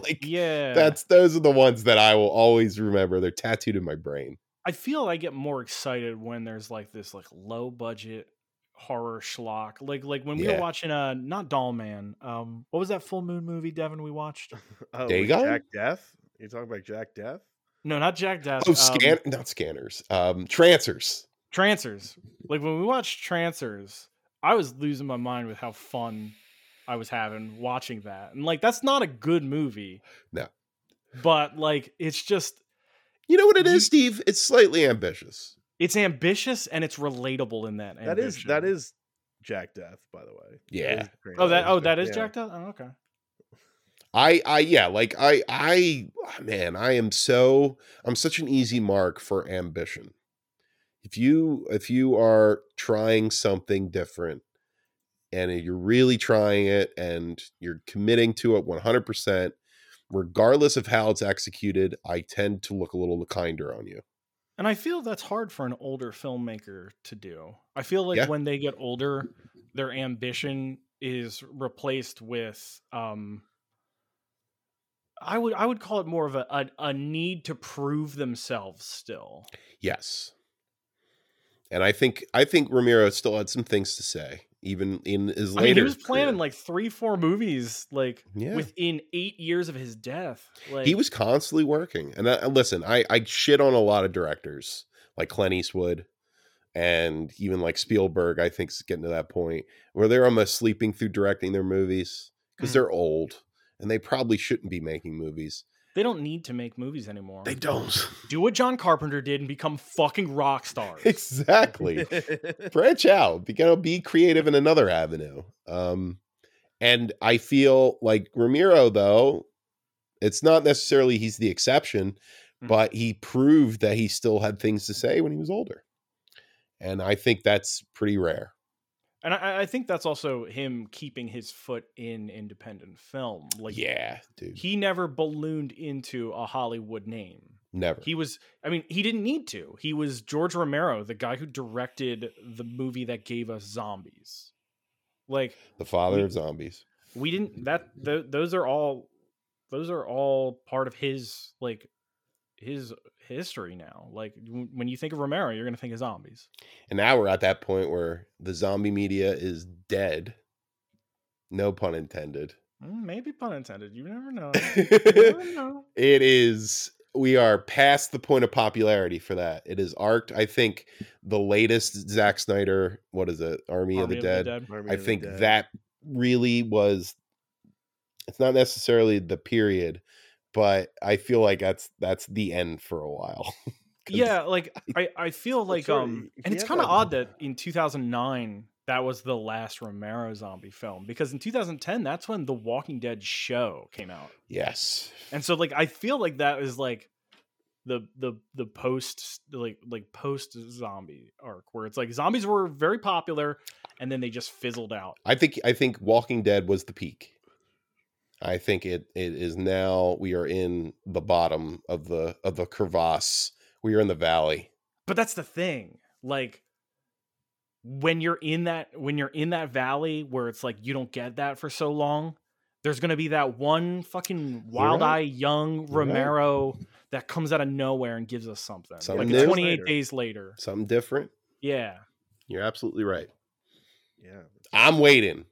A: like
B: yeah.
A: that's those are the ones that i will always remember they're tattooed in my brain
B: I feel I get more excited when there's like this like low budget horror schlock. Like like when we
A: Yeah.
B: were watching uh not Doll Man. Um what was that full moon movie, Devin, we watched?
D: Oh, with
A: Dagon?
D: Jack Death? You're talking about Jack Death?
B: No, not Jack Dash.
A: oh scan not scanners um trancers
B: Trancers. Like when we watched Trancers, I was losing my mind with how fun I was having watching that. And like that's not a good movie.
A: No.
B: But like it's just
A: you know what it is,
B: you-
A: steve it's slightly ambitious
B: it's ambitious and it's relatable in that.
D: That is that
B: ambition.
D: is Jack Death, by the way.
A: Yeah.
B: Oh that oh that is
D: Jack.
B: Jack Dash? Oh, okay.
A: I I yeah, like I I ah, man, I am so I'm such an easy mark for ambition. If you if you are trying something different and you're really trying it and you're committing to it 100%, regardless of how it's executed, I tend to look a little kinder on you.
B: And I feel that's hard for an older filmmaker to do. I feel like
A: Yeah.
B: when they get older, their ambition is replaced with um I would I would call it more of a a, a need to prove themselves still.
A: Yes. And I think I think Ramiro still had some things to say even in his
B: I
A: later
B: mean, he was planning
A: career.
B: like 3 4 movies like
A: Yeah.
B: within 8 years of his death. Like
A: he was constantly working. And I, I- listen, I, I shit on a lot of directors like Clint Eastwood and even like Spielberg. I think's getting to that point where they're almost sleeping through directing their movies because
B: Mm.
A: they're old and they probably shouldn't be making movies.
B: they don't need to make movies anymore.
A: They don't
B: Do what John Carpenter did and become fucking rock stars.
A: exactly. branch out be, you know, be creative in another avenue um and i feel like ramiro though it's not necessarily he's the exception
B: Mhm.
A: but he proved that he still had things to say when he was older and i think that's pretty rare
B: And I, I think that's also him keeping his foot in independent film. Like
A: yeah dude
B: he never ballooned into a Hollywood name.
A: Never.
B: He was, I mean, he didn't need to. He was George Romero, the guy who directed the movie that gave us zombies. Like,
A: the father of zombies.
B: we didn't, that, th- those are all, those are all part of his, like, his history now. Like, w- when you think of Romero, you're going to think of zombies.
A: And now we're at that point where the zombie media is dead. No pun intended.
B: Mm, Maybe pun intended. You never know. You never
A: it
B: know.
A: is we are past the point of popularity for that. It is arced. I think the latest Zack Snyder, what is it? Army, of, the, Dead.
D: Army
A: I
D: of the
A: think
D: Dead.
A: that really was it's not necessarily the period, but I feel like that's that's the end for a while. 'Cause
B: yeah like i i feel like
D: sure,
B: um
D: if
B: and
D: you
B: it's
D: have
B: kind of
D: a-
B: odd that in 2009 that was the last romero zombie film because in 2010 that's when the walking dead show came out
A: Yes.
B: and so like i feel like that is like the the the post like like post zombie arc where it's like zombies were very popular and then they just fizzled out
A: I think I think Walking Dead was the peak. I think it it is now we are in the bottom of the of the crevasse. We are in the valley.
B: but that's the thing like when you're in that when you're in that valley where it's like you don't get that for so long there's gonna be that one fucking wild eyed young
A: You're right.
B: romero that comes out of nowhere and gives us something
A: Something
B: like
A: new.
B: 28
D: Later.
B: days later
A: Something different.
B: yeah
A: You're absolutely right.
D: Yeah.
A: I'm waiting.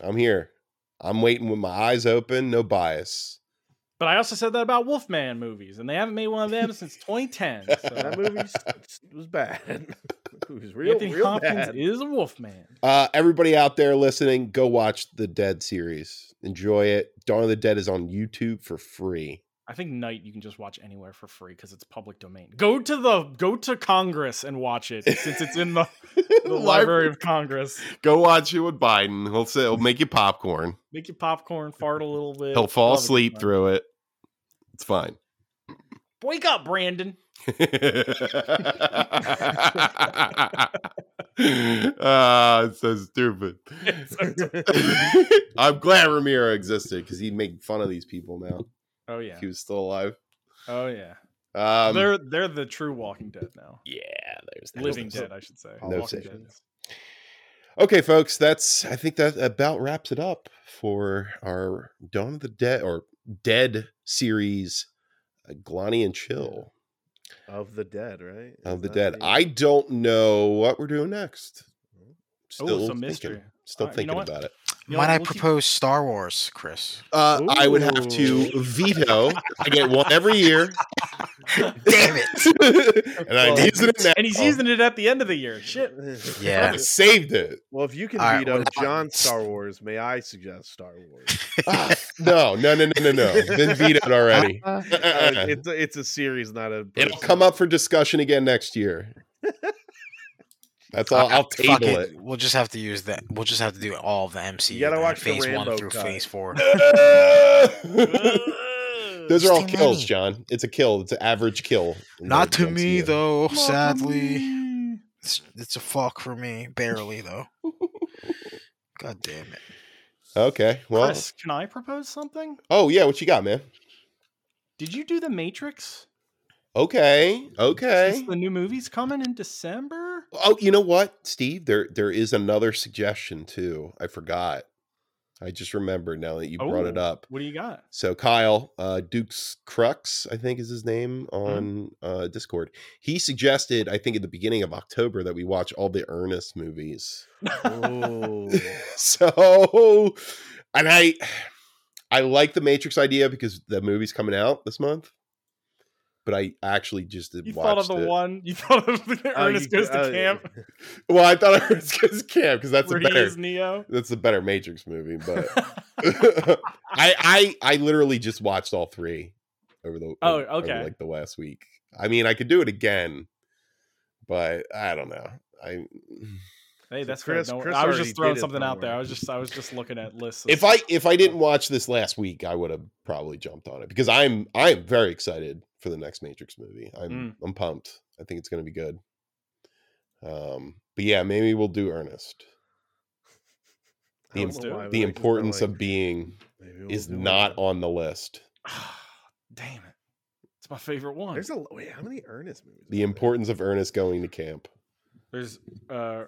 A: I'm here. I'm waiting with my eyes open, no bias.
B: but i also said that about wolfman movies and they haven't made one of them since 2010 so
D: That movie s- s- was bad. It was real,
B: anthony
D: real
B: hopkins
D: bad.
B: is a wolfman
A: Uh, everybody out there listening, go watch the Dead series. Enjoy it. Dawn of the Dead is on YouTube for free.
B: I think Night you can just watch anywhere for free because it's public domain. Go to the go to Congress and watch it since it's in the, the Library of Congress.
A: Go watch it with Biden. He'll say he'll make you popcorn.
B: Make you popcorn, fart a little bit.
A: He'll fall
B: Love it,
A: asleep
B: man.
A: through it. It's fine.
B: Wake up, Brandon.
A: Ah, it's so stupid. I'm glad Ramiro existed because he'd make fun of these people now.
B: Oh
A: If
B: yeah.
A: he was still alive.
B: Oh yeah.
A: Um,
B: they're they're the true Walking Dead now.
A: yeah, there's that.
B: Living Dead, I should say.
A: No
B: Walking
A: saving
B: Dead.
A: Okay, folks, that's I think that about wraps it up for our Dawn of the Dead or Dead series, uh, Glani and Chill
D: Of the dead, right?
A: of
D: Is
A: the
D: that
A: Dead. I don't know what we're doing next.
B: Oh,
A: Still
B: it's a
A: thinking-
B: mystery.
A: Still
B: Uh, you know
A: thinking
B: what?
A: about it.
B: You know,
C: Might I
B: we'll keep-
C: propose Star Wars, Chris?
A: Uh, I would have to
B: Ooh.
A: veto. I get one every year.
C: Damn it!
A: and I'm
B: Well,
A: using it now.
B: And he's using it at the end of the year. Shit.
A: I
C: Yeah.
A: would've saved it.
D: Well, if you can
C: All right,
D: veto
C: well, now-
D: John Star Wars, may I suggest Star Wars?
A: Ah, no, no, no, no, no, no. Been vetoed already.
C: Uh,
D: Uh, it's, a, it's a series, not a.
A: It'll
D: person.
A: come up for discussion again next year. That's all. I'll
C: fuck
A: table it.
C: We'll just have to use that. We'll just have to do all of the MCU.
D: You gotta
C: then,
D: watch the
C: phase
D: Rambo
C: one through
D: cut.
C: phase four.
A: Those are all
C: Stay
A: kills,
C: money.
A: John. It's a kill. It's an average kill. in
C: Not
A: the
C: to me
A: MCU.
C: though, sadly. It's, it's a fuck for me, barely though. God damn it!
A: Okay. Well.
B: Chris, can I propose something?
A: Oh yeah. What you got, man?
B: Did you do the Matrix?
A: Okay. Okay.
B: Since the new movie's coming in December.
A: Oh, you know what, Steve? There there is another suggestion too. I forgot. I just remembered now that you brought it
B: Oh.
A: up.
B: What do you got?
A: So Kyle, uh, Duke's Crux, I think is his name
B: Mm-hmm.
A: on uh, Discord. He suggested, I think, at the beginning of October that we watch all the Ernest movies.
D: Oh.
A: so, and I, I like the Matrix idea because the movie's coming out this month. But I actually just did
B: You thought
A: watch
B: of the
A: it.
B: one. You thought of the
D: Oh,
B: Ernest
D: you-
B: goes to
D: oh,
B: camp
A: Well, I thought Ernest goes to camp because that's
B: where
A: a
B: he
A: better
B: is Neo.
A: that's a better Matrix movie. But I I I literally just watched all three over the
B: Oh,
A: over,
B: okay.
A: like the last week. I mean, I could do it again, but I don't know. I
B: hey,
D: So
B: that's fair.
D: Chris-
B: Don't worry.
D: Chris
B: I was
D: already
B: just throwing
D: did his
B: something out there. I
D: homework.
B: was just I was just looking at lists. of
A: if I
B: stuff.
A: if I didn't watch this last week, I would have probably jumped on it because I'm I am very excited for the next Matrix movie. I'm
D: Mm.
A: I'm pumped. I think it's going to be good. Um, but yeah, maybe we'll do Ernest.
D: I don't
B: The
D: know why, but I just
A: The
D: felt
A: importance
D: like
A: of being
D: maybe we'll
A: is
D: do it.
A: not on the list.
B: damn it, It's my favorite one.
D: There's a wait, how many Ernest movies?
A: The
D: are there?
A: importance of Ernest going to camp.
B: There's uh,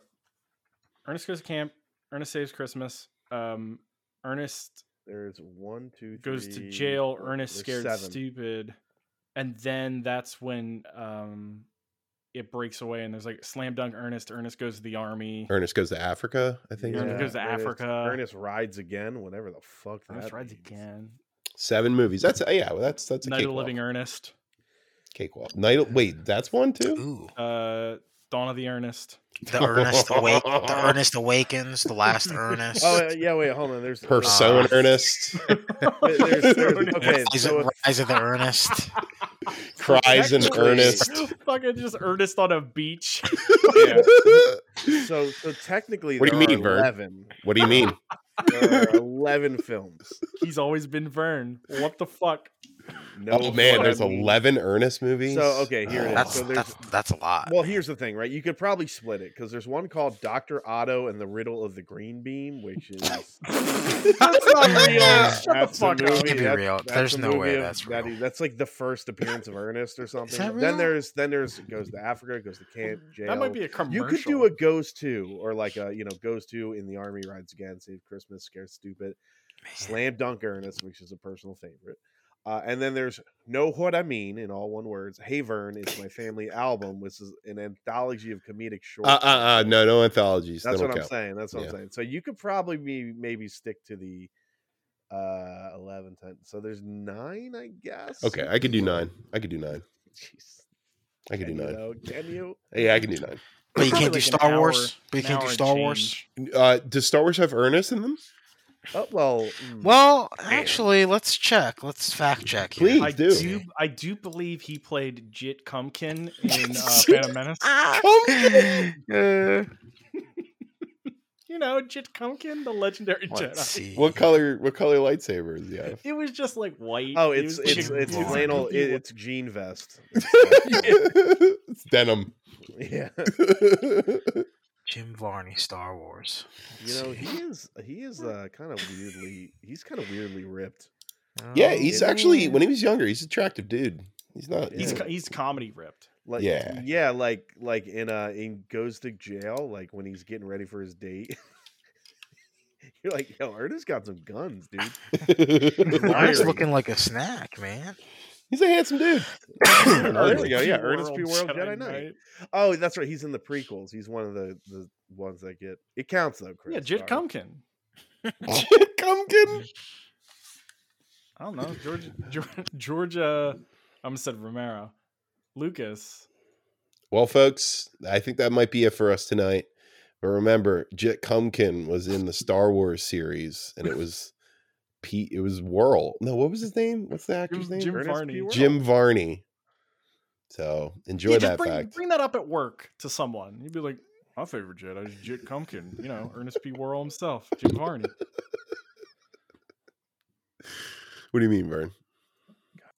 B: Ernest goes to camp. Ernest saves Christmas. Um, Ernest
D: There's one, two, three,
B: goes to jail.
D: four-
B: Ernest
D: there's
B: scared
D: seven.
B: stupid, and then that's when um, it breaks away and there's like slam dunk. Ernest. Ernest goes to the army.
A: Ernest goes to Africa, I think.
B: Yeah. Ernest goes to
D: Ernest-
B: Africa.
D: Ernest rides again. Whatever the fuck.
B: Ernest
D: that
B: rides
D: means.
B: again.
A: Seven movies. That's uh, yeah, well, that's that's a
B: Night of the
A: cakewalk.
B: Living Ernest.
A: cakewalk. Night of- wait, that's one too?
C: Ooh,
B: Uh, Dawn of the Ernest.
C: the Ernest awake, the Ernest awakens, the last Ernest.
D: Oh yeah, yeah, wait, hold on. There's
A: Her
D: there's-
A: so
C: Uh,
A: Ernest
D: wait, there's- there's- okay,
C: Rise
D: so
C: of, Rise of the Ernest.
A: cries in
D: Technically-
A: earnest.
B: Fucking just Ernest on a beach.
D: Yeah. so so technically,
A: What do
D: there
A: you mean,
D: are
A: Vern?
D: eleven.
A: What do you mean?
D: There are eleven films.
B: He's always been Vern. What the fuck?
D: No
A: oh man, there's
D: fucking-
A: 11 Ernest movies. Ah.
D: So okay, here it is.
C: That's
D: so there's
C: that's, that's a lot.
D: Well, here's the thing, right? You could probably split it because there's one called Doctor Otto and the Riddle of the Green Beam, which is
B: That's not real.
C: Yeah.
B: Shut the
D: that's a
B: fuck up.
D: movie-
C: Can't be
D: that's-
C: real.
D: that's
C: There's
D: a
C: no way
D: movie of-
C: that's
D: that
C: real.
D: is- that's like the first appearance of Ernest or something.
C: that
D: Then
C: real?
D: there's then there's goes to Africa, goes to camp, jail.
B: That might be a commercial.
D: you could do a goes to or like a you know goes to in the army rides again, save Christmas, scared stupid, slam dunk Ernest, which is a personal favorite. Uh, and then there's Know What I Mean in all one words. Hey Vern, it's my family album, which is an anthology of comedic shorts.
A: Uh uh uh no, no anthologies. They
D: That's
A: don't
D: what I'm
A: count.
D: saying. That's what
A: Yeah.
D: I'm saying. So you could probably be maybe stick to the uh 11 10. So there's 9, I guess.
A: Okay, I could do 9. I could do 9.
D: Jeez.
A: I could do
D: Can you
A: 9.
D: though? Can you?
A: Yeah, I can do 9.
C: but
B: Probably
C: you can't do
B: like an
C: Star
B: hour-
C: Wars. But you
B: an
C: can't do
B: hour and
C: Star Wars.
B: change.
A: Uh does Star Wars have Ernest in them?
D: Oh, well. mm.
C: Well, actually, let's check. Let's fact check. here.
A: Please.
B: I
A: do.
B: do. I do believe he played Jit Cumkin in uh, Phantom Menace.
C: Uh,
B: You know, Jit Cumkin, the legendary
C: let's
B: Jedi.
C: see.
A: What color what color lightsaber is he have?
B: It was just like white.
D: Oh,
B: It
D: it's
B: was like
D: it's
B: a-
D: it's
B: it was a
D: flannel.
B: goofy
D: It,
B: look.
D: it's jean vest.
A: it's denim.
D: yeah,
C: Jim Varney Star Wars.
D: you know he is he is uh, kind of weirdly he's kind of weirdly ripped.
A: yeah,
C: Oh,
A: he's
D: yeah.
A: actually when he was younger, he's an attractive dude. He's not.
B: He's
A: yeah.
B: co- he's comedy ripped.
D: Like,
A: Yeah.
D: yeah, like like in uh in goes to jail, like when he's getting ready for his date. You're like, yo, Ernest got some guns, dude.
C: Ernest
D: wiry.
C: looking like a snack, man.
A: he's a handsome dude.
D: Oh, there we go.
B: P.
D: Yeah, Ernest P. World Jedi Knight. Oh, that's right. He's in the prequels. He's one of the the ones that get it counts though. Chris,
B: Yeah, Jit
D: sorry.
B: Cumkin.
A: Cumkin.
B: I don't know. George, George, Georgia. I almost said Romero. Lucas.
A: Well, folks, I think that might be it for us tonight. But remember, Jit Cumkin was in the Star Wars series, and it was Pete. It was Whirl. No, what was his name? What's the actor's
B: Jim,
A: name?
B: Jim
D: Ernest P.
B: Varney.
D: World.
A: Jim Varney. So enjoy
B: Yeah, just
A: that
B: bring,
A: fact.
B: bring that up at work to someone. You'd be like, my favorite Jedi is Jit Cumkin. You know, Ernest P. Worrell himself, Jim Varney.
A: What do you mean, Vern?